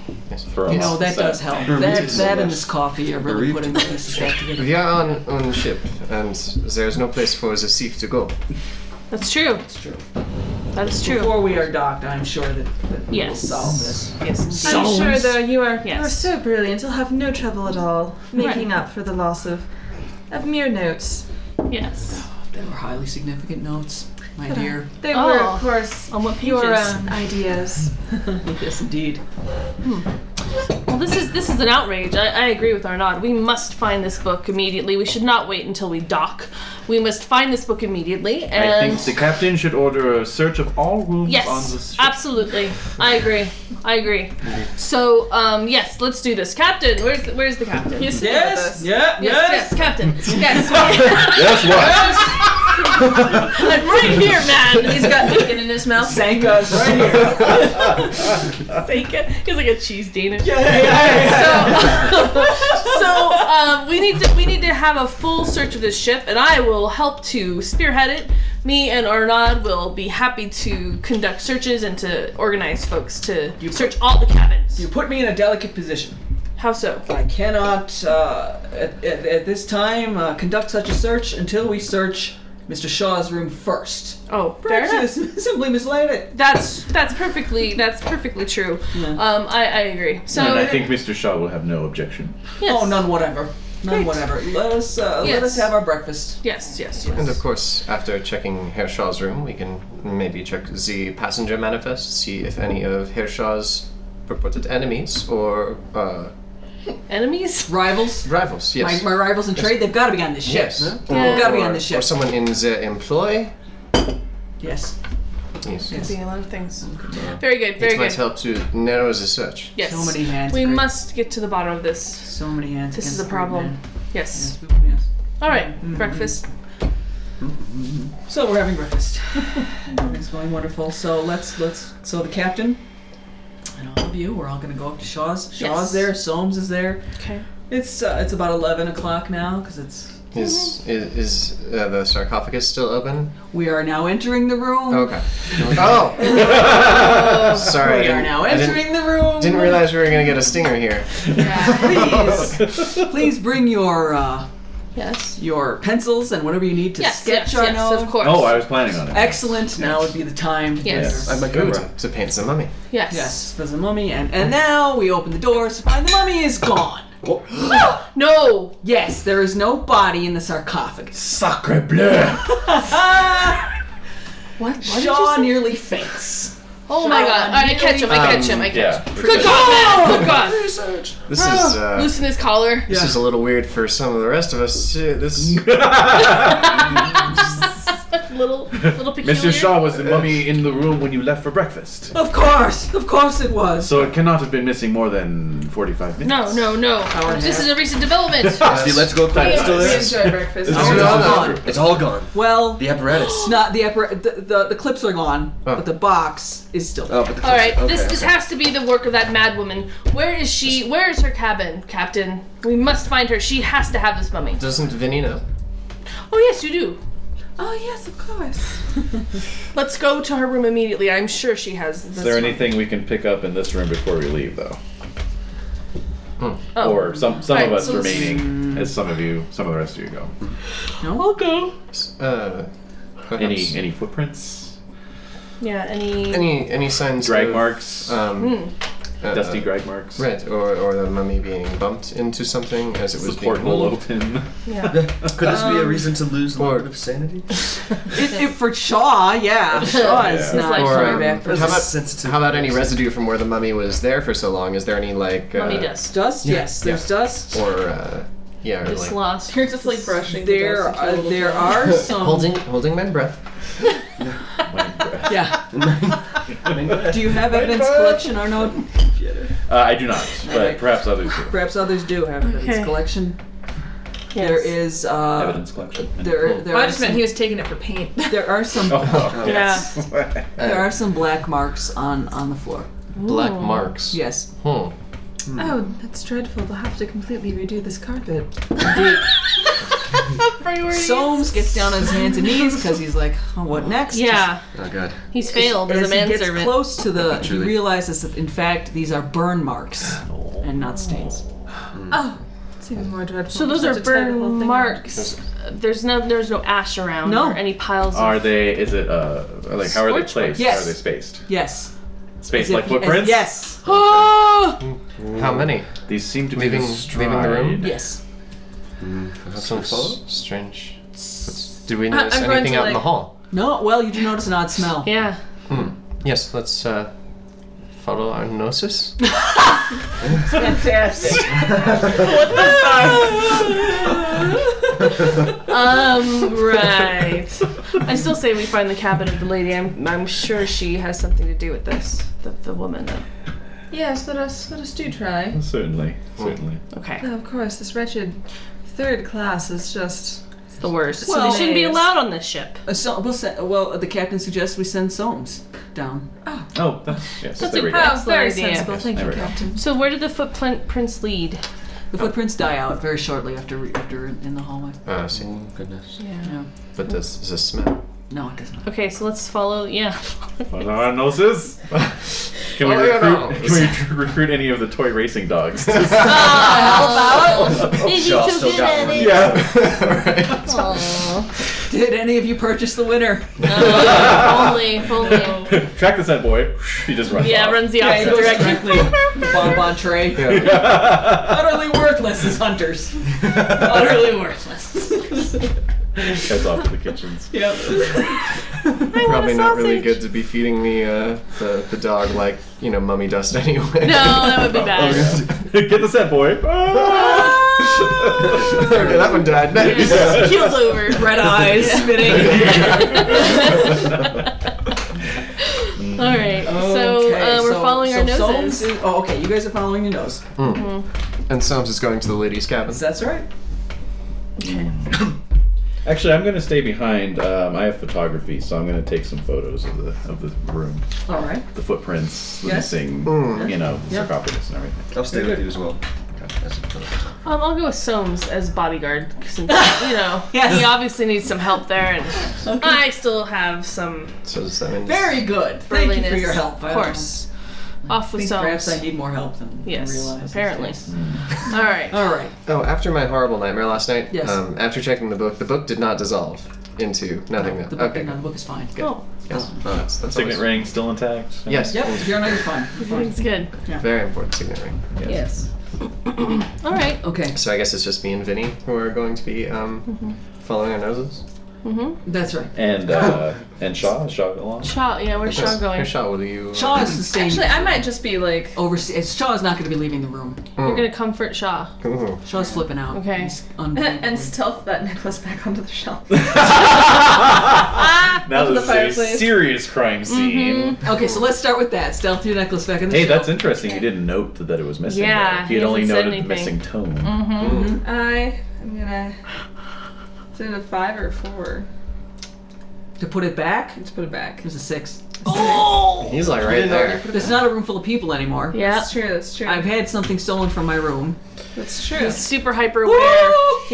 D: for
E: you
D: us.
E: know that does help. That that and this coffee are really putting the pieces back together.
C: We are on on a ship, and there is no place for the thief to go.
G: That's true. That's
E: true.
G: That is true.
E: Before we are docked, I'm sure that, that we will
G: Yes.
E: solve this.
G: Yes.
B: I'm sure, though, you are you are
G: Yes.
B: so brilliant. You'll have no trouble at all making up for the loss of of mere notes.
G: Yes.
E: They were highly significant notes, my dear.
B: They were,
G: Oh.
B: of course,
G: On what pages?
B: your um, ideas.
E: yes, indeed.
G: Well, this is this is an outrage. I, I agree with Arnaud. We must find this book immediately. We should not wait until we dock. We must find this book immediately. And
D: I think the captain should order a search of all rooms on the
G: yes,
D: ship.
G: absolutely. I agree. I agree. So, um, yes, let's do this, Captain. Where's the, where's the captain? Yes,
E: Yes, yeah, yes.
G: yes, Captain. Yes,
A: Yes, what?
G: I'm right here, man.
B: He's got bacon in his mouth.
E: Sanka's right here.
G: He's like a cheese Danish.
E: yeah,
G: so um, we need to we need to have a full search of this ship, and I will help to spearhead it. Me and Arnaud will be happy to conduct searches and to organize folks to
E: You-
G: search all the cabins.
E: You put me in a delicate position.
G: How so?
E: I cannot, uh, at, at, at this time, uh, conduct such a search until we search Mr. Shaw's room first.
G: Oh, fair
E: Perhaps you
G: enough.
E: just simply mislaid it.
G: That's that's perfectly that's perfectly true.
E: Yeah.
G: Um, I, I agree. So
D: and I think Mr. Shaw will have no objection.
G: yes.
E: Oh, none whatever. None
G: Great.
E: whatever. Let us uh, let
G: Yes.
E: us have our breakfast.
G: Yes, yes,
C: And of
G: yes.
C: course, after checking Hershaw's room, we can maybe check the passenger manifest, see if any of Hershaw's purported enemies or uh,
G: Enemies?
E: Rivals.
C: rivals. Yes.
E: My, my rivals in trade. They've got to be on this ship.
C: Yes.
E: Huh?
C: Or,
E: They've got to be
C: or-
E: on this
C: or
E: ship.
C: someone in their employ.
E: Yes.
C: Yes.
G: Could be a lot of things. Very good, very
C: It might
G: good.
C: help to narrow the search.
G: Yes.
E: So many hands.
G: we
E: great.
G: must get to the bottom of this.
E: So many hands.
G: This is
E: against
G: a problem.
E: three
G: Yes.
E: men. Yes.
G: All right,
E: Mm-hmm.
G: breakfast.
E: So we're having breakfast. Everything's going wonderful. So let's let's so the captain and all of you, we're all gonna go up to Shaw's. Shaw's
G: Yes.
E: there. Soames is there.
G: Okay.
E: It's uh, it's about eleven o'clock now because it's
C: Is
E: Mm-hmm.
C: is, is uh, the sarcophagus still open?
E: we are now entering the room.
C: Okay. Oh. Sorry. I
E: We are
C: didn't-
E: now
C: I didn't-
E: entering the room.
C: Didn't realize we were gonna get a stinger here.
E: Please, please bring your uh,
G: Yes.
E: your pencils and whatever you need to
G: Yes,
E: sketch
G: yes,
E: our
G: yes,
E: note.
G: of course.
D: Oh, I was planning on it.
E: Excellent. Now would be the time.
G: Yes.
H: I have my
C: Ooh,
H: camera.
C: to, to paint the mummy.
G: Yes.
E: Yes, for the mummy, and and now we open the doors to find the mummy is gone.
G: No.
E: Yes, there is no body in the sarcophagus.
D: Sacre bleu!
G: What? What did you
E: Shaw
G: say?
E: nearly faints.
G: Oh my god. All right, I catch him. I catch him. I catch
D: Yeah.
G: him. Good God, man. Good God.
C: This
E: Ah,
C: is uh,
G: Loosen his collar.
C: this is a little weird for some of the rest of us. too. This
G: little, little peculiar.
D: Mr. Shaw was the mummy in the room when you left for breakfast.
E: Of course, of course it was.
D: So it cannot have been missing more than 45 minutes.
G: No, no, no. This is a recent development.
H: The Let's Go Club is still
I: We
H: there.
I: enjoy breakfast.
E: It's all gone.
H: It's all gone.
E: Well,
H: The apparatus.
E: it's not the, upper, the the the clips are gone,
C: Oh.
E: but the box is still. there.
H: Oh, but the
G: All right,
H: okay,
G: this this
H: okay.
G: has to be the work of that mad woman. Where is she? Where is her cabin, Captain? We must find her. She has to have this mummy.
C: doesn't Vinny know?
G: Oh yes, you do.
B: Oh yes, of course.
G: Let's go to her room immediately. I'm sure she has this.
D: Is there
G: mummy.
D: anything we can pick up in this room before we leave, though?
G: Oh.
D: Or some some of
G: Alright,
D: us
G: so let's-
D: remaining, as some of you, some of the rest of you go.
E: No,
C: Uh, perhaps-
D: Any any footprints,
G: Yeah. Any?
C: any any signs?
D: drag
C: of,
D: marks,
C: Um,
E: Hmm.
C: uh,
D: dusty drag marks,
C: Right, or, or the mummy being bumped into something as it
D: the
C: was being
D: porthole
C: moved.
D: open.
G: Yeah.
H: Could this
G: um,
H: be a reason to lose a little
C: or-
H: bit of sanity?
E: it, it, for Shaw, yeah, Shaw is
D: Yeah.
E: not
G: It's like-
C: Or
E: very
C: um,
E: bad for
C: how
H: That's a
C: about
H: sensitive
C: how about any residue from where the mummy was there for so long? Is there any like
G: Mummy
C: uh,
G: dust.
E: dust. Yes, there's dust.
C: or uh, yeah, or
G: Just
C: like
G: lost.
I: You're just like brushing. the
E: There,
I: dust into
E: are,
I: a little
E: there
I: bit.
E: are some.
C: holding holding my breath.
E: Yeah.
D: uh,
E: Do you have evidence collection, Arnold?
D: Uh, I do not, but
E: Alright.
D: perhaps others do.
E: Perhaps others do have evidence
G: Okay.
E: collection.
G: Yes.
E: There is. Uh,
D: Evidence collection.
E: there, there
I: Oh, I
E: are
I: just
E: some,
I: meant he was taking it for paint.
E: there are some.
D: Oh, yes.
E: There are some black marks on on the floor.
C: Black marks.
E: Yes.
C: Hmm.
B: Oh, that's dreadful. They'll have to completely redo this carpet.
G: Priorities.
E: Soames gets down on his hands and knees because he's like, oh, what next?
G: Yeah.
H: Oh god.
G: He's failed as,
E: As he
G: a
E: gets
G: manservant.
E: close to the, he
H: Truly.
E: realizes that in fact these are burn marks and not stains.
B: Oh, it's even more dreadful.
G: so those
B: We'll
G: are
B: have to tear the whole
G: burn
B: thing
G: marks. Uh, There's no there's no ash around
E: No.
G: or any piles
D: Are
G: of
D: they? Is it? Uh, are like how are they
G: Scorch
D: placed?
E: Yes.
D: Are they spaced?
E: Yes.
D: Spaced
E: As
D: like
E: if-
D: footprints?
E: as- yes.
C: How many?
D: These seem to
C: Leaving-
D: be
C: leaving the room?
E: Yes.
C: Some follow? Strange. Did we notice
B: I'm going
C: anything
B: to,
C: out in the
B: like-
C: hall?
E: No. Well, you do notice an odd smell.
G: Yeah.
C: Yes, let's uh, follow our gnosis.
E: Fantastic.
G: Um right. I still say we find the cabin of the lady. I'm I'm sure she has something to do with this. The, the woman that
B: Down. Yes, let us let us do try.
D: Certainly, certainly.
G: okay.
B: No, of course, this wretched third class is just.
G: It's the worst. so
E: Well-
G: they shouldn't be allowed on this ship.
E: Uh, so we'll send, well, the captain suggests we send Soames down.
D: Oh, that's, yes.
G: That's
D: there
G: a
D: we go.
G: power-
B: Oh, very
G: Excellent idea.
B: sensible. Thank
D: There
B: you,
D: we go.
B: Captain.
G: So where did the footprint prints lead?
E: The footprints die out very shortly after we- after in in the hallway.
C: Oh, I see.
H: goodness.
C: But this is a smell.
E: No, it does not.
G: Okay, so let's follow yeah.
D: Follow our noses. Can we
C: Follow your
D: recruit?
C: nose.
D: Can we tr- recruit any of the toy racing dogs?
G: Oh,
H: Shaw still got one.
C: Yeah. right.
G: Aw.
E: Did any of you purchase the winner?
G: only, if only.
D: Track the set boy. He just runs.
G: Yeah,
D: off.
G: runs the opposite direction.
E: Directly. Bonbon tray. Utterly worthless as hunters. Utterly worthless.
D: Heads off to the kitchens.
E: yep.
C: Probably not really good to be feeding the, uh, the the dog like you know mummy dust anyway.
G: No, that would be bad.
D: Get the set boy.
C: okay, that one died. Nice.
G: Yeah. Keel's over.
E: Red eyes
G: All right. so
E: Okay,
G: uh, we're following
E: so
G: our
E: Solms
G: noses.
E: is- oh, okay. You guys are following your nose.
C: And Soames is going to the ladies' cabin.
E: That's right.
D: Actually, I'm gonna stay behind. Um, I have photography, so I'm gonna take some photos of the of the room,
E: All right.
D: the footprints, the
E: Yes.
D: missing,
C: Mm.
D: you know,
E: Yeah.
D: sarcophagus and everything.
H: I'll stay
E: Very
H: with
E: good.
H: you as well. That's a photo.
G: Um, I'll go with Soames as bodyguard since you know
E: Yes.
G: he obviously needs some help there, and I still have some
C: So does that mean
E: Very good. Thank
G: burliness.
E: you for your help.
G: Of course. Off
E: I
G: with
E: think perhaps I
G: Soames.
E: need more help than I
G: Yes,
E: realize.
G: apparently. All right.
E: All right.
C: Oh, after my horrible nightmare last night.
E: Yes.
C: Um, after checking the book, the book did not dissolve into nothing.
E: The book,
C: okay.
E: no, the book is fine.
C: Good.
G: Oh.
C: Yes. That's, that's
D: Signet
C: always-
D: ring still intact.
C: Yes.
E: Yep. Your nose is fine. You're fine.
G: Everything's good.
C: Very important signet ring.
E: Yes.
G: All right.
E: Okay.
C: So I guess it's just me and Vinny who are going to be um, following our noses.
E: That's right.
D: And uh, and Shaw, is Shaw along.
G: Shaw. Yeah, where's Shaw going?
C: Hey, Shaw, will you?
E: Shaw is the same.
B: Actually, I might just be like,
E: Overseas. Shaw's not going to be leaving the room.
G: We're gonna comfort Shaw.
C: Ooh.
E: Shaw's flipping out.
G: Okay.
E: He's unbelievable.
B: and stealth that necklace back onto the shelf.
D: Now
B: Over the
D: this is a
B: fireplace.
D: serious crime scene.
E: okay, so let's start with that. Stealth your necklace back in the
D: Hey,
E: shelf.
D: that's interesting. He didn't note that it was missing.
G: Yeah,
D: though.
G: he
D: he had only
G: hasn't
D: noted
G: said
D: the
G: anything.
D: missing tone.
B: I am gonna. Is it a five or a four?
E: To put it back,
B: Let's put it back.
E: there's a six.
C: He's like right there.
E: There's not a room full of people anymore.
G: Yeah.
B: That's true. That's true.
E: I've had something stolen from my room.
B: That's true.
G: Super hyper aware.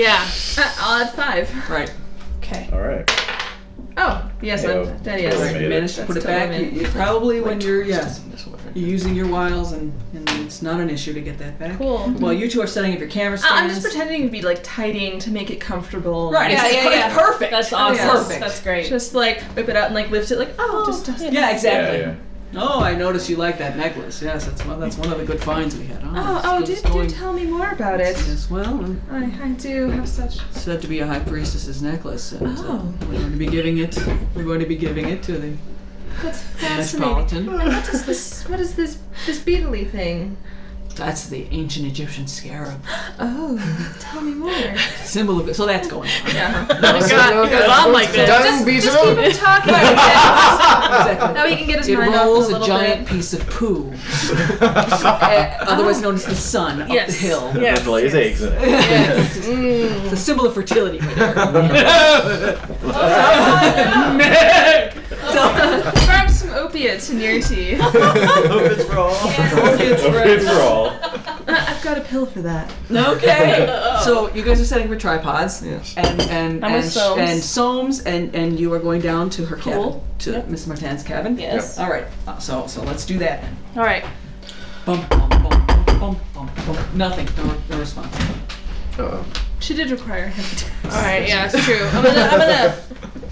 G: Yeah.
B: Uh, I'll add five.
E: Right.
B: Okay.
D: All right.
B: Oh yes,
D: Yeah.
B: I'm, that is.
D: Right.
E: You
D: Made
E: managed
D: it.
E: to put it
B: That's
E: back.
B: totally
E: You,
B: made
E: you probably when you're yes,
C: This way.
E: you're using your wiles and, and it's not an issue to get that back.
B: Cool.
E: Well, you two are setting up your camera
B: I-
E: stands.
B: Uh, I'm just pretending to be like tidying to make it comfortable.
E: Right.
G: Yeah,
E: it's,
G: yeah,
E: it's
G: yeah.
E: perfect.
G: That's
E: It's
G: awesome.
E: Perfect.
G: That's great.
B: Just like whip it out and like lift it like oh, just dust it.
E: yeah,
D: Yeah,
E: exactly.
D: yeah.
E: Oh, I noticed you like that necklace. Yes, that's one. That's one of the good finds we had. Oh,
B: Oh,
E: it's
B: oh, do,
E: good
B: do
E: going.
B: tell me more about it.
E: Yes, well,
B: I, I do have such.
E: it's said to be a high priestess's necklace, and uh,
B: Oh.
E: we're going to be giving it. We're going to be giving it to the
B: That's fascinating.
E: metropolitan.
B: And what is this? What is this? This beetly thing?
E: That's the ancient Egyptian scarab
B: Oh, tell me more.
E: symbol of it. So that's going on.
G: Oh, God. Goes on like this.
C: Done, beat him up.
B: Keep talking. That
E: Exactly.
B: way you can get his
E: It
B: mind off
E: rolls
B: it
E: a,
B: a little
E: giant
B: bit.
E: piece of poo, uh, otherwise known as the sun up
G: Yes.
E: the hill.
G: Yes.
D: It lays eggs in it.
E: It's a symbol of fertility.
H: Oh,
B: Grab some opiates in your tea.
H: Oh,
D: Opiates for all.
E: Opiates for
D: Opiates for all.
B: I've got a pill for that.
E: okay. So you guys are setting for tripods,
H: Yes.
E: and and
G: I'm with
E: and,
G: Soames.
E: and Soames, and and you are going down to her cabin,
G: Cool.
E: to Miss Martin's cabin.
G: Yes.
E: All right. Uh, So so let's do that. then.
G: All right.
E: Bum bum bum bum bum bum. bum. Nothing. No, no response.
C: Uh-oh.
B: She did require a heavy test.
G: All right. Yeah, it's true. I'm gonna, I'm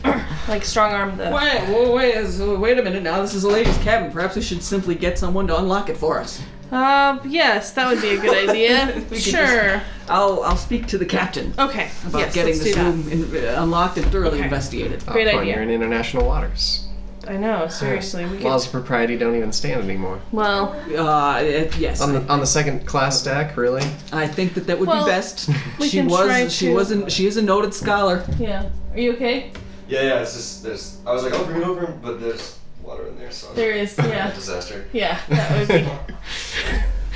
G: gonna like strong arm the.
E: Wait, whoa, wait, is- wait a minute now. This is a lady's cabin. Perhaps we should simply get someone to unlock it for us.
G: Uh, yes, that would be a good idea.
E: We could
G: sure.
E: I'll, I'll speak to the captain
G: Okay.
E: about
G: yes,
E: getting
G: let's
E: this
G: do that.
E: room in, uh, unlocked and thoroughly
G: Okay.
E: investigated.
C: Oh,
G: Great
C: fun,
G: idea.
C: You're in international waters.
G: I know. Seriously, we could.
C: Laws of propriety don't even stand anymore.
G: Well,
E: Uh, it- yes,
C: On the
E: I,
C: on the second class stack, really?
E: I think that that would
G: Well,
E: be best.
G: we
E: She
G: can try
E: was, she
G: to-
E: wasn't, she is a noted scholar.
G: yeah. Are you okay?
S: Yeah, yeah, it's just there's. I was like, oh, bring it over, but there's water in there, so
G: There is.
S: it's a
G: Yeah.
S: disaster.
G: Yeah. That would be.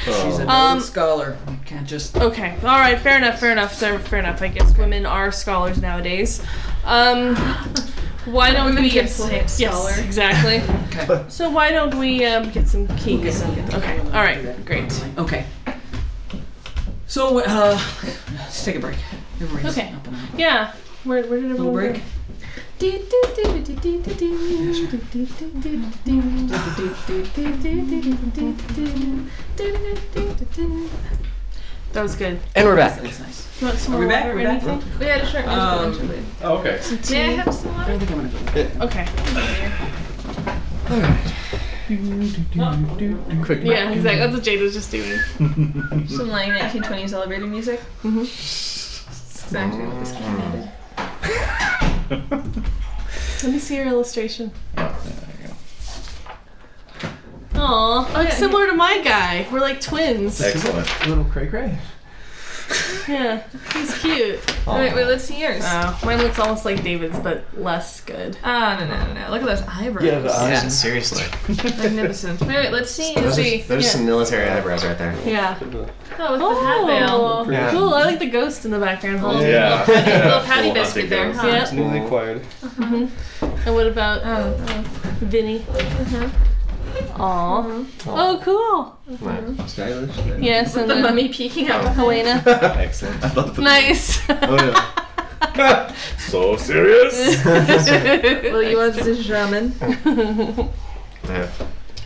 H: Oh.
E: She's a noted
G: Um,
E: scholar. You can't just.
G: Okay. All right. Fair enough. Fair enough. Fair, fair enough. I guess women are scholars nowadays. Um, why don't
B: Women
G: we
B: can
G: yes,
B: play
G: yes,
B: scholar.
G: exactly.
E: Okay.
G: So why don't we um, get some keys? Okay. All right. Great.
E: Okay. So, uh, let's take a break. Everybody's
G: Okay.
E: up and out.
G: Yeah. Where, where did
E: Little
G: everyone
E: break.
G: go? That was good.
T: And we're back.
E: That was nice.
G: You want some
E: Are
G: more
E: we back?
G: water or
E: We're back?
G: anything?
B: We had a short rest
E: Um,
B: eventually.
D: Oh, okay.
B: May I have some
E: I
B: water?
E: don't think I'm gonna go.
G: Okay.
T: Quick.
G: Yeah, exactly. That's what Jade was just doing.
B: Some like 1920s elevator music.
G: Mhm.
B: It's actually what this game needed.
G: Let me see your illustration.
D: Yeah, there you go.
G: Aw, oh, it's similar to my guy. We're like twins.
D: Excellent.
T: Little cray cray.
G: Yeah, he's cute.
B: Wait, wait, let's see yours.
G: Oh, mine looks almost like David's, but less good.
B: Ah, no, no, no, no. Look at those eyebrows.
T: Yeah, the eyes.
C: Yeah, seriously.
B: Magnificent. Wait, wait, let's see. Let's
C: Those
B: see.
C: are, those are some military eyebrows right there.
G: Yeah. Oh.
B: Oh, with the hat veil.
T: Yeah.
G: cool. I like the ghost in the background. Hold on.
D: Yeah.
B: Little patty
D: Little
B: biscuit
D: hunting
B: there,
D: ghost.
B: huh?
G: Yeah.
T: It's newly acquired.
G: Mm-hmm. And what about um,
B: Oh,
G: Vinny? Aw. Oh, cool.
H: Stylish.
G: Yes, and
B: the
G: then
B: mummy peeking out.
G: Helena.
C: Excellent. I love
G: nice.
D: Oh,
H: yeah.
D: So serious.
B: Well, you want this ramen?
C: I have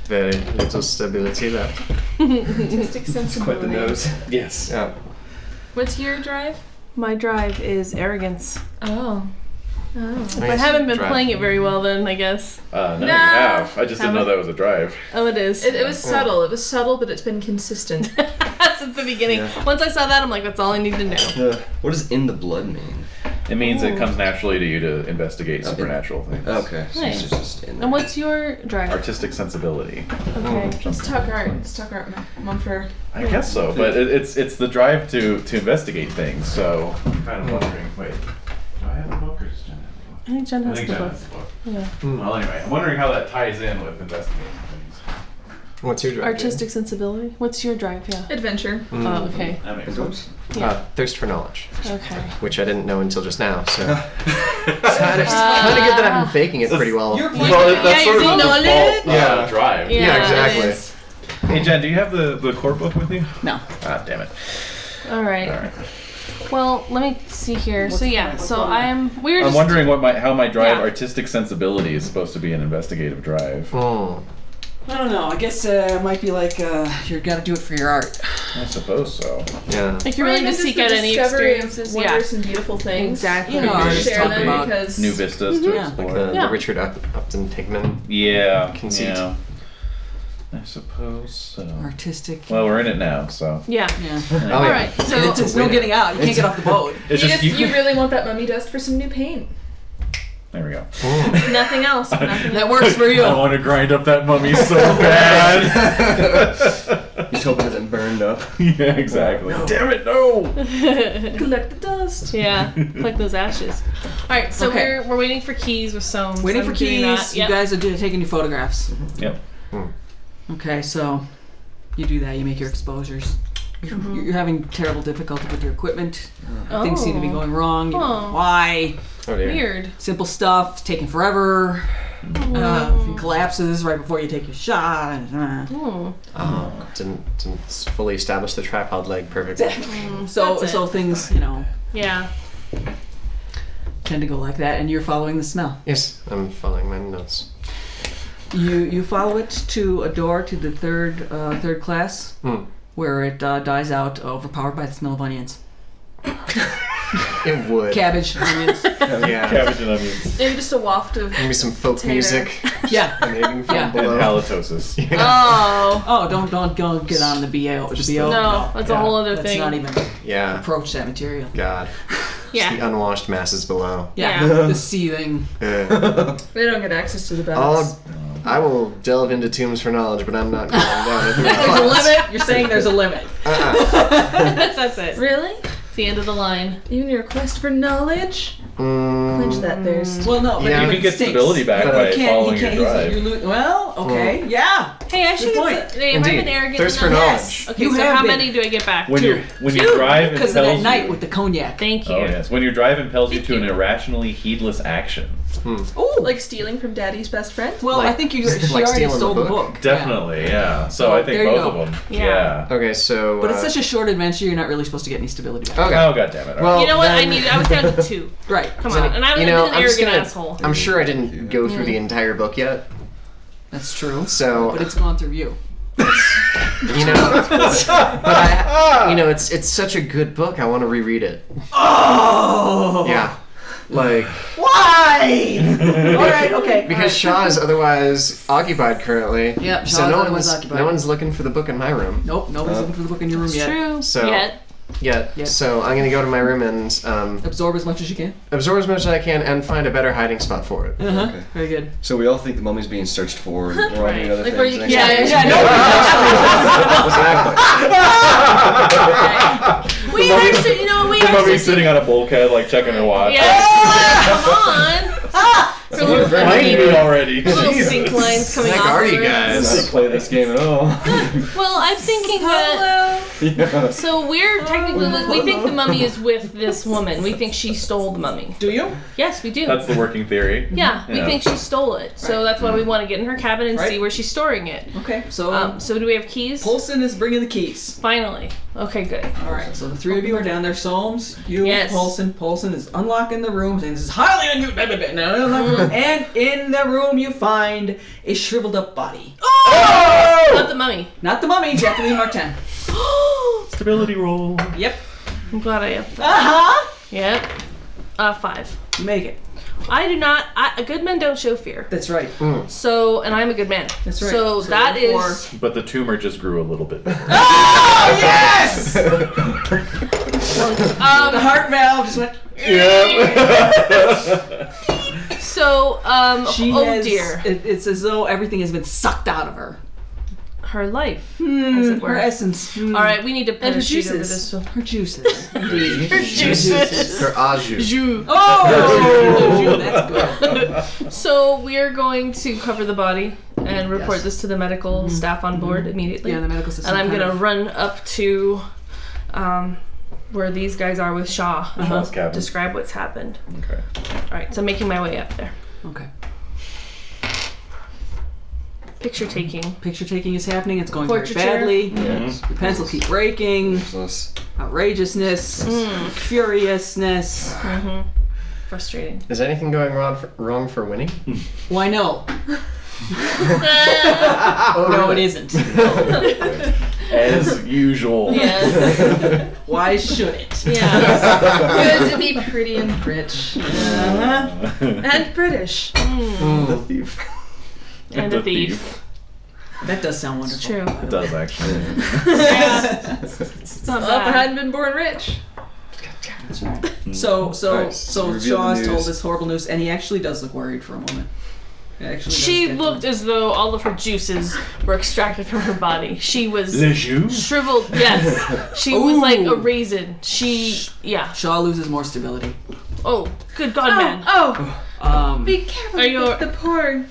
C: very little stability left.
B: Artistic
H: Quite the
B: sensibility.
H: nose.
D: yes.
C: Yeah.
B: What's your drive?
G: My drive is arrogance.
B: Oh. Oh.
G: I haven't been playing it very well then, I guess.
D: Uh, no,
B: No.
D: you have. I just didn't know that was a drive.
G: Oh, it is.
B: It, it was subtle. It was subtle, but it's been consistent.
G: Since the beginning.
H: Yeah.
G: Once I saw that, I'm like, that's all I need to know.
H: Uh, what does in the blood mean?
D: It means it comes naturally to you to investigate supernatural things.
H: Okay. So
G: Nice.
H: it's just in there.
G: And what's your drive?
D: Artistic sensibility.
G: Okay.
D: Mm.
B: Let's talk art. Let's talk art, Mumford.
D: I guess so, but it, it's it's the drive to to investigate things. So I'm kind of wondering. Wait, do I have the book or does Jen have the book?
G: I think Jen
D: I
G: has
D: think
G: the
D: Jen
G: book.
D: has the book. Hmm,
G: Yeah.
D: Well, anyway, I'm wondering how that ties in with investigating things.
C: What's your drive? Jade?
G: Artistic sensibility. What's your drive? Yeah.
B: Adventure.
D: Mm.
G: Oh, okay.
D: That makes sense.
H: Oops.
C: Uh, thirst for knowledge,
G: Okay.
C: which I didn't know until just now. So kind of
G: Ah.
C: kind of good that I've been faking it pretty well.
E: You're pointing
D: Well, that- that's
G: Yeah,
D: sort of
G: you
D: a
G: know
D: default uh,
C: Yeah.
D: drive.
G: Yeah,
C: yeah,
G: it
C: exactly.
G: is.
D: Hey Jen, do you have the the core book with you?
E: No.
D: Ah, damn it.
G: All right.
D: All right.
G: Well, let me see here. so yeah, so I'm. We were
D: I'm
G: just.
D: wondering what my how my drive
G: Yeah.
D: artistic sensibility is supposed to be an investigative drive.
C: Mm.
E: I don't know. I guess uh, it might be like uh, you're gonna do it for your art.
D: I suppose so.
C: Yeah.
G: If you really
B: Or even
G: just seek out
B: the
G: any
B: discovery
G: experiences,
B: of
G: yeah,
B: wondrous and beautiful things.
G: exactly.
E: You know, artists
B: Share
E: talk
B: them
E: about
B: because
D: New vistas to
G: Mm-hmm.
E: Yeah.
D: explore.
C: Like the,
G: Yeah.
C: the Richard Up, Upton Pigman.
D: Yeah.
C: Conceit.
D: Yeah. I suppose so.
E: artistic.
D: Well, we're in it now, so.
G: Yeah.
E: yeah.
C: Oh,
G: All
C: yeah.
G: right. So
E: It's, it's no getting out. You can't get off the boat.
D: It's
B: you,
D: just
B: just,
D: you.
B: you really want that mummy dust for some new paint.
D: there we go.
B: Nothing else. Nothing
E: That works for you.
D: I want to grind up that mummy so bad.
H: Just hoping it doesn't burn up.
D: yeah, exactly. Damn it, no.
B: Collect the dust.
G: yeah, collect those ashes. All right. So
E: Okay.
G: we're we're waiting for keys with Soames.
E: Waiting
G: I'm
E: for
G: doing
E: keys.
G: that. Yep.
E: You guys are do- taking your photographs. Mm.
D: Yep.
E: Okay, so you do that. You make your exposures. You're- You're having terrible difficulty with your equipment. Things seem to be
G: Mm-hmm. Oh.
E: going wrong. You don't know
G: Oh.
E: why?
C: Oh dear.
G: Weird.
E: Simple stuff. It's taking forever.
G: Oh.
E: Uh, thing collapses right before you take your shot. and, uh.
G: Oh.
C: Oh, didn't, didn't s- fully establish the tripod leg perfectly.
E: So
G: That's it.
E: so things you know
G: Yeah.
E: tend to go like that, and you're following the smell.
C: yes, I'm following my notes.
E: You you follow it to a door to the third uh, third class,
C: Hmm.
E: where it uh, dies out, overpowered by the smell of onions,
C: It would.
E: cabbage, onions.
C: Yeah.
D: Cabbage and onions.
B: Maybe just a waft of.
C: Maybe some folk
B: Potato.
C: music.
E: yeah.
C: emanating from
E: Yeah.
D: And
C: below.
D: halitosis.
G: Oh.
E: Oh, don't don't don't get on the bo the bo.
G: No, that's a whole other
E: Let's
G: thing.
E: not even
C: Yeah.
E: approach that material.
C: God.
G: yeah.
C: The unwashed masses below.
E: Yeah,
G: Yeah.
E: the seething.
C: Uh,
B: They don't get access to the baths.
C: I'll, I will delve into tombs for knowledge, but I'm not going down every
E: There's a
C: class.
E: limit. You're saying there's a limit.
C: Uh-uh.
G: That's it.
B: Really?
G: It's the end of the line.
B: Even your quest for knowledge?
C: Mm,
B: Quench that thirst.
E: Well, no, but
C: Yeah.
E: it
D: You can get
E: stinks.
D: stability back
E: But
D: by
E: you can't- you
D: following your
E: can't- he's-
D: drive.
E: You're lo- well, okay,
C: Mm.
E: yeah.
G: Hey, I should
E: point.
G: get. some- Hey, have I
C: Indeed.
G: been arrogant
C: Thirst for
G: enough?
C: knowledge.
G: Okay,
E: You
G: so
E: have
G: how
E: been.
G: many do I get back?
D: When you when you drive
E: Because
D: impels
E: of that
D: you.
E: night with the cognac.
G: Thank you.
D: Oh yes, when your drive impels you
G: Thank
D: to an
G: you.
D: irrationally heedless action.
E: Ooh,
B: Like stealing from daddy's best friend?
E: well, I
C: like-
E: think you she
C: like
E: already
C: stealing the
E: stole the book.
C: book.
D: Definitely, yeah. So
E: Oh,
D: I think
E: there you
D: both
E: go.
D: of them.
G: Yeah.
D: Yeah.
C: Okay, so.
E: But it's
C: uh,
E: such a short adventure. You're not really supposed to get any stability back.
C: Okay.
D: Oh god damn it.
C: Well,
G: You know what? I
C: then-
G: need. I was down to two.
E: Right.
G: Come on. And I was
C: you
G: an
C: know, I'm
G: arrogant
C: just gonna-
G: asshole.
C: I'm sure I didn't go through the entire book yet,
E: That's true.
C: so
E: But it's gone through you.
C: You know, but I, you know, it's it's such a good book. I want to reread it.
E: Oh!
C: Yeah, like
E: Why? All right, okay.
C: because Shaw is otherwise occupied currently.
E: Yep,
C: so
E: Shaw's
C: no
E: otherwise
C: one's
E: occupied.
C: no one's looking for the book in my room
E: Nope, nobody's
H: Uh,
E: looking for the book in your room yet.
G: True.
C: So-
G: Yet.
C: yet.
E: Yet.
C: So I'm gonna go to my room and um,
E: Absorb as much as you can.
C: absorb as much as I can and find a better hiding spot for it.
E: Uh-huh.
H: Okay.
E: Very good.
H: So we all think the mummy's being searched for, and we're all doing other
G: Like
H: things.
G: where you can.
H: and
G: Yeah,
H: actually-
G: yeah,
H: Exactly.
G: no. We are, su- you know, we
D: The
G: are.
D: mummy's sitting on a bulkhead, like checking her watch.
G: Yeah, come on. Her little, her
D: Blame me already.
G: little sink lines coming
C: Like,
G: off.
C: are
G: of
C: you
G: her.
H: I don't know
C: guys?
H: how to play this game at all.
G: Well, I'm thinking that.
H: yeah.
G: So we're technically we think the mummy is with this woman. We think she stole the mummy.
E: Do you?
G: Yes, we do.
D: That's the working theory.
G: yeah, we
D: Yeah.
G: think she stole it. So that's why we want to get in her cabin and
E: Right.
G: see where she's storing it.
E: Okay, so
G: Um, so do we have keys?
E: Polson is bringing the keys.
G: Finally. Oh, Okay, good.
E: All right, so the three of you are down there. Solmes, you,
G: Yes.
E: Polson. Polson is unlocking the room, and this is highly unusual. and in the room, you find a shriveled up body. Oh!
G: Not the mummy.
E: Not the mummy, Jacqueline Martin.
D: Stability roll.
E: Yep.
G: I'm glad I have that.
E: Uh huh.
G: Yep. Uh, five.
E: You make it.
G: I do not. I, good men don't show fear.
E: That's right.
G: So, and I'm a good man.
E: That's right.
G: So,
E: So
G: that is.
E: therefore-
D: But the tumor just grew a little bit. bigger.
E: Oh yes! the
G: Um,
E: heart valve just went.
G: so, um,
E: She
G: oh
E: has,
G: dear.
E: It, it's as though everything has been sucked out of her.
G: Her life.
E: As it
G: Hmm,
E: were.
G: her
E: Her essence.
G: All right, we need to put
E: And
G: a
E: her
G: sheet over this.
E: juices. Her juices. Indeed.
C: Her ajou.
G: Ju.
E: Oh, that's good.
G: So we're going to cover the body and report this to the medical staff on board immediately.
E: Hmm. Yeah, the medical system.
G: and I'm
E: kind
G: gonna
E: of-
G: run up to um, where these guys are with Shaw and
E: Uh-huh.
D: Shaw's cabin.
G: describe what's happened.
D: Okay.
G: All right, so I'm making my way up there.
E: Okay.
G: Picture
E: Mm-hmm.
G: taking.
E: Picture taking is happening. It's going
G: Portraiture.
E: very badly. Your pencils keep breaking.
H: Useless.
E: Outrageousness. Furiousness.
G: Frustrating.
C: Is anything going wrong for, wrong for Winnie?
E: Why no?
G: Ah,
C: Oh
E: No, it isn't.
D: As usual.
G: yes.
E: Why should it?
G: Yeah.
B: Good to be pretty and rich.
E: Uh-huh.
B: And British.
H: The thief.
G: And a thief.
E: That does sound wonderful.
G: It's true.
D: It does actually.
G: It's not
B: Well, if I
G: bad.
B: hadn't been born rich.
E: So, so,
H: Nice.
E: so
H: You revealed the
E: Shaw's told
H: news.
E: this horrible news, and he actually does look worried for a moment. He actually does
G: She
E: get-
G: looked as though all of her juices were extracted from her body. She was
D: The Jew?
G: shriveled. Yes. She was like a
E: Ooh.
G: raisin. She, yeah.
E: Shaw loses more stability.
G: Oh, good God, man.
B: Oh,
E: Um,
B: be careful
G: Are you-
B: with the poor.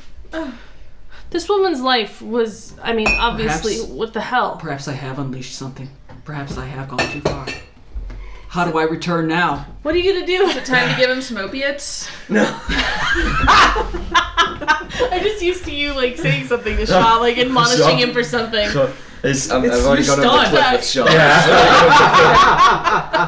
G: This woman's life was, I mean, obviously,
E: Perhaps-
G: what the hell?
E: perhaps I have unleashed something. Perhaps I have gone too far. How do I return now?
G: What are you gonna do?
B: Time to give him some opiates.
G: I'm just used to you like saying something to Shaw, like admonishing him for something.
H: So, it's, I'm,
E: It's-
H: I've already
E: you're
H: gone over the
E: stunned.
H: cliff with Sean.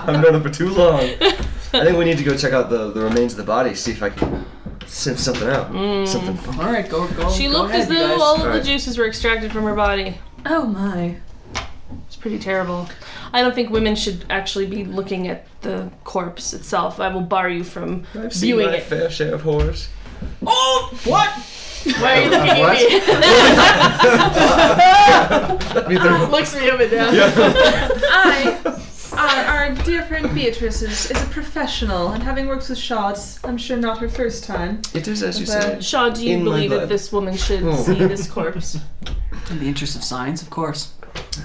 H: I've known him for too long. I think we need to go check out the, the remains of the body, see if I can sense something out.
E: Mm.
H: Something funky.
E: All right, go, go.
G: She
E: go
G: looked
E: ahead,
G: as
E: you
G: though
E: guys.
G: all of the
H: Alright.
G: juices were extracted from her body.
B: Oh my.
G: It's pretty terrible. I don't think women should actually be looking at the corpse itself. I will bar you from
H: I've seen
G: viewing
H: my
G: it.
H: fair share of horrors.
E: Oh, what?
G: Why are you looking at
H: Me
G: me?
H: too.
G: Looks me up and down.
B: I, our, our dear friend Beatrice, is, is a professional, and having worked with Shaw, it's, I'm sure not her first time.
H: It is as you
B: Well,
H: say.
G: Shaw, do you
H: In my
G: believe that
H: blood.
G: this woman should
E: Oh.
G: see this corpse?
E: In the interest of science, of course.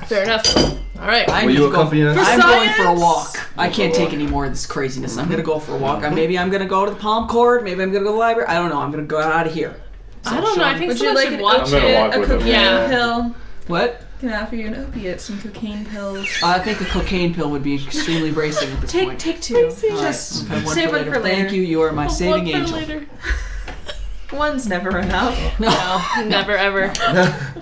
G: Fair enough. All right.
E: I
H: Will
E: need
H: you
E: to go-
H: accompany us?
E: I'm going for a
B: science?
E: walk. I can't take
H: for a walk. Mm-hmm.
E: any more of this craziness. I'm gonna go for a walk. I, maybe I'm gonna go to the palm court. Maybe I'm gonna go to the library. I don't know. I'm gonna go out of here.
G: I don't know. I think
B: Would you
G: someone
B: like
G: should
D: I'm gonna
B: an
G: watch
B: opiate,
D: walk
B: a
D: with him.
B: cocaine
G: Yeah.
B: pill?
E: What?
B: Can I offer you an opiate, some cocaine pills?
E: I think a cocaine pill would be extremely bracing at this
B: Take,
E: point.
B: take two.
E: All right,
B: Just
E: okay,
B: save one for later.
E: Thank you. You are my saving
G: One for
E: angel.
G: later.
B: one's never
E: Oh.
B: enough.
G: No, Oh, never ever.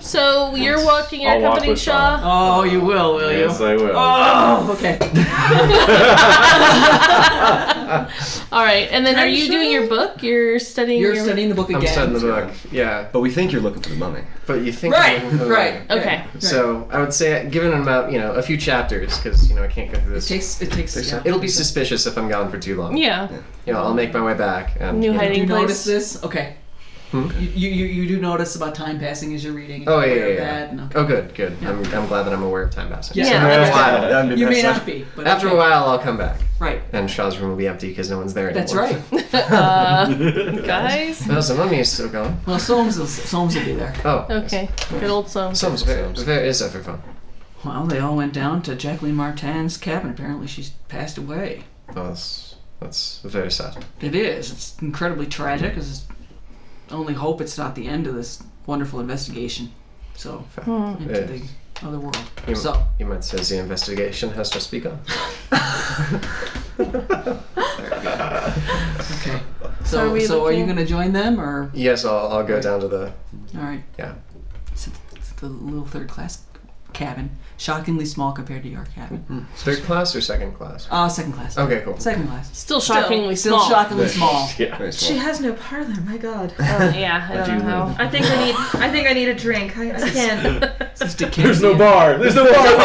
G: So you're walking your
D: I'll walk
G: company,
D: with
G: Shaw.
E: Oh, you will, will you?
D: Yes, I will.
E: Oh, okay.
G: All right, and then are
I: I'm
G: you
I: sure-
G: doing your book? You're studying.
E: You're
G: your...
E: studying the book
C: I'm
E: again.
C: studying the book. Yeah,
H: But we think you're looking for the mummy.
C: but you think
E: Right,
C: I'm looking for the
E: right.
C: mummy.
G: Okay.
C: So I would say, given an amount, you know, a few chapters, because you know I can't go through
E: It
C: this.
E: takes. It takes. Yeah.
C: It'll be suspicious if I'm gone for too long.
G: Yeah.
C: You know, I'll make my way back. And,
G: New
C: you know-
E: Do you
G: hiding
E: notice
G: place.
E: this? Okay.
C: Hmm?
E: You, you you do notice about time passing as you're reading. and
C: Oh
E: you're
C: yeah, yeah,
E: aware of
C: yeah.
E: that, and okay.
C: Oh good, good. I'm, I'm glad that I'm aware of time passing.
E: Yeah.
C: So
G: Yeah.
C: after a
E: Yeah.
C: while,
H: I mean,
E: You may
H: that's
E: not be, but
C: after a
E: okay.
C: while, I'll come back,
E: Right.
C: and Shaw's room will be empty because no one's there anymore.
E: That's right.
G: uh, guys.
C: No, so mummy is still gone.
E: Well, Soames will, Soames will be there.
C: Oh.
G: Okay. Good old song.
C: Some's very, very is everyone.
E: Well, they all went down to Jacqueline Martin's cabin. Apparently, she's passed away.
C: Oh, that's that's very sad.
E: It is. It's incredibly tragic. 'cause It's only hope it's not the end of this wonderful investigation. So into the
C: Yes.
E: other world.
C: You,
E: So
C: you might say the investigation has to speak on.
E: okay.
G: So are
E: So
G: we
E: so are you
G: looking-
E: gonna join them or
C: Yes, I'll, I'll go down to the.
E: all right?
C: Yeah.
E: So it's the little third class cabin, shockingly small compared to your cabin.
C: Third class or second class?
E: Ah, second class.
C: Okay, cool.
E: Second class.
G: Still shockingly
E: Still
G: small.
E: shockingly small.
H: very
B: She
H: small.
B: has no parlor. My God.
G: Uh, yeah, I don't know how.
B: I think I need. I think I need a drink. I, I can't.
E: It's
D: There's no
E: Dickensian.
D: bar. Oh, There's no bar.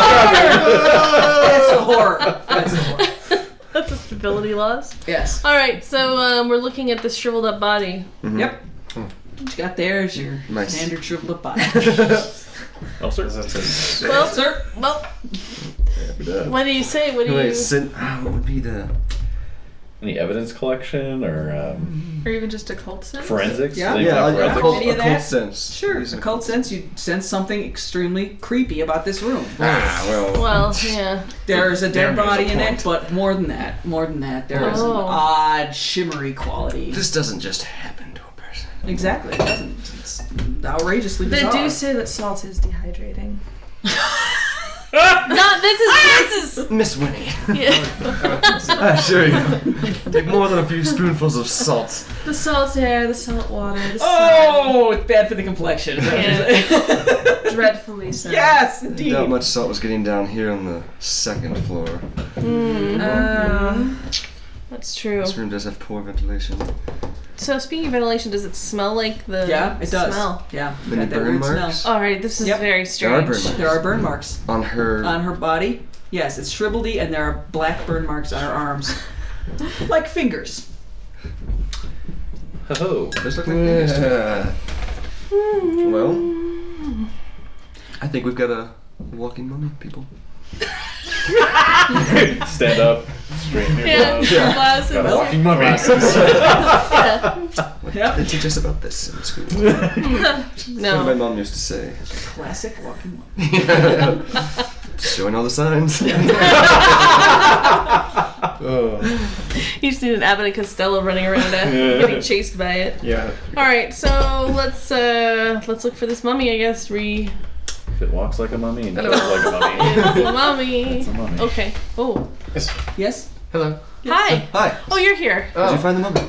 E: That's the horror. That's the horror.
G: That's a stability loss.
E: Yes.
G: All right, so um, we're looking at this shriveled up body.
E: Yep. What you got there is your
H: Nice.
E: standard shriveled up body.
D: Oh, sir.
G: Well,
E: Sir.
G: well, what do you say? What do
H: Wait,
G: you?
H: sin- ah, what would be the?
D: Any evidence collection or um,
B: or even just a cult sense.
D: forensics?
E: Yeah.
D: Anything
H: Yeah,
D: on
H: like a
D: forensics?
H: cult,
E: Any
H: a
E: of
H: cult
E: that?
H: sense.
E: Sure.
H: Using
E: A cult sense, you sense something extremely creepy about this room.
H: Ah, well.
G: Well, yeah.
E: There's a dead
C: There is a
E: body in
C: point.
E: it, but more than that, more than that, there is
G: Oh.
E: an odd shimmery quality.
H: This doesn't just happen to a person.
E: exactly, it doesn't. It's outrageously
B: They
E: bizarre.
B: do say that salt is dehydrating.
G: Not this is this is.
H: Miss Winnie.
G: Yeah.
H: ah, sure you go. Take more than a few spoonfuls of salt.
B: The salt air, the salt water, the
E: oh, it's bad for the complexion. is that what you're
B: sun.
E: saying?
B: Dreadfully so.
E: yes, indeed.
H: Not much salt was getting down here on the second floor.
B: Um,
G: That's true.
H: This room does have poor ventilation.
G: So speaking of ventilation, does it smell like the
E: Yeah, it does.
G: smell?
E: Yeah, you
H: Any
E: got that
H: burn
E: weird
H: marks?
E: smell.
G: All right, this is
E: Yep.
G: very
H: There are
G: strange.
H: burn marks
E: There are burn marks
H: on her.
G: Uh,
E: on her body. Yes, it's shriveledy, and there are black burn marks on her arms, like fingers.
D: Ho-ho.
H: Those look like fingers to me.
C: Yeah.
H: Well, I think we've got a walking mummy, people.
D: Stand up. Straighten your
G: Yeah,
D: clothes.
G: glasses.
D: Got a walking mummy.
E: Yep.
H: They teach us about this in school. What my
G: No.
H: mom used to say.
E: Classic walking.
H: Showing all the signs.
C: Oh.
G: You just need an Abbott and Costello running around uh, getting chased by it.
C: Yeah.
G: All right, so let's uh let's look for this mummy. I guess re
D: If it walks like a mummy and talks like a mummy.
G: It's a Oh, mummy.
D: It's a mummy.
G: Okay. Oh,
E: Yes.
C: Hello.
G: hi.
H: Hi.
G: Oh, you're here.
H: Did you
C: Oh.
H: find the mummy?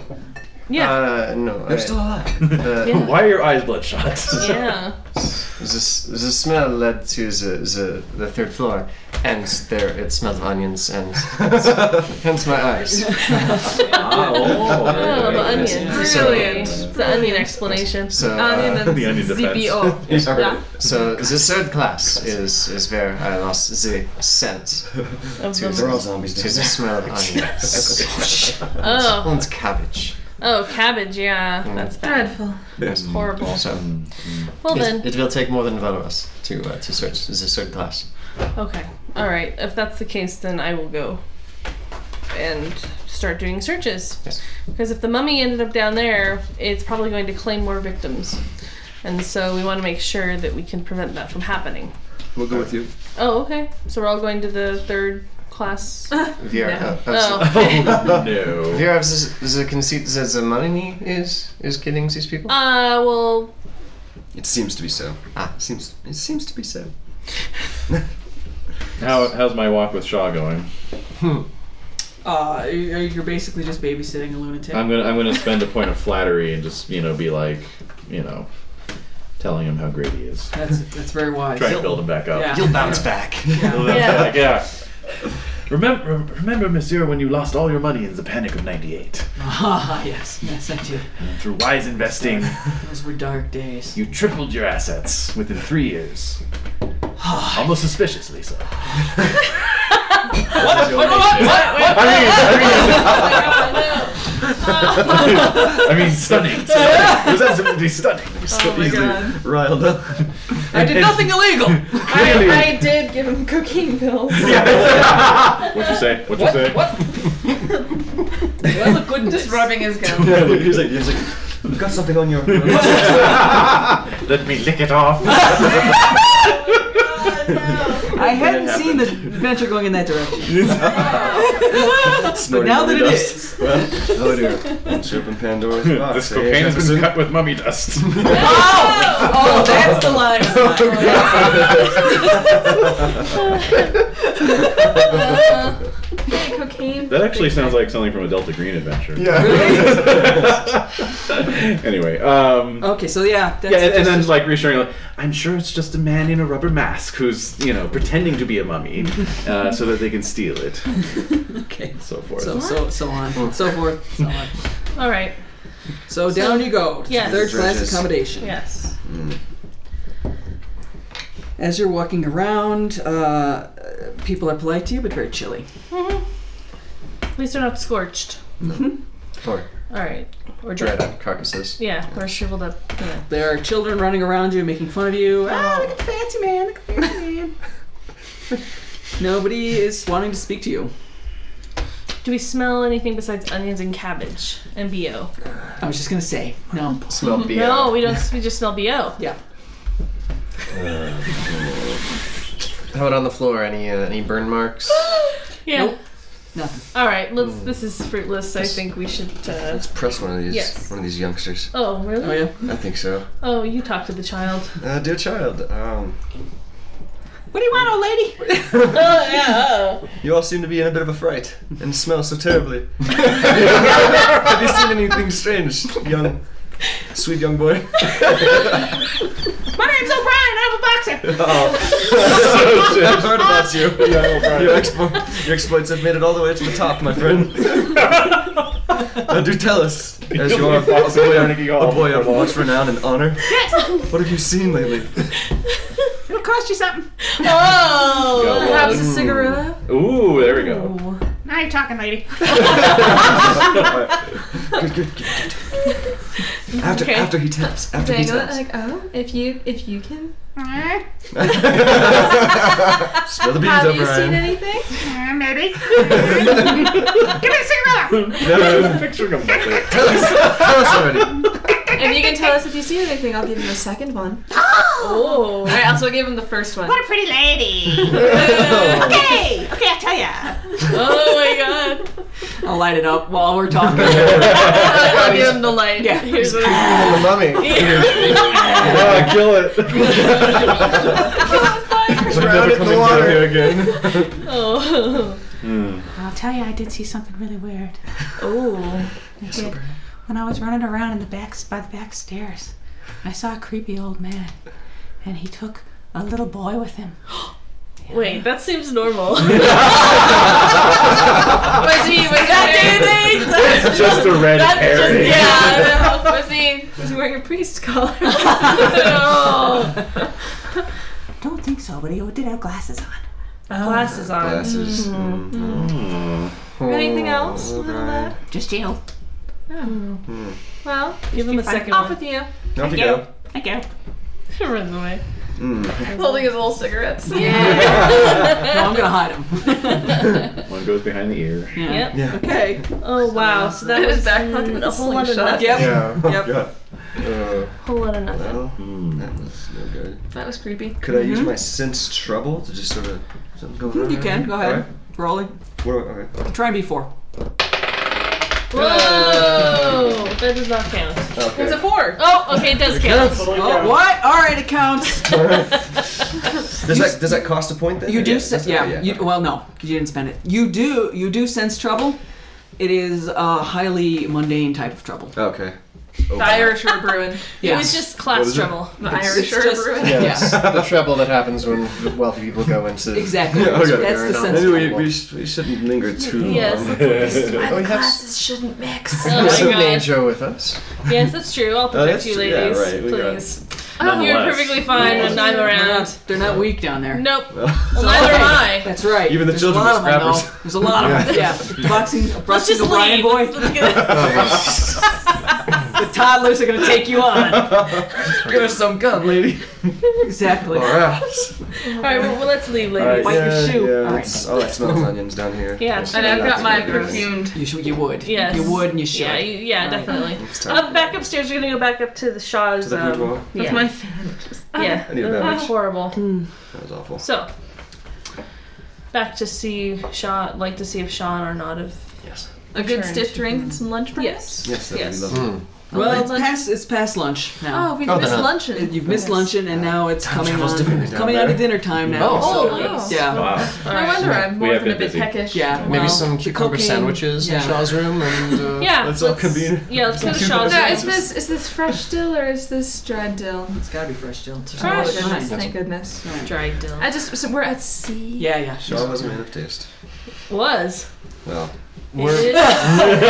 G: Yeah.
C: Uh, no. I,
H: They're still alive.
C: the,
G: Yeah.
D: Why are your eyes bloodshot?
G: Yeah.
C: This the smell led to the, the the third floor, and there it smelled of onions and hence my eyes.
D: oh,
G: Oh, the
D: very
G: onions.
D: good.
B: Brilliant.
G: It's the onion explanation.
C: So
B: onion
C: uh,
B: and
D: The onion defense.
B: ZBO.
C: yeah. so the third class is is where I lost the scent
G: Of
C: to
G: the,
H: They're all
C: the,
H: zombies.
C: to
H: now.
C: the smell of onions
G: oh,
C: and cabbage.
G: oh, cabbage. Yeah, that's bad.
B: dreadful.
H: Yes.
G: Horrible.
C: So
G: Well
C: it,
G: then,
C: it will take more than one of us to uh, to search the third class.
G: okay. All right. If that's the case, then I will go and start doing searches.
C: Yes.
G: Because if the mummy ended up down there, it's probably going to claim more victims, and so we want to make sure that we can prevent that from happening.
H: We'll go with you.
G: Oh, okay. So we're all going to the third class.
C: We are, uh,
D: No.
G: Oh,
C: Do you have the, the conceit that the money is is killing these people?
G: Uh, well,
H: It seems to be so.
C: Ah.
H: It seems. It seems to be so.
D: How, how's my walk with Shaw going?
E: Uh, you're you're basically just babysitting a lunatic.
D: I'm gonna I'm gonna spend a point of flattery and just you know be like you know telling him how great he is.
E: that's that's very wise.
D: Try and build him back up.
E: Yeah.
C: You'll bounce back.
D: Build him
G: Yeah.
D: back, yeah.
U: Remember, remember, Monsieur, when you lost all your money in the panic of '98
E: Ah, yes, yes, I do.
U: through wise investing.
E: Those were dark days.
U: You tripled your assets within three years. Almost suspiciously so.
E: What? What? What?
U: I mean, I mean, I mean, stunning. stunning. It was absolutely stunning.
H: You're so easily riled up.
E: I did nothing illegal.
U: Clearly,
B: I did give him cocaine pills.
D: What you say? What you say?
E: Do I look good in
I: Just
E: this?
I: rubbing his gum.
H: he's like, he's like, we've got something on your.
U: let me lick it off.
E: I hadn't seen the adventure going in that direction.
H: Snorting
E: now that
H: mummy
E: it
H: dust.
E: is.
H: Well, oh dear. Let's open Pandora's box.
D: This
H: eh,
D: cocaine has been
H: Jefferson?
D: cut with mummy dust.
E: Oh, oh, that's the line. of the line.
B: Hey, cocaine.
D: That actually sounds like something from a Delta Green adventure. anyway, um,
E: Okay, so yeah, Oh, that's
U: yeah, and, and
E: just-
U: then like reassuring, like, I'm sure it's just a man in a rubber mask who's you know pretending to be a mummy, uh, so that they can steal it,
E: okay.
U: so forth.
E: So so so on, so forth, so on.
G: All right.
E: So down you go. to
G: Yes.
E: Third class
H: Bridges.
E: accommodation.
G: Yes.
E: As you're walking around, uh, people are polite to you, but very chilly.
G: At least they're not scorched.
C: Or
G: All right. Or
C: dried
G: dead.
C: up carcasses.
G: Yeah, or shriveled up. Yeah.
E: There are children running around you, making fun of you. Ah, look at the fancy man! Look at the fancy man! Nobody is wanting to speak to you.
G: Do we smell anything besides onions and cabbage and bo?
E: I was just gonna say no.
C: Smell beer.
G: No, we don't. We just smell bo.
E: Yeah.
C: How about on the floor? Any uh, any burn marks?
G: Yeah.
E: Nope. Nothing.
G: All right. Let's. This is fruitless. I think we should. Uh...
H: Let's press one of these.
G: Yes.
H: One of these youngsters.
G: Oh really?
E: Oh yeah.
H: I think so.
G: Oh, you talk to the child.
H: Uh, dear child, um,
E: What do you want, old lady?
G: oh yeah.
H: you all seem to be in a bit of a fright and smell so terribly. Have you seen anything strange, young, sweet young boy?
E: My name's O'Brien. I'm a boxer.
H: I've heard about you. your, explo- your exploits have made it all the way to the top, my friend. now do tell us, as you are a boy, a boy of much renown and honor. What have you seen lately?
E: It'll cost you something.
G: Oh.
B: Perhaps a cigarette.
D: Ooh, there we go.
E: Now you're talking, lady.
H: Good, good, good, good. After,
G: Okay.
H: after he taps, after he
B: Dangle it
H: taps.
B: like, oh, if you if you can.
H: Spill the beans,
B: Have you
C: eh?
B: seen
H: O'Brien.
B: anything?
I: Maybe.
D: I'm picturing a mummy.
H: Tell us, tell us already.
B: If you can tell us if you see anything, I'll give him the second one.
G: Oh.
B: Alright, I'll still give him the first one.
I: a pretty lady. okay, okay, I'll tell ya.
G: Oh my god.
E: I'll light it up while we're talking.
G: I'll give him the light.
E: Yeah.
G: Here's what
C: The mummy.
D: Ah, kill it.
C: Drown it in the water.
G: Oh.
I: I'll tell you, I did see something really weird.
G: Oh.
I: When I was running around in the back by the back stairs, I saw a creepy old man, and he took a little boy with him.
G: Wait, that seems normal. was he? Was that anything?
D: It's just a red herring.
G: Yeah. no.
B: Was he was he wearing a priest collar?
G: No.
I: Don't think so, but he did have glasses on.
G: Glasses on.
H: Glasses. Mm,
D: Hmm.
B: Anything else?
H: Oh, O'Brien.
I: Just you.
B: Well,
G: Give him a second
B: off
G: one.
B: with you.
H: Off you go.
I: Thank you.
G: Runs away.
B: Holding his little cigarettes.
E: No, I'm gonna hide him.
D: One goes behind the ear.
G: Yep.
H: Yeah.
E: okay.
G: Oh wow. So that
B: In his
G: was
B: back pocket
G: mm,
B: with
G: a
B: a
G: whole lot of
B: slingshot.
G: nothing.
E: Yep.
H: Yeah. Oh,
E: Yep.
H: God. Uh,
G: Whole lot of nothing.
H: well, that was no Hmm, good.
B: That was creepy.
H: Could I use my sense trouble to just sort of something going on?
E: Mm-hmm. You can go ahead. Rolling.
H: All right. What do I- okay.
E: Try and be four.
G: Whoa. That does not count.
H: Okay.
I: It's a four.
G: Oh, okay, it does count.
E: Oh, what? All right, it counts.
H: Does that does that cost a point then?
E: You do,
H: Yeah,
E: sense,
H: that's-
E: yeah.
H: okay,
E: You, well, no, 'cause you didn't spend it. You do, you do sense trouble. It is a highly mundane type of trouble.
H: Okay.
G: The Irish or Bruin. It
E: Yes.
G: was just
C: What
G: class
C: is it?
G: trouble. The
C: It's-
G: Irish
C: it's
G: or
C: just-
G: Bruin.
C: Yeah, it's the trouble that happens when wealthy people go into
E: Exactly.
C: areas where
E: Okay. That's
C: they're
E: the
C: not
E: sense
H: Maybe
C: trouble.
H: we, we, sh- we shouldn't linger too
G: Yes.
H: long.
C: Oh, we have s-
B: Classes shouldn't mix.
G: Oh
C: we have
G: my
C: some
G: God.
C: banjo with us.
G: Yes, that's true. I'll
H: Oh,
G: protect
H: that's
G: you,
H: true. Yeah,
G: ladies.
H: right, we got-
G: Please. You're
U: Nonetheless.
G: perfectly fine when I'm
E: They're
G: around.
E: not, they're not weak down there.
G: Nope. Well, neither am I.
E: That's right.
H: Even the
E: There's
H: children
E: a lot
H: are
E: of them,
H: scrappers.
E: though. There's a lot of them. Yeah. Boxing,
G: Let's
E: boxing
G: just
E: O'Brien
G: leave.
E: boy.
G: Let's get out.
H: Oh,
E: The toddlers are going to take you on.
H: Give us some gun, lady.
E: exactly.
H: Or else.
G: All right, well, well, let's leave,
H: All
G: ladies.
H: right,
E: Wipe your
H: yeah,
E: shoe.
H: yeah,
E: All
H: that's- All that smells onions down here.
G: Yeah,
B: And I've got mine
H: Yeah.
B: perfumed.
E: You should. You would.
G: Yes.
E: You would and you should.
G: Yeah, you,
E: All
G: yeah,
E: right.
G: definitely.
H: It's time.
G: Um, back upstairs. We're gonna go back up to the Shaw's.
H: To the
G: um,
H: boudoir.
G: yeah.
B: My fan.
G: yeah.
H: I need a
G: They're
H: beverage.
G: horrible.
H: That was awful.
G: So, back to see Shaw. Like to see if Sean or not of.
H: Yes.
B: A good
G: Sure.
B: stiff drink and some lunch break.
G: Yes.
H: Yes, that
G: Yes.
H: would be lovely.
E: Well, it's
G: lunch-
E: past, it's past lunch now.
B: Oh, we've
C: Oh,
B: missed
C: they're not-
B: luncheon.
E: You've missed luncheon and now it's
H: Time
E: coming
H: travel's differently
E: on
H: down
E: coming
H: there.
E: on to dinner time now.
C: Oh.
E: so-
B: Oh, wow.
E: Yeah.
U: Wow.
B: No wonder I'm
U: We
B: more
U: have
B: than a
U: been
B: bit
U: busy.
B: peckish.
E: Yeah.
B: Wow.
C: Maybe some
E: the
C: cucumber
E: cocaine,
C: sandwiches
E: yeah.
C: in Shaw's room and uh,
G: Yeah.
H: Let's all convene.
G: Yeah, let's go to Shaw's.
B: No, is this is this fresh dill or is this dried dill?
E: It's gotta be fresh, Jill. There's no
B: Oh,
E: other
G: Fresh.
E: kind.
B: goodness, thank goodness.
G: Dried dill.
B: I just so we're at sea.
E: Yeah, yeah.
H: Sean was a man of taste.
G: Was.
H: Well,
C: we're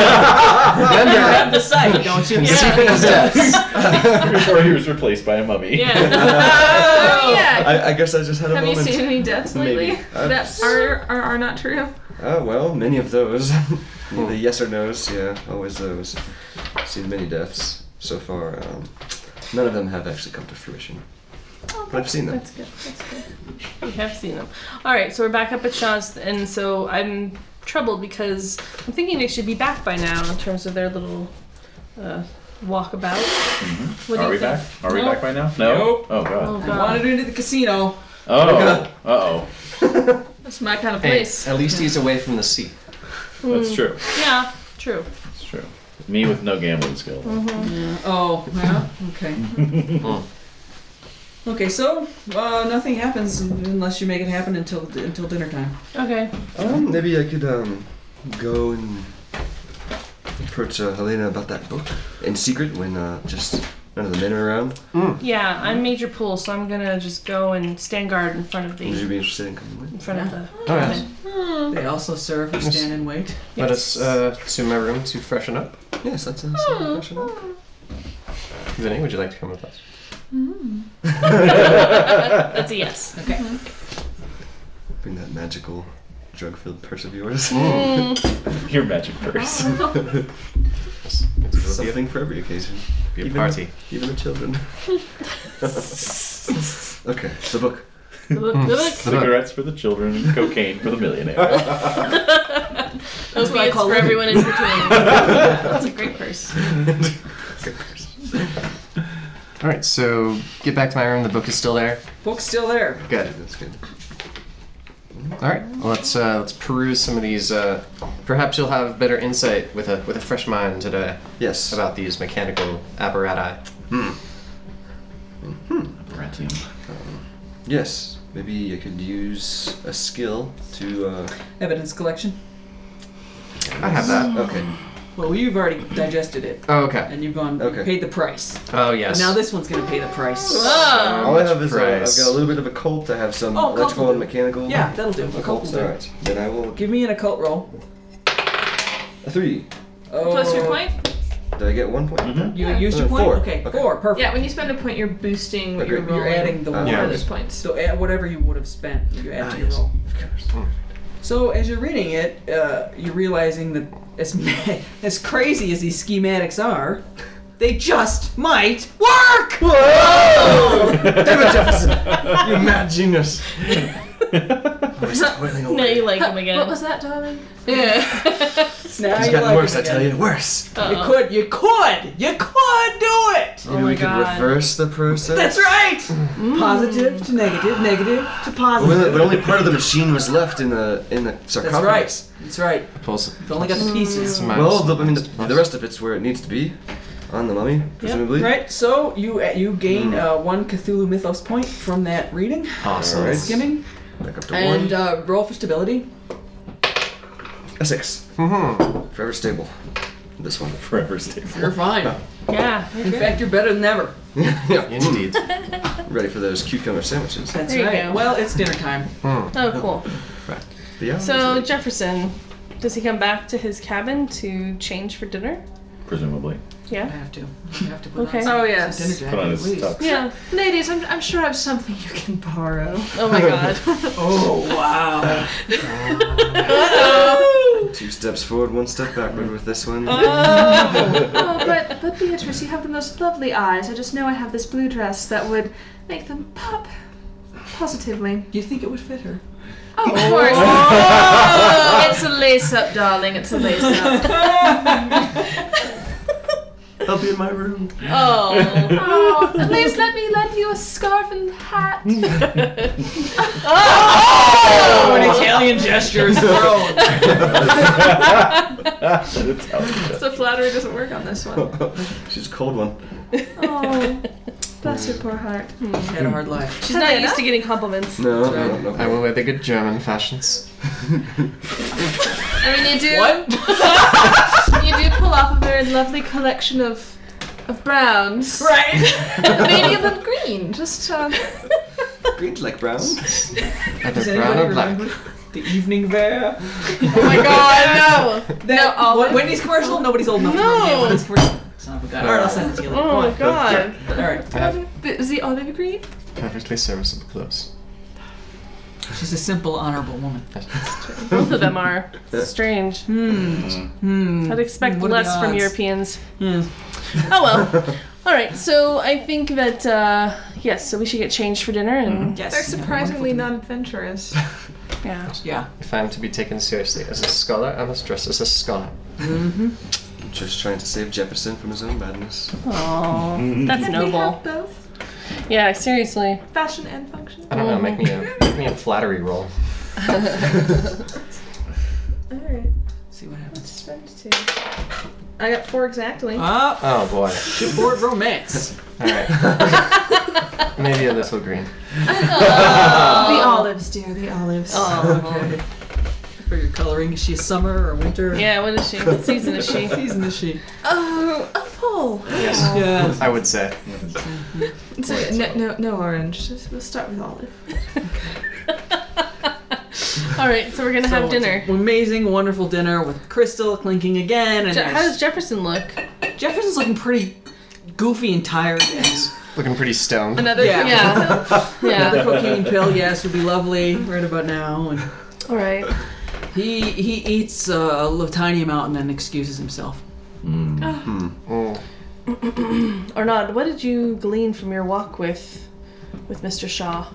E: You have the sight, don't you?
G: Yeah.
U: Before he was replaced by a mummy.
G: yeah.
B: Oh, yeah.
H: I, I guess I just had a
B: Have you
H: moment.
B: seen any deaths lately
U: Maybe.
H: Uh,
B: that are, are are not true?
H: Oh well, many of those. the yes or no's, yeah, always those. Seen many deaths so far. Um, none of them have actually come to fruition, but I've seen them.
B: Oh, That's good. That's good.
G: we have seen them. All right, so we're back up at Shaw's, and so I'm troubled because I'm thinking they should be back by now in terms of their little uh, walkabout. What do
D: Are
G: you
D: we
G: think?
D: back? Are we
G: No.
D: back by now? No.
E: Nope.
D: Oh
G: Oh
D: god.
G: god.
E: Wandered into the casino.
D: Oh. Uh oh.
B: That's my kind of
C: hey,
B: place.
C: at least he's away from the sea.
D: That's
G: Hmm.
D: true.
G: Yeah, true.
D: That's true. Me with no gambling skill.
G: Hmm.
E: Oh, yeah. Okay. Okay, so uh, nothing happens unless you make it happen until until dinner time.
G: Okay.
H: Um, maybe I could um, go and approach uh, Helena about that book in secret when uh, just none of the men are around.
C: Hmm.
G: Yeah, I'm Major Pool, so I'm gonna just go and stand guard in front of the
H: Would you be interested in coming
G: in
H: with?
G: front of the
C: All right,
E: They also serve and stand and wait.
C: let us uh, to my room to freshen up.
H: Yes, that's
B: Oh,
H: a solid question.
C: Vinny, would you like to come with us?
G: That's a yes.
H: Bring that magical drug-filled purse of yours.
E: Mm.
D: Your magic purse.
H: Something for every occasion.
C: Be a
H: Even-
C: party.
H: Even the children. okay, the book.
G: The book, the book.
U: Cigarettes for the children, cocaine for the millionaire.
G: That's
E: what I call
G: for
E: living.
G: everyone in between. Yeah, That's a great purse.
C: All right, so get back to my room. The book is still there.
E: Book's still there.
C: Good.
H: That's good.
C: All right, let's uh, let's peruse some of these. Uh, perhaps you'll have better insight with a with a fresh mind today
H: Yes.
C: about these mechanical apparati.
H: Yes. Maybe I could use a skill to. Uh,
E: Evidence collection.
C: I have that.
E: Mm.
H: okay.
E: Well, you've already digested it,
C: Oh, okay.
E: and you've gone you
H: Okay.
E: paid the price.
C: Oh, yes.
E: Now this one's gonna pay the price.
G: Oh.
H: All I have is uh, I've
C: price.
H: got a little bit of a cult. I have
E: Um,
H: some
E: Oh, cult
H: electrical
E: will
H: and
E: do.
H: mechanical.
E: Yeah, that'll do. A cult will
H: Occults.
E: do.
H: All right. Then I will get
E: Give me an occult roll.
H: a three.
E: Oh,
G: Plus your point?
H: Did I get one point?
E: You used your
H: Uh,
E: point.
H: four.
E: Okay,
H: Okay.
E: four. Perfect.
B: Yeah, when you spend a point, you're boosting what
H: Okay,
B: you're
H: you're
B: rolling.
E: You're adding the
H: Uh,
E: one.
B: for
H: Yeah.
B: those points.
E: So add whatever you would have spent, you add to your roll.
H: Of course.
E: So as you're reading it, uh, you're realizing that as ma- as crazy as these schematics are, they just might work. Mm.
H: David Jefferson, you mad genius. Always toiling
G: Now
H: away.
G: you like him again.
B: What was that, darling?
G: yeah.
E: Now
H: It's
E: you
H: gotten
E: like
H: worse,
E: it
H: I tell
E: again.
H: you. Worse.
E: You could, you could, you could do it.
H: Maybe
G: my
H: we could
G: God.
H: reverse the process.
E: That's right.
H: Mm.
E: Positive to negative, negative to
H: But
E: positive.
H: only- but only part of the machine was left in the in the
E: That's
H: sarcophagus.
E: right. That's right.
C: Pulse.
E: You've only got the pieces.
H: Well, the, I mean, the, the rest of it's where it needs to be, on the mummy, presumably.
E: Right. So you uh, you gain uh, one Cthulhu Mythos point from that reading,
C: Awesome.
H: All right.
E: skimming,
H: Back up to
E: and
H: one.
E: uh, roll for stability.
H: A six.
C: Mm-hmm.
H: Forever stable.
V: This one.
D: Forever stable.
E: You're fine.
G: Yeah.
E: In fact, you're better than ever.
H: yeah,
C: Indeed.
H: Ready for those cucumber sandwiches.
E: That's
G: There you
E: right.
G: go.
E: Well, it's dinner time.
G: Oh, cool.
H: But yeah,
G: So Jefferson, does he come back to his cabin to change for dinner?
D: Presumably.
E: I
G: Yeah.
E: have to. You have to put
G: Okay.
E: on some,
B: Oh,
E: some
B: yes.
E: dinner jacket,
D: Put on
E: please.
D: his tux.
G: Yeah.
B: Ladies, I'm, I'm sure I have something you can borrow.
G: Oh my God.
E: Oh wow.
H: two steps forward, one step backward with this one.
G: Uh.
B: Oh, but, but Beatrice, you have the most lovely eyes. I just know I have this blue dress that would make them pop. Positively.
E: Do you think it would fit her?
B: Oh, of course. Oh,
W: it's a lace up, darling. It's a lace up.
H: I'll be in my room.
G: Oh.
B: Oh, at least let me lend you a scarf and hat.
E: Oh, an Italian gesture is thrown.
D: That's how it is.
B: So flattery doesn't work on this one.
H: She's a cold one.
B: Oh, bless your poor heart.
E: Had a hard life.
G: She's not used to getting compliments.
H: No, no, no.
C: I will wear the good German fashions.
B: I mean, you do. You do pull off a very lovely collection of of browns.
E: Right.
B: Maybe a little green, just uh,
H: Green's like brown.
C: Either
E: Does
C: brown
E: anybody
C: or black.
E: remember the evening there?
G: Oh my God. No.
E: That
G: No, Olive.
E: Wendy's commercial. Nobody's old enough to remember
G: No.
E: the Wendy's commercial. Son of a gun. All right, I'll send it to you. later.
G: Oh my God.
E: All right.
C: I have
B: is the olive green?
C: perfectly serviceable clothes.
E: She's a simple, honorable woman.
G: Both of them are strange.
E: Hmm.
G: I'd expect
E: What are the
G: less from
E: odds?
G: Europeans.
E: Hmm.
G: Oh well. All right. So I think that uh, yes. So we should get changed for dinner and
E: Yes.
B: They're
E: you have a
B: surprisingly
E: wonderful-
B: non-adventurous.
G: yeah.
E: Yeah.
C: If I am to be taken seriously as a scholar, I must dress as a scholar.
H: Just trying to save Jefferson from his own badness.
G: Oh, that's
B: Can we
G: noble.
B: have both
G: Yeah. Seriously.
B: fashion and function?
C: I don't know, make me a make me a flattery roll.
B: All right,
E: See what happens.
B: spend two. I got four exactly.
E: Up.
C: Oh boy.
E: Shipboard romance.
C: Alright. Maybe a little green.
B: The olives, dear, the olives.
E: Okay. For your coloring, is she summer or winter?
G: Yeah. What is she? What season is she?
E: Season is she?
B: Oh, a full.
C: Yes.
E: Yeah.
C: I would say.
B: It's okay. No, no, no orange. Just, we'll start with olive.
G: All right. So we're gonna
E: So
G: have
E: it's
G: dinner.
E: an Amazing, wonderful dinner with Crystal clinking again, and
G: Je- how does
E: there's-
G: Jefferson look?
E: Jefferson's looking pretty goofy and tired. Yes.
C: Looking pretty stoned.
B: Another
E: Yeah.
G: Yeah.
E: The
G: Yeah.
E: cocaine pill, yes, would be lovely right about now. And
G: All right.
E: he he eats uh, a little tiny amount and then excuses himself.
C: Mm.
G: Arnaud, what did you glean from your walk with with Mr. Shaw?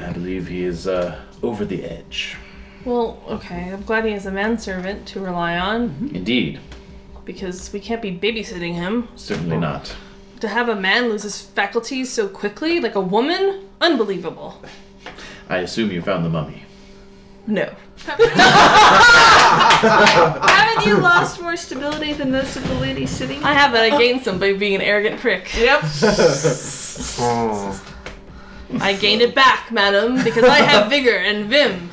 X: I believe he is uh, over the edge.
G: Well, okay. I'm glad he has a manservant to rely on.
X: Mm-hmm. Indeed.
G: because we can't be babysitting him.
X: Certainly not.
G: To have a man lose his faculties so quickly, like a woman, unbelievable.
X: I assume you found the mummy.
G: No.
B: Haven't you lost more stability than most of the ladies sitting?
G: I have it. I gained some by being an arrogant prick.
E: Yep.
H: Oh.
C: Mm.
G: I gained it back, madam, because I have vigor and vim.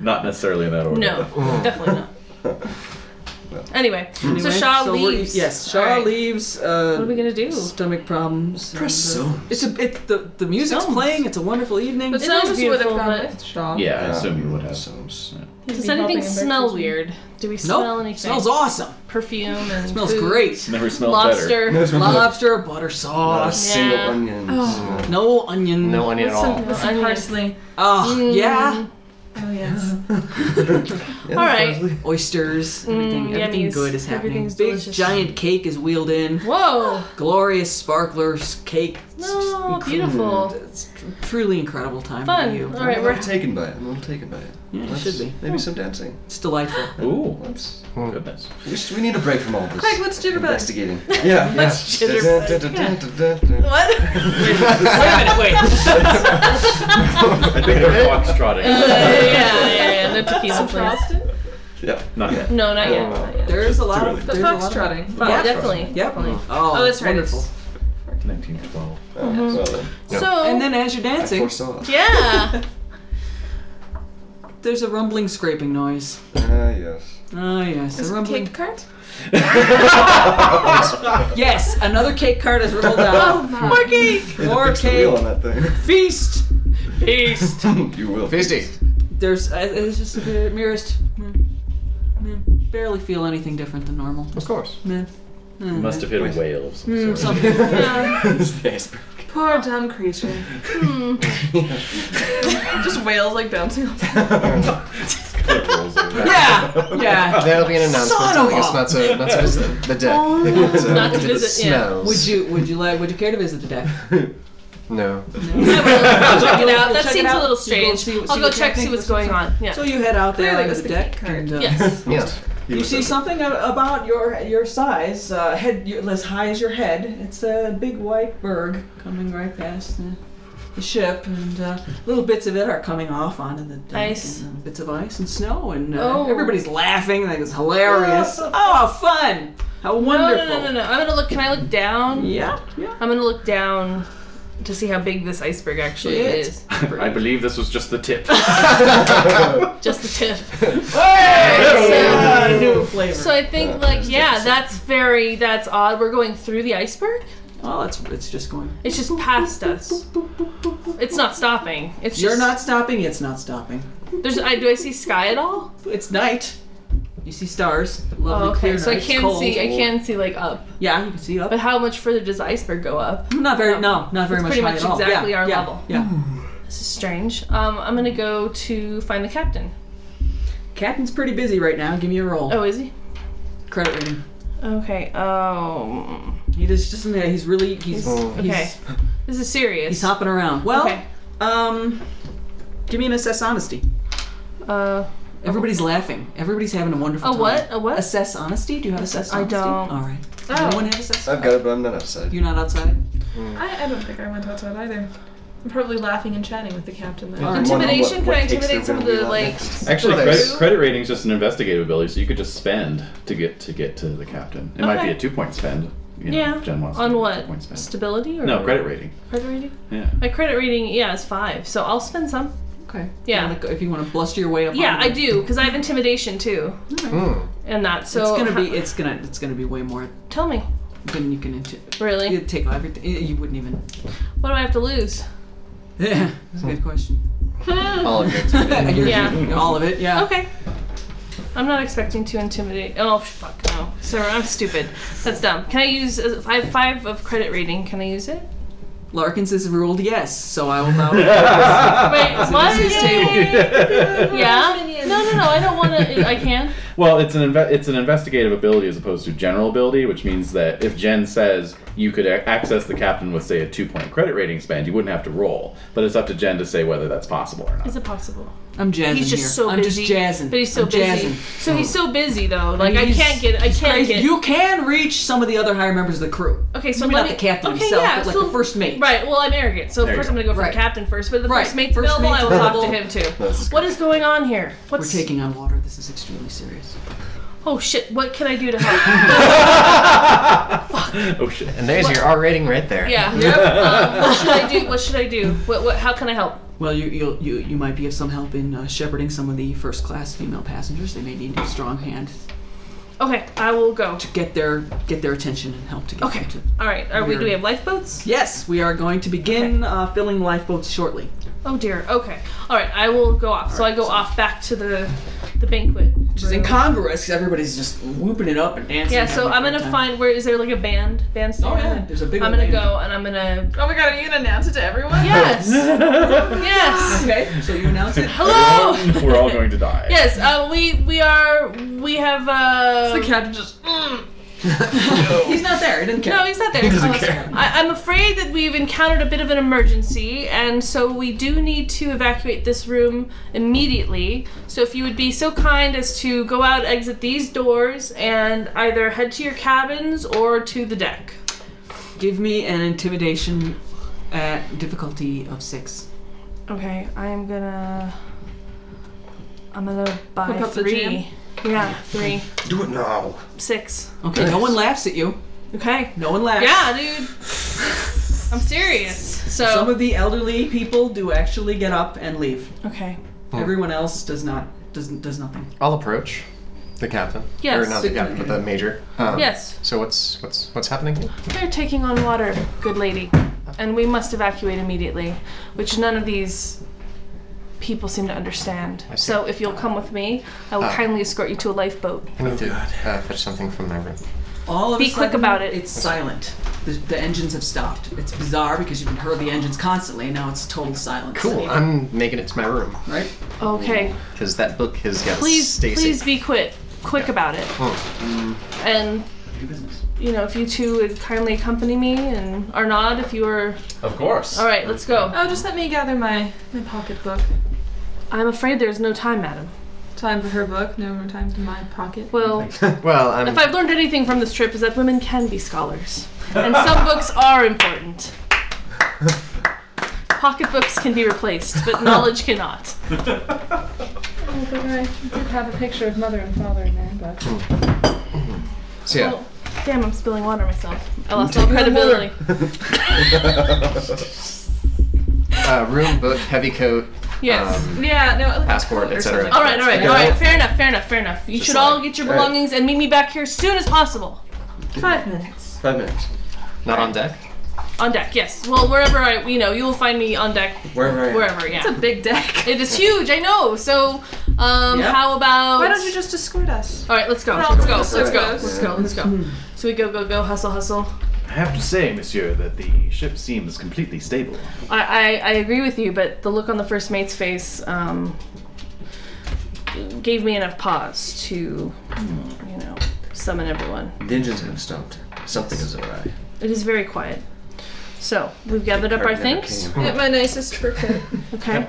D: Not necessarily in that order.
G: No, definitely not. Anyway, so Shaw
E: we're-
G: leaves.
E: Yes, Shaw
G: All right.
E: leaves. Uh,
G: What are we gonna do?
E: Stomach problems. and, uh,
H: Priscilla.
E: It's a it, the the music's
G: Stones.
E: playing. It's a wonderful evening.
G: It sounds beautiful, but
B: with Shaw.
D: Yeah, I assume you would have.
H: Sounds-
G: does anything smell weird? Do we smell
E: nope.
G: anything?
E: Smells awesome.
G: Perfume and
E: Smells
G: food.
E: great.
D: Never smelled better.
G: Lobster.
E: Lobster, butter
H: Not a
E: sauce,
H: single
G: Yeah.
H: onion.
E: no onion.
C: No onion at all.
G: No,
B: Some
G: onion.
B: parsley.
E: Oh
G: Mm.
E: yeah,
B: Oh yes.
G: All right.
E: oysters. Everything, everything
G: yummies.
E: good is happening.
G: Mm, Everything's
E: Big
G: delicious.
E: giant cake is wheeled in.
G: Whoa.
E: Glorious sparklers cake.
G: No, beautiful.
E: It's tr- truly incredible time for
G: Fun.
E: you.
G: All right,
H: I'm
G: we're
H: taken by it. I'm a little taken by it.
E: Yeah, it
H: Let's-
E: should be.
H: Maybe some dancing.
E: It's delightful.
D: Ooh.
H: Let's.
D: Goodness.
H: We, just, we need a break from all this.
B: Craig, let's jitterbug.
H: Investigating. Yeah.
G: Let's
H: yeah.
G: jitterbug.
H: Dun-dun-dun-dun-dun-dun.
G: what?
E: Wait a minute, wait.
D: I think they're foxtrotting.
G: yeah, yeah, yeah. No tequila, please.
B: Charleston?
H: Yeah.
D: Not yet.
G: No, not yet.
H: Oh.
E: There's a lot of
B: The
E: there's a lot of-
B: foxtrotting.
G: Yeah, definitely.
E: Yep.
G: definitely.
E: Oh,
G: Oh, that's right.
E: wonderful.
D: 1912.
G: Mm-hmm.
H: Well, then,
G: So
E: Oh. And then as you're
H: I
E: dancing,
H: foresaw.
G: yeah.
E: There's a rumbling scraping noise.
H: Ah, yes.
E: Ah, yes.
B: Is
E: a
B: it a
E: rumbling.
B: cake cart?
E: Yes, another cake card is rolled out.
B: my.
E: More cake! More
H: Wheel
E: cake!
H: on that thing.
E: Feast! Feast!
H: you will.
C: Feisty.
E: There's, uh, it's just the very merest. mm, mm, Barely feel anything different than normal.
C: Of course.
E: Mm, mm,
D: Must have hit a whale of some
G: Hmm.
D: sort.
E: Something.
B: Poor dumb creature.
G: Just whales like bouncing off.
E: yeah! Yeah!
C: There'll be an announcement
E: Son of
C: telling
E: a-
C: us not to not to visit the deck. if it, uh,
G: Not to
C: if it
G: visit, yeah.
C: smells.
E: Would you would you like would you care to visit the deck?
C: No.
G: check it out.
E: We'll
G: That
E: check it
G: seems
E: out.
G: a little
E: You go
G: strange.
E: see-
G: I'll
E: see
G: go
E: what you
G: check,
E: think
G: see what's
E: versus
G: going on. Yeah.
E: So you head out there
B: Clearly
E: onto
B: it's
E: the
B: the
E: deck
B: key card.
E: and uh,
G: Yes.
C: Yes.
E: you see something a- about your your size, uh, head your, as high as your head. It's a big white berg coming right past the, the ship, and uh, little bits of it are coming off onto the deck.
G: Ice.
E: and, uh, bits of ice and snow, and uh,
G: Oh.
E: everybody's laughing. Like it's hilarious. oh, fun! How wonderful!
G: No, no, no, no, no. I'm gonna look. Can I look down?
E: Yeah, yeah.
G: I'm gonna look down to see how big this iceberg actually
E: It-
G: is.
Y: I believe this was just the tip.
G: Just the tip.
E: Ah, new flavor.
G: So I think like yeah, that's very that's odd. We're going through the iceberg.
E: oh, it's it's just going.
G: It's just past us. It's not stopping. It's
E: You're
G: just,
E: not stopping. It's not stopping.
G: There's I do I see sky at all?
E: It's night. You see stars. Lovely
G: Oh, okay.
E: clear
G: So I
E: night. It's
G: can
E: cold.
G: see I can see like up.
E: Yeah, you can see up.
G: But how much further does the iceberg go up?
E: Not very. No, not very
G: It's
E: much.
G: pretty
E: high
G: much
E: at all.
G: exactly
E: yeah,
G: our
E: yeah,
G: level.
E: Yeah.
G: This is strange. Um, I'm gonna go to find the captain.
E: Captain's pretty busy right now. Give me a roll.
G: Oh, is he?
E: Credit rating.
G: Okay. Oh,
E: He just just he's really he's
C: He's-
G: okay.
E: he's,
G: this is serious.
E: he's hopping around. Well,
G: Okay.
E: um, give me an assess honesty.
G: Uh,
E: Everybody's laughing. Everybody's having a wonderful
G: a
E: time.
G: what? A what?
E: Assess honesty. Do you have assess
G: I
E: honesty?
G: don't.
E: All right.
B: Oh.
E: Anyone have assess?
H: I've got it, but I'm not upset.
E: You're not outside.
B: I, I don't think I went outside either. I'm probably laughing and chatting with the captain there.
E: All right.
G: Intimidation?
H: What-
G: Can I
H: what takes
G: intimidate
H: there
G: some of
H: when we
G: the
H: left
G: like?
H: next?
D: Actually,
C: Nice.
D: credit, credit rating is just an investigative ability, so you could just spend to get to get to the captain. It might be
G: Okay.
D: a two point spend. You know,
G: Yeah.
D: if Jen wants to
G: On
D: do a
G: what?
D: two-point spend.
G: Stability or
D: No credit rating.
G: Credit rating.
D: Yeah.
G: My credit rating, yeah, is five. So I'll spend some.
E: Okay.
G: Yeah.
E: You wanna go- if you want to bluster your way up.
G: Yeah,
E: onto
G: I
E: the-
G: do because I have intimidation too,
C: Mm.
G: and that. So
E: it's gonna
G: ho-
E: be. It's gonna. It's gonna be way more
G: Tell me,
E: than you can. Into,
G: really,
E: you'd take everything. You wouldn't even.
G: what do I have to lose?
E: Yeah. That's a good question.
H: All of your
E: yeah. All of it. Yeah.
G: Okay. I'm not expecting to intimidate. Oh fuck no, sir, I'm stupid. That's dumb. Can I use uh, I have five of credit rating? Can I use it?
E: Larkins has ruled yes, so I will now.
G: Wait, what?
E: This is table.
G: Yeah. No, no, no. I don't want to. I can.
D: Well, it's an inve- it's an investigative ability as opposed to general ability, which means that if Jen says you could a- access the captain with say a two point credit rating spend, you wouldn't have to roll. But it's up to Jen to say whether that's possible or not.
G: Is it possible?
E: I'm jazzing
G: He's just
E: here.
G: so
E: I'm
G: busy.
E: just jazzing.
G: But he's so
E: I'm
G: busy.
E: jazzing.
G: So he's so busy though. Like I,
E: mean, he's-
G: can't get. I
E: he's
G: can't
E: crazy.
G: get.
E: You can reach some of the other higher members of the crew.
G: okay, so
E: Maybe
G: let
E: not
G: me-
E: the captain
G: okay,
E: himself,
G: yeah,
E: but like
G: so-
E: the first mate.
G: Right. Well, I'm arrogant, so of
D: There you
G: course
D: go.
G: I'm gonna go for
E: Right.
G: the captain first. But the
E: Right.
G: first mate's
E: First
G: available.
E: mate's
G: I will talk to
E: available.
G: him too.
H: That's
G: What is going on here?
E: We're
G: What's
E: taking on water. This is extremely serious.
G: oh shit? What can I do to help?
D: Oh shit.
C: And there's your R rating right there.
G: yeah. Um, what should I do? What should I do? What, what, how can I help?
E: Well, you you'll, you you might be of some help in uh, shepherding some of the first class female passengers. They may need a strong hand
G: Okay, I will go.
E: to get their get their attention and help to get
G: Okay.
E: them to.
G: All right. Are we? Do we have lifeboats?
E: Yes, we are going to begin uh, filling lifeboats shortly.
G: Oh dear. Okay. All right. I will go off. so I go off back to the the banquet.
E: Which is incongruous because everybody's just whooping it up and dancing.
G: Yeah.
E: and
G: So
E: having a
G: I'm
E: good
G: gonna
E: time.
G: find where is there like a band band
E: Oh
G: stand?
E: yeah, there's a big.
G: I'm
E: old
G: gonna
E: band.
G: go and I'm gonna
B: Oh my god, are you gonna announce it to everyone?
G: yes yes
E: Okay, so you announce it.
G: hello.
D: We're all going to die.
G: Yes, uh, we we are we have uh
B: The captain just. Mm.
E: He's not there. He didn't care.
G: no he's not there.
C: doesn't
G: Oh, that's
C: care.
G: right. I, I'm afraid that we've encountered a bit of an emergency, and so we do need to evacuate this room immediately. So if you would be so kind as to go out, exit these doors, and either head to your cabins or to the deck.
E: Give me an intimidation at difficulty of six.
G: Okay, I'm gonna I'm gonna buy
B: Hook up the
G: three. Yeah, three,
H: Do it now.
G: six.
E: Okay, no one laughs at you.
G: Okay.
E: No one laughs.
G: Yeah, dude. I'm serious. So
E: Some of the elderly people do actually get up and leave.
G: okay,
E: Everyone else does not doesn't does nothing.
C: I'll approach the captain.
G: Yes.
C: Or not the captain, but the major. Um,
G: Yes.
C: So what's what's what's happening here?
G: They're taking on water, good lady, and we must evacuate immediately, which none of these people seem to understand.
C: I see.
G: So if you'll come with me, I will
C: Ah.
G: kindly escort you to a lifeboat.
C: I need to uh, fetch something from my room.
E: All of
G: Be
E: a
G: quick
E: sudden,
G: about it.
E: It's silent. The, the engines have stopped. It's bizarre because you've heard the engines constantly. and Now it's total silence.
C: Cool. I'm making it to my room
E: Right?
G: Okay.
C: because that book has got
G: Please,
C: Stacy.
G: please be quick, quick about it.
C: Mm.
G: And you know, if you two would kindly accompany me, and Arnaud, if you are
D: Of course.
G: all right, let's go.
B: Oh, just let me gather my, my pocketbook.
G: I'm afraid there's no time, madam.
B: Time for her book, no more time for my pocket.
G: Well,
C: Well, um, I'm.
G: if I've learned anything from this trip is that women can be scholars, and some books are important. Pocketbooks can be replaced, but knowledge cannot.
B: Oh, but I did have a picture of mother and father in there, but.
C: so yeah.
G: Oh, damn, I'm spilling water myself. I lost all credibility.
C: Uh, room, book, heavy coat,
G: Yes.
C: um,
B: Yeah, no, like a
C: Passport,
B: coat or
C: et cetera.
B: something.
G: all right, all right,
C: Okay.
G: all right. Fair enough, fair enough, fair enough. You
C: Just
G: should all
C: like-
G: get your
C: all right.
G: belongings and meet me back here as soon as possible.
B: Five minutes.
C: five minutes. Not on deck.
G: On deck, yes. Well, wherever I, you know, you will find me on deck.
H: Wherever I am.
G: Wherever, yeah.
B: It's a big deck.
G: It is huge, I know. So, um,
E: Yeah.
G: how about?
B: Why don't you just escort us?
G: All right, let's go.
B: We're all
G: Let's go.
B: just
G: Let's go. Hmm.
B: ghosts.
G: Let's go. Let's go. So we go, go, go, hustle, hustle.
U: I have to say, monsieur, that the ship seems completely stable.
G: I, I, I agree with you, but the look on the first mate's face um, gave me enough pause to, you know, summon everyone.
H: The engines have stopped. Something is awry.
G: It is very quiet. So we've gathered up our things.
B: Get my nicest fur coat.
G: Okay.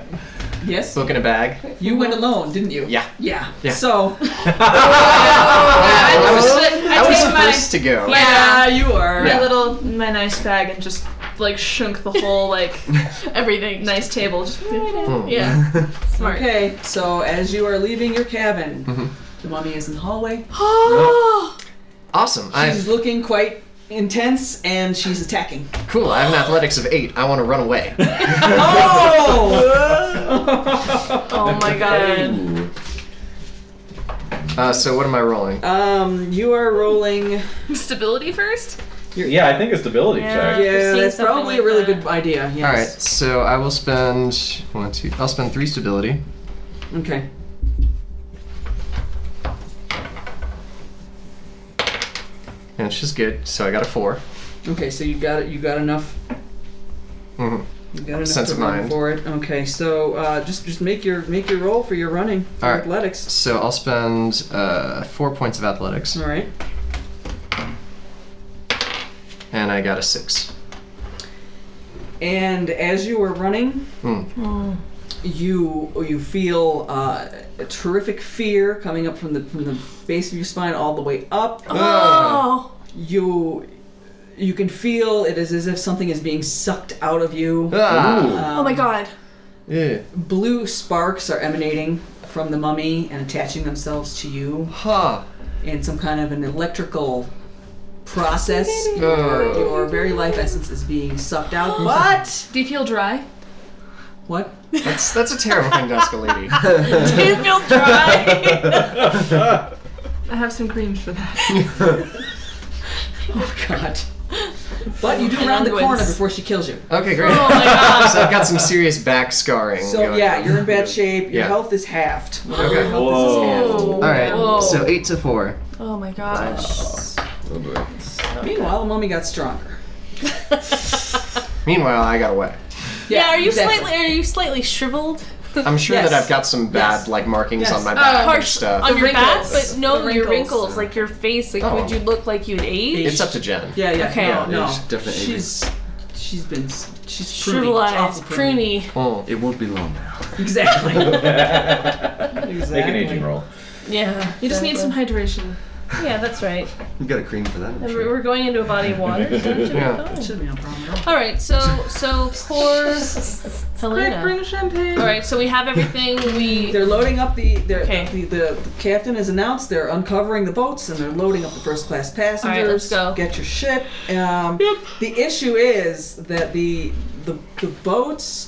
E: Yes.
C: Book in a bag.
E: You went alone, didn't you?
C: Yeah.
E: Yeah.
C: Yeah.
E: So
B: I
C: was-
B: just, I,
C: I was
B: take my,
C: supposed to go.
B: Yeah.
G: Ah,
E: yeah, you are.
B: my little, my nice bag and just like shunk the whole like
G: Everything.
B: nice table. Just
G: Yeah. Smart.
E: Okay. So as you are leaving your cabin,
C: Mm-hmm.
E: the mummy is in the hallway.
C: Awesome. I'm
E: She's looking quite intense, and she's attacking.
C: cool. I have an athletics of eight. I want to run away.
E: Oh!
G: Oh my god.
C: Uh, so what am I rolling?
E: um, you are rolling.
B: Stability first.
D: Yeah, I think a stability
G: Yeah.
D: check.
E: Yeah,
G: seeing
E: that's
G: something
E: probably
G: like
E: a really
G: that.
E: good idea.
C: All right.
E: Yes.
C: So I will spend one, two. I'll spend three stability.
E: All right. Okay.
C: And it's just good. So I got a four.
E: Okay. So you got it. You got enough.
C: Mhm.
E: You got enough
C: Sense
E: to
C: of
E: roll
C: mind.
E: for it. Okay. So uh, just just make your make your roll for your running for
C: All right.
E: athletics.
C: So I'll spend uh, four points of athletics,
E: All right.
C: and I got a six.
E: And as you were running,
C: Mm.
E: you you feel uh, a terrific fear coming up from the from the base of your spine all the way up.
C: Uh-huh.
G: Oh.
E: You you can feel it is as if something is being sucked out of you.
C: Ah.
G: Oh my god.
C: Yeah.
E: Blue sparks are emanating from the mummy and attaching themselves to you
C: Ha.
E: in some kind of an electrical process.
C: Oh.
E: Your very life essence is being sucked out. What?
B: Do you feel dry?
E: What?
C: That's that's a terrifying desk, lady.
G: Do you feel dry?
B: I have some creams for that.
E: Oh God. But you do round the corner
G: Penguins.
E: before she kills you.
C: Okay, great.
G: Oh my god.
C: so I've got some serious back scarring.
E: So
C: going
E: yeah,
C: on.
E: you're in bad shape. Your
C: Yeah.
E: health is halved. Whatever
C: Okay.
E: Your health
B: Oh.
E: is halved.
G: Whoa.
C: All right.
G: Whoa.
C: So eight to four.
G: Oh my gosh.
E: Meanwhile, the mummy got stronger.
C: Meanwhile, I got away.
G: Yeah, are you
E: exactly.
G: slightly are you slightly shriveled?
C: I'm sure
E: Yes.
C: that I've got some bad
E: Yes.
C: like markings
E: Yes.
C: on my back and
G: Uh, harsh
C: Uh, stuff.
G: on
B: The
G: your back,
B: wrinkles.
G: but no,
B: The
G: your
B: wrinkles.
G: wrinkles, like your face, like
C: Oh.
G: would you look like you'd age?
C: it's up to Jen.
E: Yeah, yeah.
G: Okay.
E: No, no.
H: there's definitely
E: she's she's been s- she's pruny,
G: Shrivelized,
E: awful pruny.
G: pruny.
C: Oh.
H: It won't be long now.
E: Exactly.
D: Make an
E: exactly.
D: aging roll.
G: Yeah.
B: You just need some hydration.
G: Yeah, that's right.
H: You got a cream for that? I'm
G: We're
H: sure.
G: we're going into a body of water. so it should be
C: Yeah.
G: fine.
E: Should be no problem. at all.
G: All right, so so poor
B: Quick,
G: Helena.
B: bring champagne.
G: All right, so we have everything. We
E: They're loading up the they're,
G: Okay.
E: the, the the captain has announced they're uncovering the boats and they're loading up the first class passengers.
G: All right, let's go.
E: Get your ship. Um, The issue is that the the the boats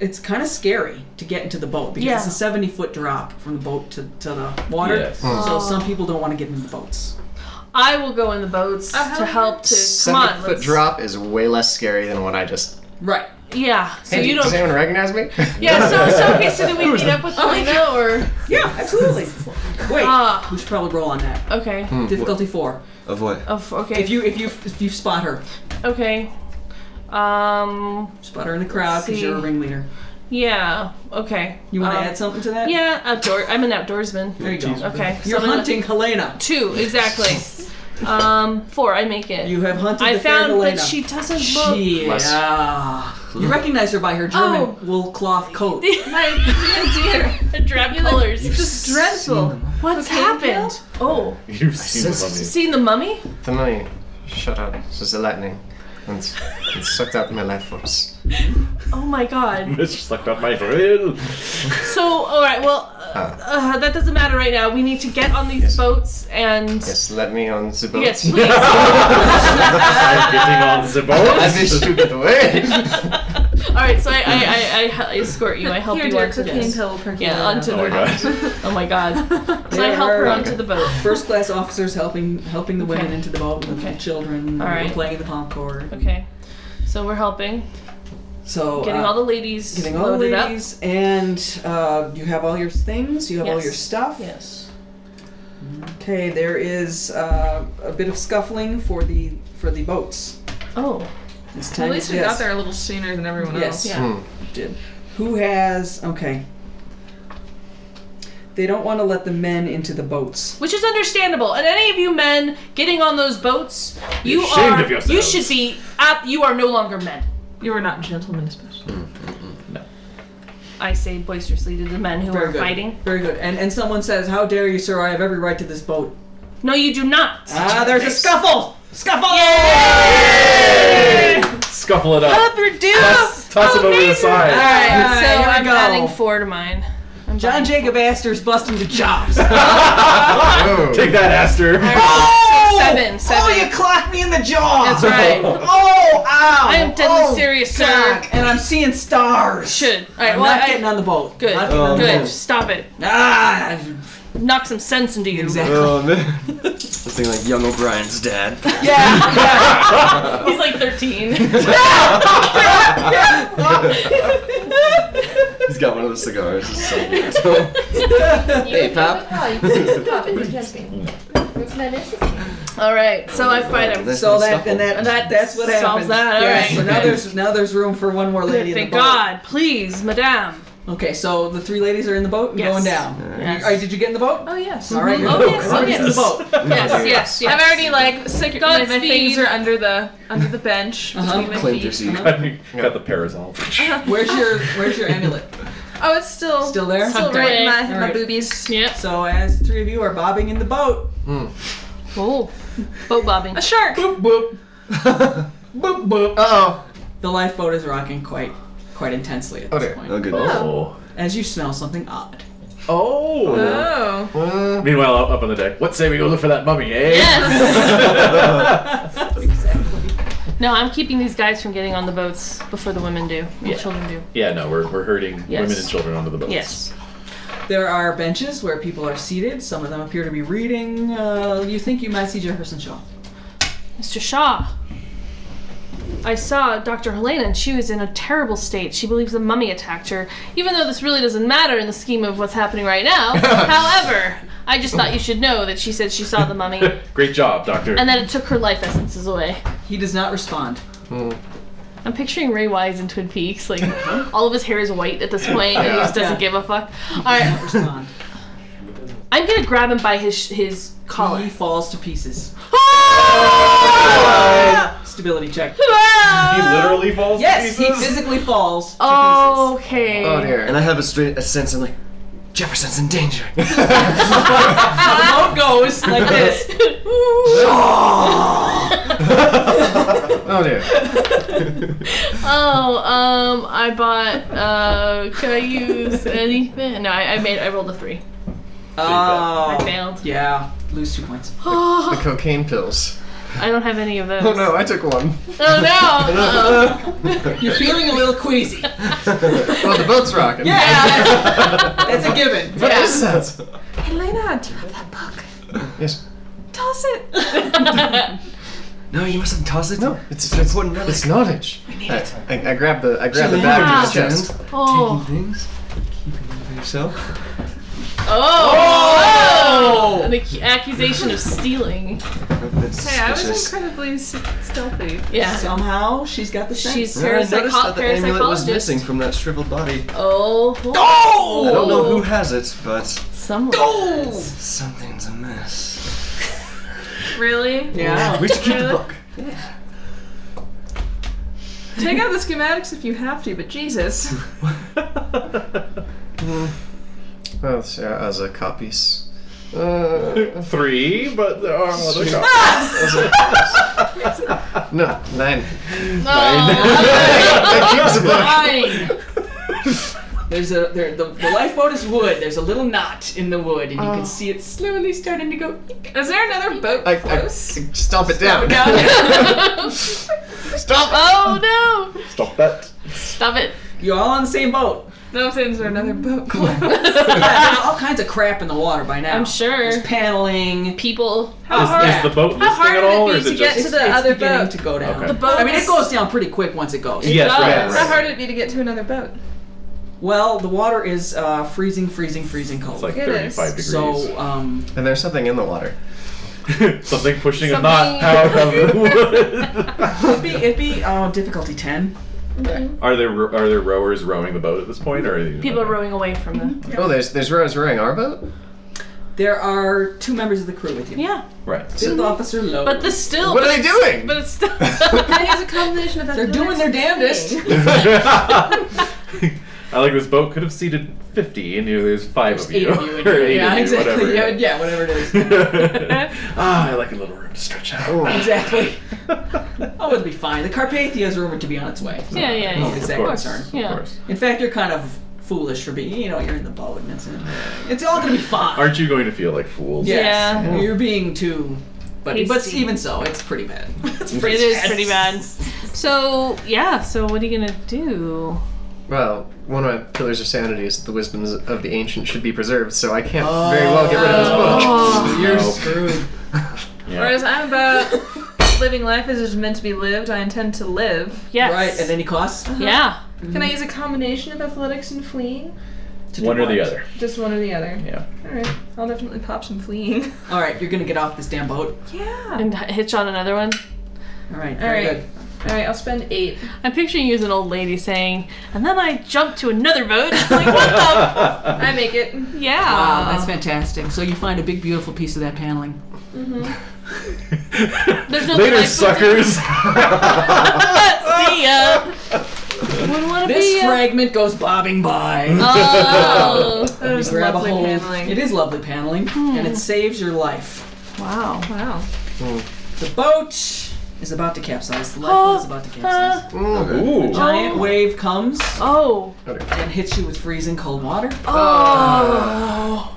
E: it's kind of scary to get into the boat because it's a
G: Yeah.
E: 70 foot drop from the boat to, to the water.
D: Yes.
E: So
G: Oh.
E: some people don't want to get in the boats.
G: I will go in the boats
B: I'll help
G: to help to come
C: Seven
G: on.
C: foot
G: Let's,
C: drop is way less scary than what I just.
E: Right.
G: yeah. So
C: Hey,
G: you
C: does
G: don't.
C: anyone recognize me?
G: Yeah. So so okay. So do we meet up with Elena or?
E: Yeah, absolutely. Wait.
G: Ah.
E: we should probably roll on that.
G: Okay.
E: Difficulty four.
H: Of what?
G: Of okay.
E: If you if you if you spot her,
G: okay. Um.
E: spot her in the crowd because
G: See.
E: you're a ringleader.
G: Yeah. Okay.
E: You want to
G: Um,
E: add something to that?
G: Yeah. Outdoor. I'm an outdoorsman.
E: There you go.
G: Okay. so
E: You're
G: I'm gonna-
E: hunting Helena.
G: Two exactly. Um. Four. I make it.
E: You have hunted
G: I
E: the fair
G: found
E: Helena.
G: that she doesn't look.
E: Yeah. You recognize her by her German
G: Oh.
E: wool cloth coat.
G: My dear, drab colors.
B: Just dreadful.
G: What's
B: Okay,
G: happened? Oh,
U: You've seen the mummy.
G: seen the mummy?
C: The money shut out. This is the lightning. And it sucked out my life force.
G: Oh my god.
U: Mitch sucked up my thrill.
G: So, all right, well, uh, uh, that doesn't matter right now. We need to get on these boats and
C: Yes, let me on the boat.
G: yes, please.
U: I'm getting on the
C: I
U: boat.
C: wish to get away.
G: all right, so I, I, I, I escort you. I help
B: Here,
G: you
B: dear,
G: onto
B: cocaine
G: this.
B: pill will perk you
G: Yeah,
B: down.
G: onto
U: Oh my
G: the.
U: god.
G: Oh my god. So I
E: There
G: help her
E: are-
G: onto the boat.
E: First class officers helping helping the women
G: Okay.
E: into the boat with
G: Okay.
E: the children
G: All right.
E: playing in the pump cord.
G: Okay, so we're helping,
E: So
G: getting
E: uh,
G: all the ladies
E: getting all the
G: loaded up.
E: ladies and uh, you have all your things. You have all
G: Yes.
E: your stuff.
G: Yes.
E: Okay, there is uh, a bit of scuffling for the for the boats.
G: Oh,
E: This time,
B: At least we
E: yes.
B: got there a little sooner than everyone else.
E: Yes.
G: yeah.
E: did. Who has okay. They don't want to let the men into the boats.
G: which is understandable. And any of you men getting on those boats, you
U: Be ashamed
G: are
U: of
G: you
U: yourselves.
G: should be up. You are no longer men.
B: You were not gentlemen, especially.
U: Mm,
G: I say boisterously to the men who
E: Very
G: are
E: good.
G: fighting.
E: Very good. And and someone says, How dare you, sir, I have every right to this boat.
G: No, you do not.
E: Ah, there's a scuffle! Scuffle!
U: Scuffle it up.
G: Up or do.
U: Toss, toss it over the side.
G: Alright,
E: Alright,
G: so
E: here we
G: I'm
E: go.
G: adding four to mine. I'm
E: John
G: buying-
E: Jacob Astor's busting to jobs.
U: Take that, Aster.
G: Alright, so seven, seven.
E: Oh, you clocked me in the jaw!
G: That's right.
E: Oh, ow!
G: I am deadly
E: Oh,
G: serious, sir.
E: God. And I'm seeing stars.
G: Should. Alright,
E: I'm
G: well,
E: not
G: I-
E: getting on the boat.
G: Good.
E: Not getting on the
G: Good.
E: boat.
G: Stop it.
E: Ah!
G: Knock some sense into you.
E: Exactly.
H: Oh man. This thing like young O'Brien's dad.
G: Yeah. yeah. He's like 13.
H: He's got one of those cigars. It's so weird.
E: Ah!
Z: Hey,
H: Pop.
Z: Oh, you can pop it. You can see. What's my message?
G: Alright, so I fight him.
H: That's
E: So
H: a
E: that
H: scuffle.
E: and that,
G: That
E: that's what happens.
G: solves that, all
E: Yes,
G: right.
E: so now there's now there's room for one more lady in
G: Thank
E: the boat.
G: God. Please, madame.
E: Okay, so the three ladies are in the boat and
G: Yes.
E: going down.
G: Yes.
E: All right, did you get in the boat?
B: Oh yes.
E: All right, you're
G: Oh,
E: in the boat.
G: yes,
E: Everybody's
G: oh,
E: in the boat.
G: Yes, yes, yes.
B: I've already like secured my, my
G: Godspeed.
B: things are under the under the bench
E: Uh-huh.
B: between my
H: Claimed your
B: feet.
H: seat.
U: Got the parasol.
E: Where's your Where's your amulet?
B: Oh, it's still
E: Still there?
B: Still
G: Tucked
B: right in
G: away.
B: my,
E: All
B: my
E: right.
B: boobies.
G: Yep.
E: So as the three of you are bobbing in the boat,
G: Oh, boat bobbing.
B: A shark.
E: boop boop, boop boop.
C: Uh-oh.
E: The lifeboat is rocking quite quite intensely at this
C: Okay.
E: point.
H: Oh good.
U: Oh.
E: As you smell something odd.
U: Oh.
B: Oh.
C: Uh,
U: Meanwhile, up on the deck. What say we go look for that mummy, eh?
G: No, I'm keeping these guys from getting on the boats before the women do. The
U: Yeah.
G: children do.
U: Yeah, no, we're, we're herding
G: Yes.
U: women and children onto the boats.
G: Yes.
E: There are benches where people are seated. Some of them appear to be reading. Uh, you think you might see Jefferson Shaw.
G: Mr. Shaw. I saw Dr. Helena and she was in a terrible state. She believes the mummy attacked her, even though this really doesn't matter in the scheme of what's happening right now. However, I just thought you should know that she said she saw the mummy
U: Great job, Doctor.
G: and that it took her life essences away.
E: He does not respond.
G: I'm picturing Ray Wise in Twin Peaks. Like, all of his hair is white at this point, and he just doesn't
E: Yeah.
G: give a fuck. Alright,
E: Respond.
G: I'm gonna grab him by his, his
E: He
G: collar.
E: falls to pieces.
B: Uh,
E: Stability check.
U: he literally falls
E: Oh. Yes,
U: to
E: he
U: pieces.
E: physically falls.
G: Okay.
C: oh dear.
H: And I have a straight a sense I'm like, Jefferson's in danger.
E: Out goes like this.
C: Oh dear.
G: Oh, um, I bought. Uh, can I use anything? No, I, I made. I rolled a three.
E: Oh,
G: Failed.
E: yeah. Lose two points.
C: The cocaine pills.
G: I don't have any of those.
C: Oh no, I took one.
G: Oh no! Oh. Uh-oh.
E: You're feeling a little queasy.
C: well, Oh, the boat's rocking.
E: That's a given.
C: What is that?
B: Elena, do you have that book?
C: Yes.
B: Toss it.
H: No, you mustn't toss it.
C: No, it's, it's important. It's knowledge. I need it. I, I grabbed the I grabbed the bag from his
H: Yeah.
C: chest.
G: Oh.
H: Taking things, keeping them for yourself.
G: Oh! An ac- accusation of stealing.
H: I've been
B: Hey, I was
H: suspicious.
B: incredibly s- stealthy.
G: Yeah.
E: Somehow she's got the sense.
G: She's
H: Yeah, I noticed that
G: parapsycho-
H: the amulet was
G: parapsychologist.
H: missing from that shriveled body.
G: Oh.
H: I don't know who has it, but
G: Someone.
E: Oh.
H: something's amiss.
B: Really?
E: Yeah.
H: We should keep the
B: Really?
H: book.
B: Take out the schematics if you have to, but Jesus.
C: Well, it's, yeah, as a copies. Uh,
D: Three, but there are other copies.
C: no, nine. Oh,
G: Fine.
E: There's a there, the, the lifeboat is wood. There's a little knot in the wood, and you can see it slowly starting to go.
B: Oh. Is there another boat
C: I, I
B: close?
C: stomp it down. Stop.
G: oh no!
D: Stop that.
G: Stop it.
E: You're all on the same boat.
B: No, I'm saying is there another boat close?
E: There's all kinds of crap in the water by now.
G: I'm sure.
E: There's paneling.
G: People.
B: How hard?
D: Is the boat listing
B: hard
D: at
B: would it
D: all, or
B: be
D: is
B: to
D: it
B: get
D: just?
B: to the
E: it's
B: other
E: beginning
B: boat.
E: to go down.
D: Okay. The
B: boat
E: I mean, it
B: is-
E: goes down pretty quick once it goes.
D: yes,
G: does.
D: right,
B: How
D: right.
B: hard would it be to get to another boat?
E: Well, the water is uh, freezing, freezing, freezing
D: It's
E: cold.
D: like
B: It is.
D: 35 degrees.
E: so, um,
C: And there's something in the water.
D: Something pushing a
G: Something-
D: knot out of the wood.
E: it'd be, it'd be uh, difficulty 10.
D: are there ro- are there rowers rowing the boat at this point, or are they-
G: People are rowing away from the.
C: Oh, there's there's Rose rowing our boat.
E: There are two members of the crew with you.
G: Yeah.
D: Right.
E: Fifth Officer Lowe.
G: But this still.
C: What are they doing?
G: But it's still.
B: It is a combination of
E: They're doing their damnedest.
D: I like this boat could have seated 50, and you, there's five of you.
E: Eight of you in
D: Or
E: here.
D: eight
E: Yeah,
D: of you,
E: exactly.
D: whatever,
E: yeah, yeah, whatever it is.
D: ah, I like a little room to stretch out.
E: exactly. Oh, it'll be fine. The Carpathia is rumored to be on its way.
G: yeah, yeah,
E: No,
G: yeah.
E: it's
D: Of
E: that
D: course.
E: concern.
D: Of
G: Yeah.
D: course.
E: In fact, you're kind of foolish for being, you know, you're in the boat and it's, it's all going to be fine.
D: Aren't you going to feel like fools?
E: Yes.
G: Yeah.
E: You're being too. But, but
G: Hasty.
E: even so, it's pretty bad. It's pretty
G: It is pretty bad. So yeah. So what are you gonna do?
C: Well, one of my pillars of sanity is that the wisdoms of the ancients should be preserved, so I can't very well get rid of this book.
E: You're
G: Oh.
D: No.
E: screwed.
D: Yeah.
B: Whereas I'm about living life as it's meant to be lived, I intend to live.
G: Yes.
E: Right, and any costs?
G: Yeah.
B: Can I use a combination of athletics and fleeing?
E: To do
D: One or the
E: what?
D: other.
B: Just one or the other.
D: Yeah.
B: Alright, I'll definitely pop some fleeing.
E: All right, you're going to get off this damn boat.
B: Yeah.
G: And h- hitch on another one.
E: All right,
B: All
E: very
B: right.
E: good.
B: All right. I'll spend eight.
G: I'm picturing you as an old lady saying, and then I jumped to another boat. It's like what
B: I make it.
G: the? Yeah.
E: Wow, Uh, that's fantastic. So you find a big, beautiful piece of that paneling.
G: There's no
D: Later,
G: life
D: suckers.
G: See ya. Wouldn't want to
E: This
G: be. uh,
E: fragment goes bobbing by.
G: Oh.
B: That was
E: You grab a
B: lovely
E: hold.
B: paneling.
E: It is lovely paneling, and
G: Hmm.
E: it saves your life.
G: Wow.
B: Wow.
E: The boat is about to capsize. The lifeboat is about to capsize.
C: mm.
D: Ooh.
E: Giant wave comes
G: Oh.
E: and hits you with freezing cold water.
G: Oh.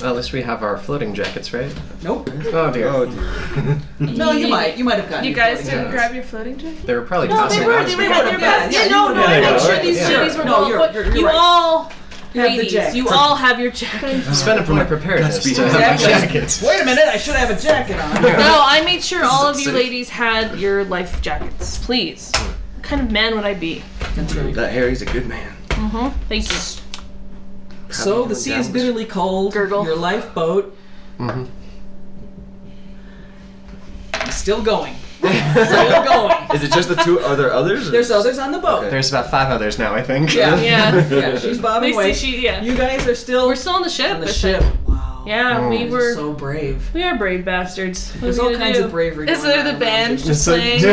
C: Well, at least we have our floating jackets, right?
E: Nope.
C: Oh dear.
H: Oh, dear.
E: No, you might. You might have gotten.
B: You
E: your
B: guys
E: floating
B: didn't
C: Yeah.
B: grab your floating jacket?
C: They were probably
G: No,
C: tossing
G: they
C: it
G: were.
C: out
G: They
C: as
G: were.
C: we
G: They
C: got
G: were.
C: them.
E: Yeah,
G: Yeah,
E: yeah,
G: no,
E: you
G: no.
E: were.
G: I made
D: Yeah,
G: sure
D: right.
G: these
E: Yeah.
G: cities were
E: No,
G: all
E: you're-
G: equipped.
E: you're- you're
G: you
E: right.
G: all,
E: the
G: ladies,
E: jack.
G: you all have your jacket.
C: Spend a point of preparedness
H: That's
C: to have
E: exactly.
C: jackets.
E: Wait a minute! I should have a jacket on.
G: No, I made sure all of you
C: safe.
G: ladies had your life jackets. Please. What kind of man would I be?
E: That's right.
H: That Harry's a good man.
G: Mm-hmm. Thank you.
E: So the sea is bitterly cold.
G: Gurgle.
E: Your lifeboat
C: Mhm.
E: is still going. Still going.
H: Is it just the two? Are there others?
E: There's others on the boat.
C: There's about five others now, I think.
E: Yeah.
G: Yeah.
E: Yeah, she's
G: At
E: bobbing
G: least
E: away.
G: she, yeah.
E: You guys are still
G: We're still on the ship.
E: on the
G: I
E: ship.
G: think.
E: Wow.
G: Yeah, we
E: You guys
G: were.
E: are so brave.
G: we are brave bastards. What are
E: There's
G: we
E: all
G: gonna
E: kinds
G: do?
E: of bravery.
B: Is
E: going
B: there
E: on
B: the
E: around
B: band
E: you.
B: just
C: like-
B: playing?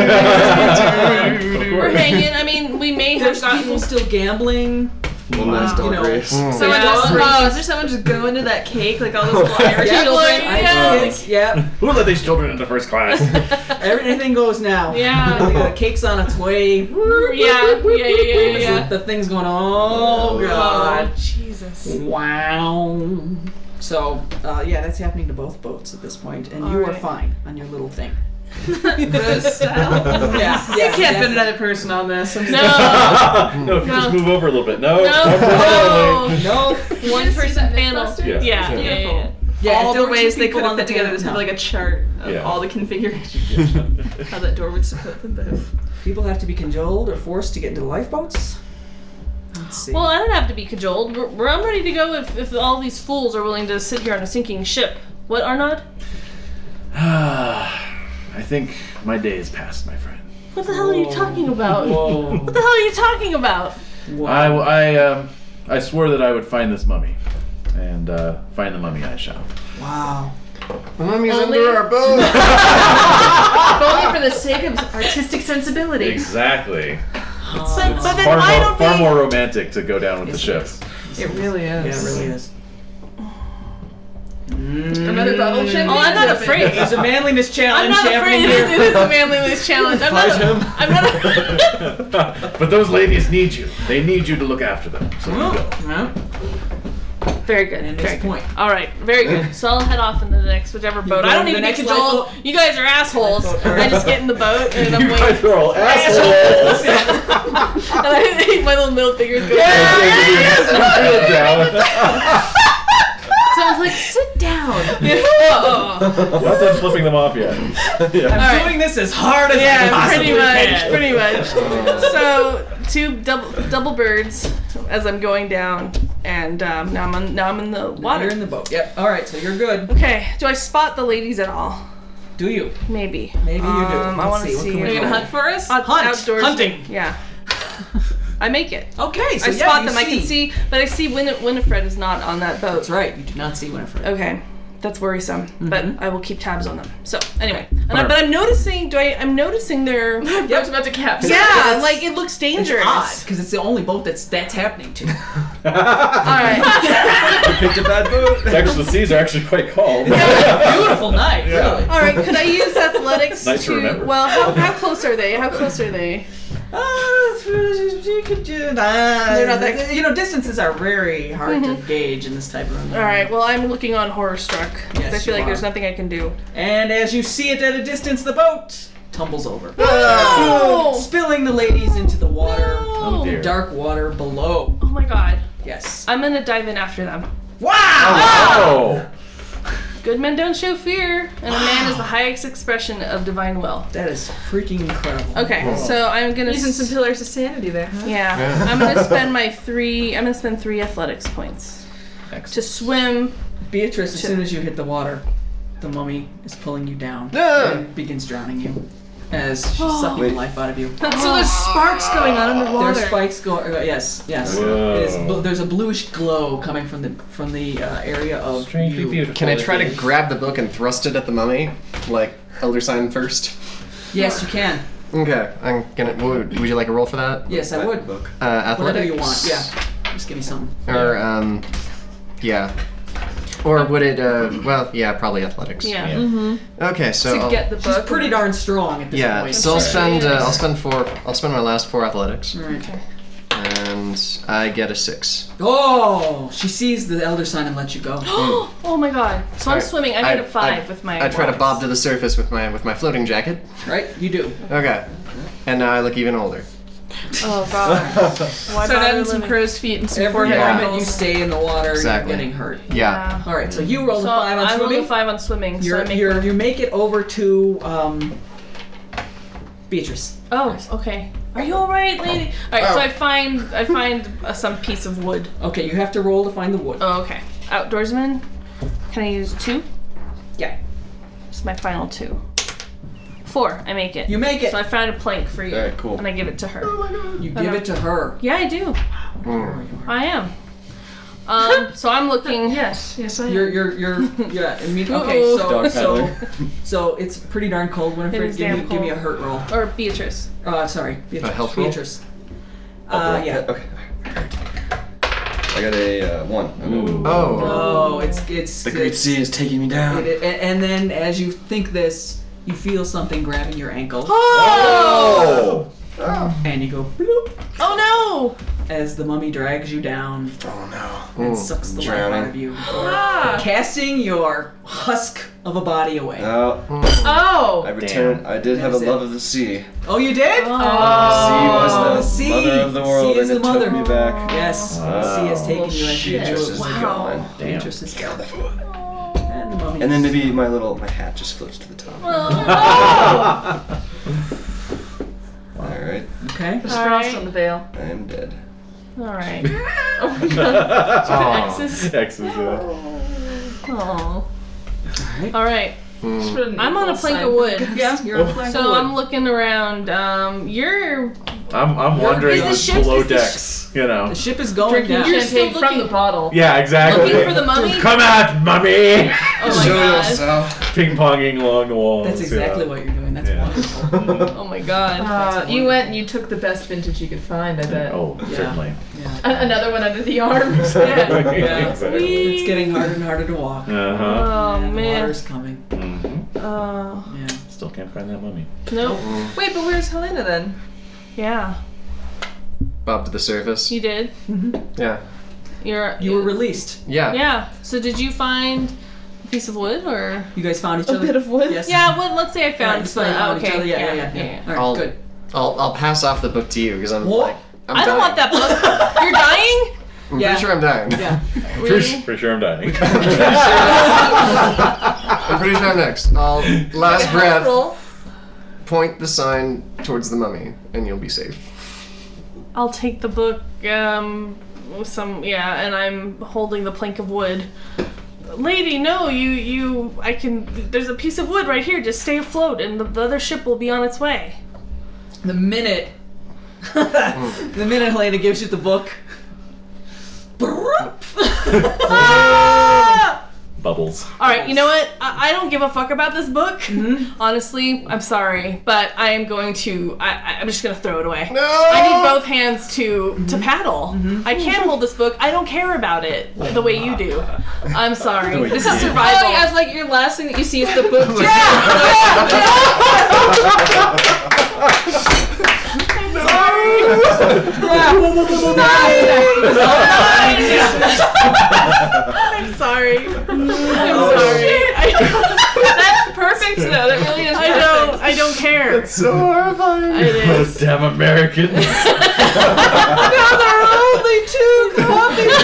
G: We're hanging. I mean, we may have
E: There's
G: gotten.
E: people still gambling.
H: One last
E: You
H: dog
E: know.
H: race.
B: Someone
G: Yeah.
B: just, oh, is there someone just going to that cake like all those little Irish
E: Yeah.
B: children?
G: Like- Yeah.
E: Kids, yep.
D: Who let these children into first class?
E: Everything goes now.
G: Yeah.
E: The cake's on its way.
G: yeah. Yeah. Yeah. Yeah. Oh, Yeah.
E: The thing's going. Oh god.
G: Jesus.
E: Wow. So, uh, yeah, that's happening to both boats at this point, and you are
B: Alright.
E: fine on your little thing.
B: style.
E: Yeah,
B: You
E: yeah,
B: can't put another person on this. I'm
D: no, if you just move over a little bit. No, no,
E: no.
J: One person panel.
D: Yeah.
J: Yeah.
D: Yeah.
J: yeah, yeah.
E: Yeah,
B: all
E: if there
B: the
E: were
B: ways
E: two
B: they
E: people
B: could have
E: on the
B: put together
E: panel-
B: this would
E: no.
B: be like a chart of
E: Yeah.
B: all the configurations, how that door would support them both.
E: People have to be cajoled or forced to get into lifeboats. Let's see.
G: Well, I don't have to be cajoled. We're, we're, I'm ready to go if, if all these fools are willing to sit here on a sinking ship. What, Arnod?
U: I think my day is past, my friend.
G: What the hell are you talking about?
U: Whoa.
G: What the hell are you talking about?
U: I, I, um, I swore that I would find this mummy, and uh, find the mummy I shall.
E: Wow.
C: The mummy's
Z: Only-
C: under our boat.
Z: If only for the sake of artistic sensibility.
U: Exactly.
Z: But-
U: It's
Z: but then
U: far,
Z: why
U: more,
Z: don't
U: far
Z: we-
U: more romantic to go down with the ship.
E: It really is. Yeah, it really is.
B: Another bottle of champagne.
G: Oh, I'm not
B: is open.
G: afraid.
E: There's a manliness challenge
G: I'm not
E: happening
G: afraid.
E: here.
G: It is a manliness challenge. I'm not. I'm not.
U: But those ladies need you. They need you to look after them. So you go.
G: Very good.
E: And
G: very
E: it's point.
G: Good. All right. Very good. So I'll head off into the next whichever boat. I don't
E: The
G: need to be
E: next
G: cajoled.
E: lifeboat.
G: You guys are assholes. I just get in the boat and I'm
D: You
G: waiting.
D: guys are all assholes.
G: And I, my little middle finger's going. Someone's like, sit down. Oh,
D: Not done flipping them off yet.
E: I'm
D: yeah.
G: right.
E: doing this as hard as I
G: yeah,
E: possibly
G: pretty much,
E: can.
G: pretty much. So two double double birds as I'm going down, and um, now I'm on, now I'm in the
E: Water
G: water.
E: in the boat. Yep. All right, so you're good.
G: Okay, do I spot the ladies at all?
E: Do you?
G: Maybe.
E: Maybe you do.
G: Um, I
E: Let's
G: want to
E: see, what
G: see.
E: can we
B: Are you
E: roll?
B: gonna hunt for us?
G: Out-
E: Hunt.
G: outdoorsman.
E: Hunting.
G: Yeah. I make it.
E: Okay, so
G: I
E: yeah,
G: spot
E: you
G: them. I can see, but I see Win- Winifred is not on that boat.
E: That's right. Mm-hmm. You do not see Winifred.
G: Okay, that's worrisome. But I will keep tabs on them. So anyway, and I,
A: Alright.
G: but I'm noticing. Do I? I'm noticing their.
B: My boat's about to capsize.
G: Yeah, like it looks
E: It's
G: dangerous.
E: odd because it's the only boat that's that's happening to.
G: All right.
H: Picked a bad boat.
D: Sex with C's are actually quite calm.
E: Beautiful night, really.
G: All right. Could I use athletics
D: Nice to
G: to?
D: remember.
G: well, how, how close are they? How close are they?
E: Ah, you could do that.
G: They're not that-
E: Ah, You know, distances are very hard to gauge in this type of environment.
G: All right. Well, I'm looking on horror struck.
E: Yes,
G: I feel
E: you
G: like there's
E: are.
G: nothing I can do.
E: And as you see it at a distance, the boat tumbles over,
G: Oh,
E: spilling the ladies into the water,
G: Oh,
E: the
D: dear.
E: dark water below.
G: oh my God.
E: Yes.
G: I'm gonna dive in after them.
E: Wow.
D: Oh.
G: Good men don't show fear, and a man is the highest expression of divine will.
E: That is freaking incredible.
G: Okay, so I'm gonna
B: Using
G: s-
B: some pillars of sanity there, huh?
G: yeah, I'm gonna spend my three. I'm gonna spend three athletics points to swim.
E: Beatrice, as
G: Sure.
E: soon as you hit the water, the mummy is pulling you down and begins drowning you as she's sucking the life out of you.
B: So there's sparks going on in the water.
E: There's spikes going. Uh, yes, yes.
D: Whoa.
E: It is bl- there's a bluish glow coming from the from the uh, area of
D: Strangely
E: you.
D: beautiful.
C: Can I try to
D: it is.
C: grab the book and thrust it at the mummy, like elder sign first?
E: Yes, you can.
C: Okay, I'm gonna. Would, would you like a roll for that?
E: Yes, I would. Whatever
C: Uh, athletics.
E: you want. Yeah. Just give me something.
C: Or um, yeah. Or would it? Uh, well, yeah, probably athletics.
G: Yeah,
D: Yeah.
C: Okay, so
G: to
C: I'll-
G: get the
E: She's
G: book.
E: pretty darn strong at this
C: yeah,
E: point.
C: so I'll spend. Uh,
G: Yes.
C: I'll spend four. I'll spend my last four athletics,
E: Alright.
C: and I get a six.
E: Oh, she sees the elder sign and lets you go.
G: oh my god! So I'm
C: Alright,
G: swimming. I
C: I-
G: made a five
C: I-
G: with my.
C: I try to
G: oars.
C: bob to the surface with my with my floating jacket.
E: right? You do.
C: Okay, and now I look even older.
G: Oh god! Why
B: Start
G: bother
B: having some
G: living?
B: crow's feet and some
E: Every
B: forehead
C: Yeah.
E: moment you
B: wrinkles.
E: stay in the water,
C: Exactly.
E: you're getting hurt.
C: Yeah.
G: Yeah.
E: All right, so you rolled
G: So
E: a five on
G: I rolled
E: swimming.
G: a five on swimming. so I
E: You're,
G: make
E: you're, you make it over to um, Beatrice.
G: Oh, okay. Are you all right, lady? All right, so I find I find uh, some piece of wood.
E: Okay, you have to roll to find the wood.
G: Oh, okay. Outdoorsman. Can I use two?
E: Yeah.
G: It's my final two. Four. I make it.
E: You make it.
G: So I found a plank for you,
H: Alright, cool.
G: and I give it to her.
E: You give it to her.
G: Yeah, I do. I am. Um, so I'm looking.
B: Yes, yes, I am.
E: You're, you're, you're, yeah. I mean, okay,
G: Uh-oh.
E: so,
D: Dog
E: so,
D: paddling.
E: so it's pretty darn cold.
G: It
E: Winifred,
G: is
E: give me,
G: damn
E: give me a
G: cold.
E: hurt roll.
G: Or Beatrice.
E: Uh, sorry, Beatrice.
C: health roll?
E: Beatrice. Uh, yeah.
H: Okay.
S: I got a uh, one.
C: Oh.
E: Oh, it's it's
H: The great
E: it's-
H: sea is taking me down.
E: it- a- and then as you think this, you feel something grabbing your ankle,
D: Oh.
E: and you go bloop
G: Oh no!
E: as the mummy drags you down
C: Oh
E: It
C: Mm,
E: sucks the life
C: drowning.
E: out of you.
G: Ah.
E: Casting your husk of a body away.
S: Uh,
E: Oh!
S: I returned. I did have a
E: That's it.
S: love of the sea.
E: Oh, you did? Oh,
S: the sea was the mother of the world,
E: sea is
S: and it
E: the mother.
S: took me back. Oh.
E: Yes, the sea has taken you. as
S: She
E: you do.
S: just is
E: wow.
S: gone. Damn.
E: Just is gone. And the mummy.
S: And then maybe my little my hat just flips to the top. All right,
E: Okay.
G: Just frost on the veil.
S: I am dead.
G: All right. oh my god. X's. Aw. All right. I'm on a plank of wood.
B: Yeah,
G: you're on
S: Oh.
G: a plank
B: of
G: so
B: wood.
G: I'm looking around. Um, you're
U: I'm, I'm
G: Your-
U: wondering
G: is the
U: this
G: ship-
U: below
G: is the
U: decks, you know.
E: The ship is going
G: drinking
E: down.
G: champagne from the bottle.
U: Yeah, exactly.
G: Looking for the mummy?
U: Come at mummy!
G: Oh my god.
U: Ping ponging along the walls.
E: That's exactly what you're doing. That's wonderful.
G: Oh my god.
B: Uh, you went and you took the best vintage you could find, I bet.
U: Oh, certainly.
B: A- another one under the arm.
U: Yeah.
E: It's getting harder and harder to walk.
U: Uh-huh.
G: Oh
E: And The
G: man.
E: water's coming.
U: Mhm.
B: Uh,
E: Yeah.
U: Still can't find that mummy.
G: No.
B: wait, but where's Helena then?
G: Yeah.
C: Bob to the surface.
G: You did.
C: Yeah.
G: You're.
E: You were released.
C: Yeah.
G: Yeah. So did you find a piece of wood or?
E: You guys found each
B: A
E: other.
B: bit of wood.
E: Yes.
G: Yeah. Well, let's say I
E: All right,
G: found.
E: just like you found
G: Oh, okay.
E: each other. Yeah, yeah, yeah. yeah. All right,
C: I'll-
E: good.
C: I'll, I'll pass off the book to you because I'm
E: What?
C: like I'm
G: I don't
C: dying.
G: want that book. You're dying.
C: I'm
E: Yeah.
C: pretty sure I'm dying.
E: Yeah.
G: Really?
U: Pretty sure I'm dying.
C: I'm pretty sure I'm next. I'll last breath.
G: Roll.
C: Point the sign towards the mummy, and you'll be safe.
G: I'll take the book. Um, with some yeah, and I'm holding the plank of wood. Lady, no, you you I can. There's a piece of wood right here. Just stay afloat, and the, the other ship will be on its way.
E: The minute,
G: Mm.
E: the minute Helena gives you the book.
U: Bubbles.
G: All right, you know what? I, I don't give a fuck about this book. Honestly, I'm sorry, but I am going to. I, I- I'm just gonna throw it away. I need both hands to to paddle. I can't hold this book. I don't care about it the way you do. I'm sorry. This is survival.
B: Oh, yeah, it's like your last thing that you see is the book.
G: I'm sorry. I'm sorry.
B: That's perfect though. That really is
G: I
B: perfect.
G: know. I don't care. That's so horrifying. It is.
U: Those damn Americans.
E: Only two copies.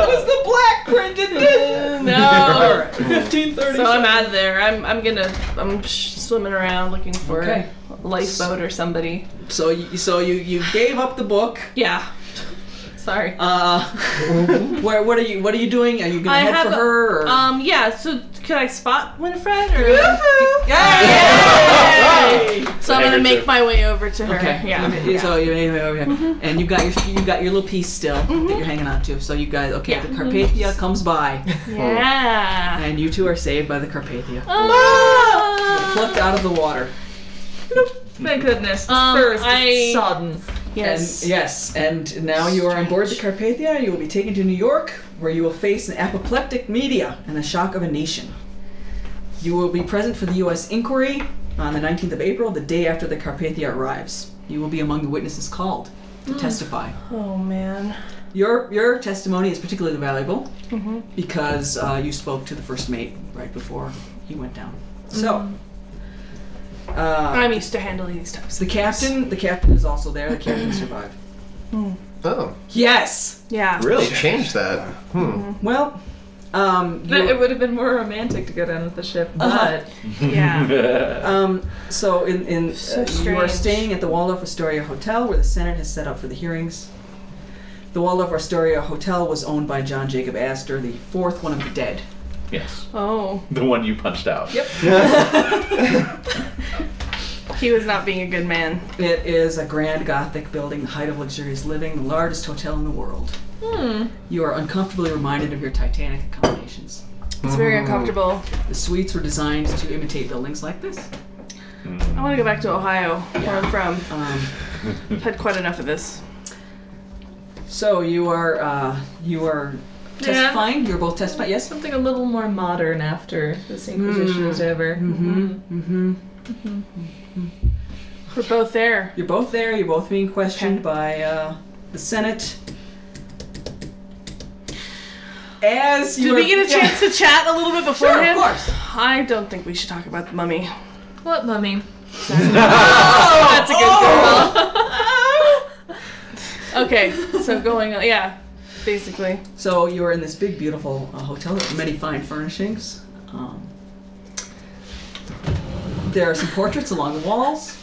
E: it was the black printed. All
G: No.
E: right. Fifteen thirty.
G: So I'm out of there. I'm I'm gonna I'm sh- swimming around looking for
E: Okay.
G: a lifeboat or somebody.
E: So you, so you you gave up the book.
G: Yeah. Sorry.
E: Uh, where what are you what are you doing? Are you gonna head
G: Mm-hmm. I have
E: for
G: a-
E: her? Or?
G: Um. Yeah. So could I spot Winifred or?
E: Yay!
G: So I'm gonna make my way over to her.
E: Okay.
G: Yeah.
E: You ma-
G: yeah. Mm-hmm.
E: So you anyway over here, and you got your you got your little piece still that you're hanging on to. So you guys, okay,
G: Yeah. Mm-hmm.
E: the Carpathia comes by,
G: Yeah. Ah!
E: and you two are saved by the Carpathia, plucked
G: Oh.
E: out of the water.
B: Thank goodness.
G: Um,
B: First,
G: I-
B: it's sodden.
G: Yes.
E: And yes, and now you are on board the Carpathia. You will be taken to New York, where you will face an apoplectic media and the shock of a nation. You will be present for the U.S. inquiry on the 19th of April, the day after the Carpathia arrives. You will be among the witnesses called
G: Mm.
E: to testify.
G: Oh man.
E: Your your testimony is particularly valuable
G: Mm-hmm.
E: because uh, you spoke to the first mate right before he went down. So.
G: Mm-hmm.
E: Uh,
G: I'm used to handling these types.
E: the captain, the captain is also there. The captain survived.
C: Oh,
E: Yes.
G: Yeah.
C: really? Change that. Hmm.
E: Well, um,
B: Th-
E: you-
B: It would have been more romantic to go down with the ship,
E: Uh-huh.
B: but
G: Yeah.
E: um, so in in
G: So
E: uh, you are
G: strange.
E: staying at the Waldorf Astoria Hotel, where the Senate has set up for the hearings. The Waldorf Astoria Hotel was owned by John Jacob Astor, the fourth one of the dead.
U: yes.
G: Oh.
U: The one you punched out. Yep.
G: He was not being a good man.
E: It is a grand Gothic building, the height of luxurious living, the largest hotel in the world.
G: Hmm.
E: You are uncomfortably reminded of your Titanic accommodations.
G: It's very
E: Mm-hmm.
G: uncomfortable.
E: The suites were designed to imitate buildings like this.
G: I want to go back to Ohio, where I'm from.
E: Um,
G: I've had quite enough of this.
E: so you are uh, you are testifying. You're both testifying. Yes.
B: something a little more modern after this
G: Hmm.
B: Inquisition is over.
E: Mm-hmm.
G: We're both there.
E: You're both there. You're both being questioned by uh, the Senate. as you
G: Did
E: are,
G: we get a chance to chat a little bit beforehand?
E: Sure, of course.
G: I don't think we should talk about the mummy.
B: What mummy?
G: Oh, that's a good Oh. girl. okay, so going on, yeah, basically.
E: So you are in this big, beautiful uh, hotel with many fine furnishings. Um, there are some portraits along the walls.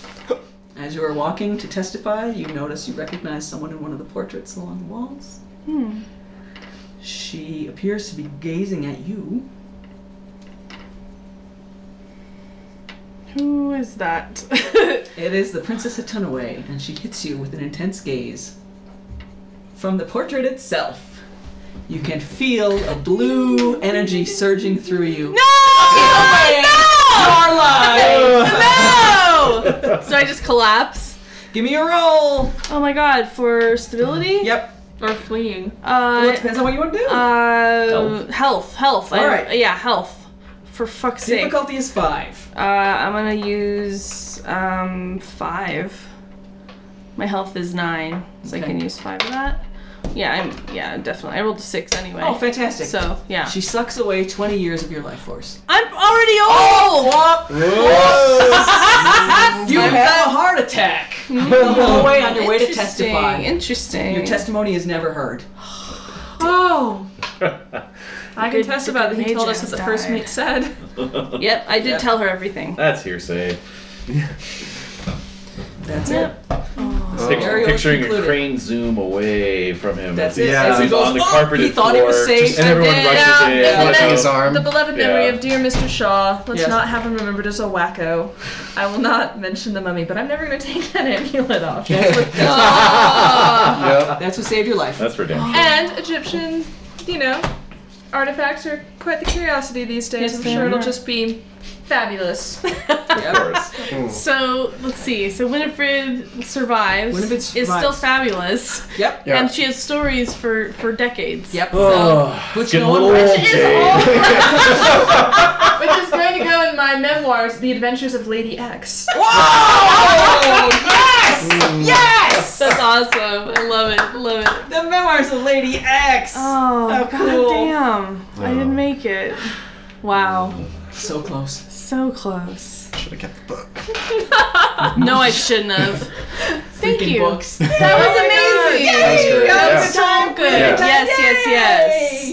E: As you are walking to testify, you notice you recognize someone in one of the portraits along the walls.
G: Hmm.
E: She appears to be gazing at you.
G: Who is that?
E: It is the Princess Atunaway, and she hits you with an intense gaze. From the portrait itself, you can feel a blue energy surging through you.
G: no!
E: You're
G: alive! No! So I just collapse.
E: Give me a roll.
G: Oh my god, for stability?
E: Yep.
B: Or fleeing.
G: Uh,
E: Well, it depends on what you want to do.
G: Uh, health, health. I-
E: Alright.
G: yeah, health. For fuck's sake.
E: Difficulty is five.
G: Uh, I'm gonna use um five. My health is nine, so I
E: Okay.
G: can use five of that. Yeah, I'm. Yeah, definitely. I rolled a six anyway.
E: Oh, fantastic.
G: So yeah,
E: She sucks away 20 years of your life force.
G: I'm already
E: Oh,
G: old.
E: You
G: I'm
E: have a
G: back.
E: heart attack the whole way on your way to
G: Interesting,
E: testify.
G: Interesting.
E: Your testimony is never heard.
B: Oh. I can
G: Good-
B: test about that he
G: good
B: told
G: mage
B: us what
G: has
B: the first
G: died.
B: mate said.
G: Yep, I did
E: Yep.
G: tell her everything.
D: That's hearsay.
E: That's
G: Yep.
E: it.
D: Pic-
E: Burial is
D: picturing a
E: concluded.
D: crane zoom away from him. as
E: That's it.
H: Yeah.
D: as
E: As he
D: he's
E: goes,
D: on the
E: "Oh,
D: carpeted
E: he thought he was
D: floor,
E: safe."
D: and everyone
G: Yeah,
D: rushes in. oh,
G: yeah,
D: pulls
G: yeah.
D: out-
C: his arm.
B: The beloved memory
D: Yeah.
B: of dear Mr. Shaw. Let's
E: Yes.
B: not have him remembered as a wacko. I will not mention the mummy, but I'm never going to take that amulet off.
E: That's what,
G: Oh.
H: Yep.
E: that's what saved your life.
D: That's redemption.
B: And Egyptian, you know, artifacts are quite the curiosity these days.
G: Yes,
B: I'm
G: they
B: sure it'll
G: are.
B: just be fabulous.
D: Of course.
G: So let's see. So Winifred survives.
E: Winifred
G: is still
E: survives.
G: fabulous,
E: Yep.
C: Yeah.
G: and she has stories for for decades.
E: Yep.
D: Oh,
E: Which
D: it's getting
E: no
D: a
E: one
D: little
E: reads.
D: old,
Z: It is
D: Jade.
B: Which is going to go in my memoirs, The Adventures of Lady X.
E: Whoa! yes! Yes!
G: That's awesome. I love it. Love it.
E: The memoirs of Lady X.
G: Oh,
E: How
G: god
E: cool.
G: damn. I didn't make it. Wow.
E: So close.
G: So close.
C: Should have kept the book.
G: No, I shouldn't have. Thank
E: Freaking
G: you.
E: Books. Oh,
G: That was amazing.
D: Oh That was great,
G: That
D: yeah.
G: was so good.
D: Yeah.
G: Yes, yes,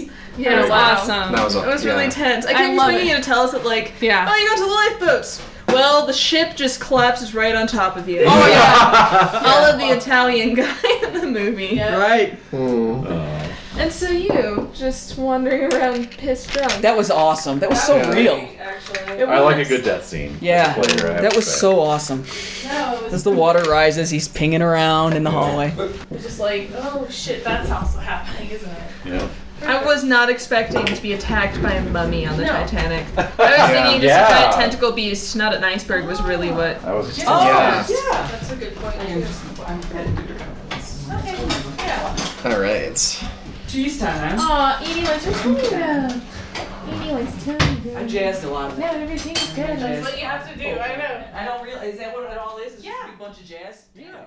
G: yes.
B: Yeah,
G: That was
B: wow.
G: awesome.
C: That was
B: It was really tense. I
G: I
B: kept
G: love
B: expecting
G: it.
B: you to tell us that, like,
G: Yeah.
B: oh, you got to the lifeboats. Well, the ship just collapses right on top of you.
G: Oh, yeah.
B: All of the Italian guy in the movie.
E: Right.
D: Oh.
B: And so you just wandering around pissed drunk.
E: That was awesome. That was so real.
B: It
D: I like
B: was.
D: a good death scene.
E: Yeah.
D: As a player, I have
E: That
D: to
E: was
D: say.
E: so awesome. As the water rises, he's pinging around in the hallway.
G: Just like, oh shit, that's also happening, isn't it?
D: Yeah.
B: I was not expecting to be attacked by a mummy on the
G: No.
B: Titanic. I was thinking just
D: Yeah.
B: a giant tentacle beast, not an iceberg, was really what.
D: That was.
E: Oh,
C: Yeah.
E: yeah.
G: That's a good point.
C: All right.
E: Cheese time.
Z: Aw, Edie wants her tuna. Edie wants tuna.
E: I jazzed a lot of
Z: Now everything's good.
E: That's what
G: you have to do, I know.
E: I don't realize, is that what it all is? It's yeah. a big bunch of jazz? Yeah.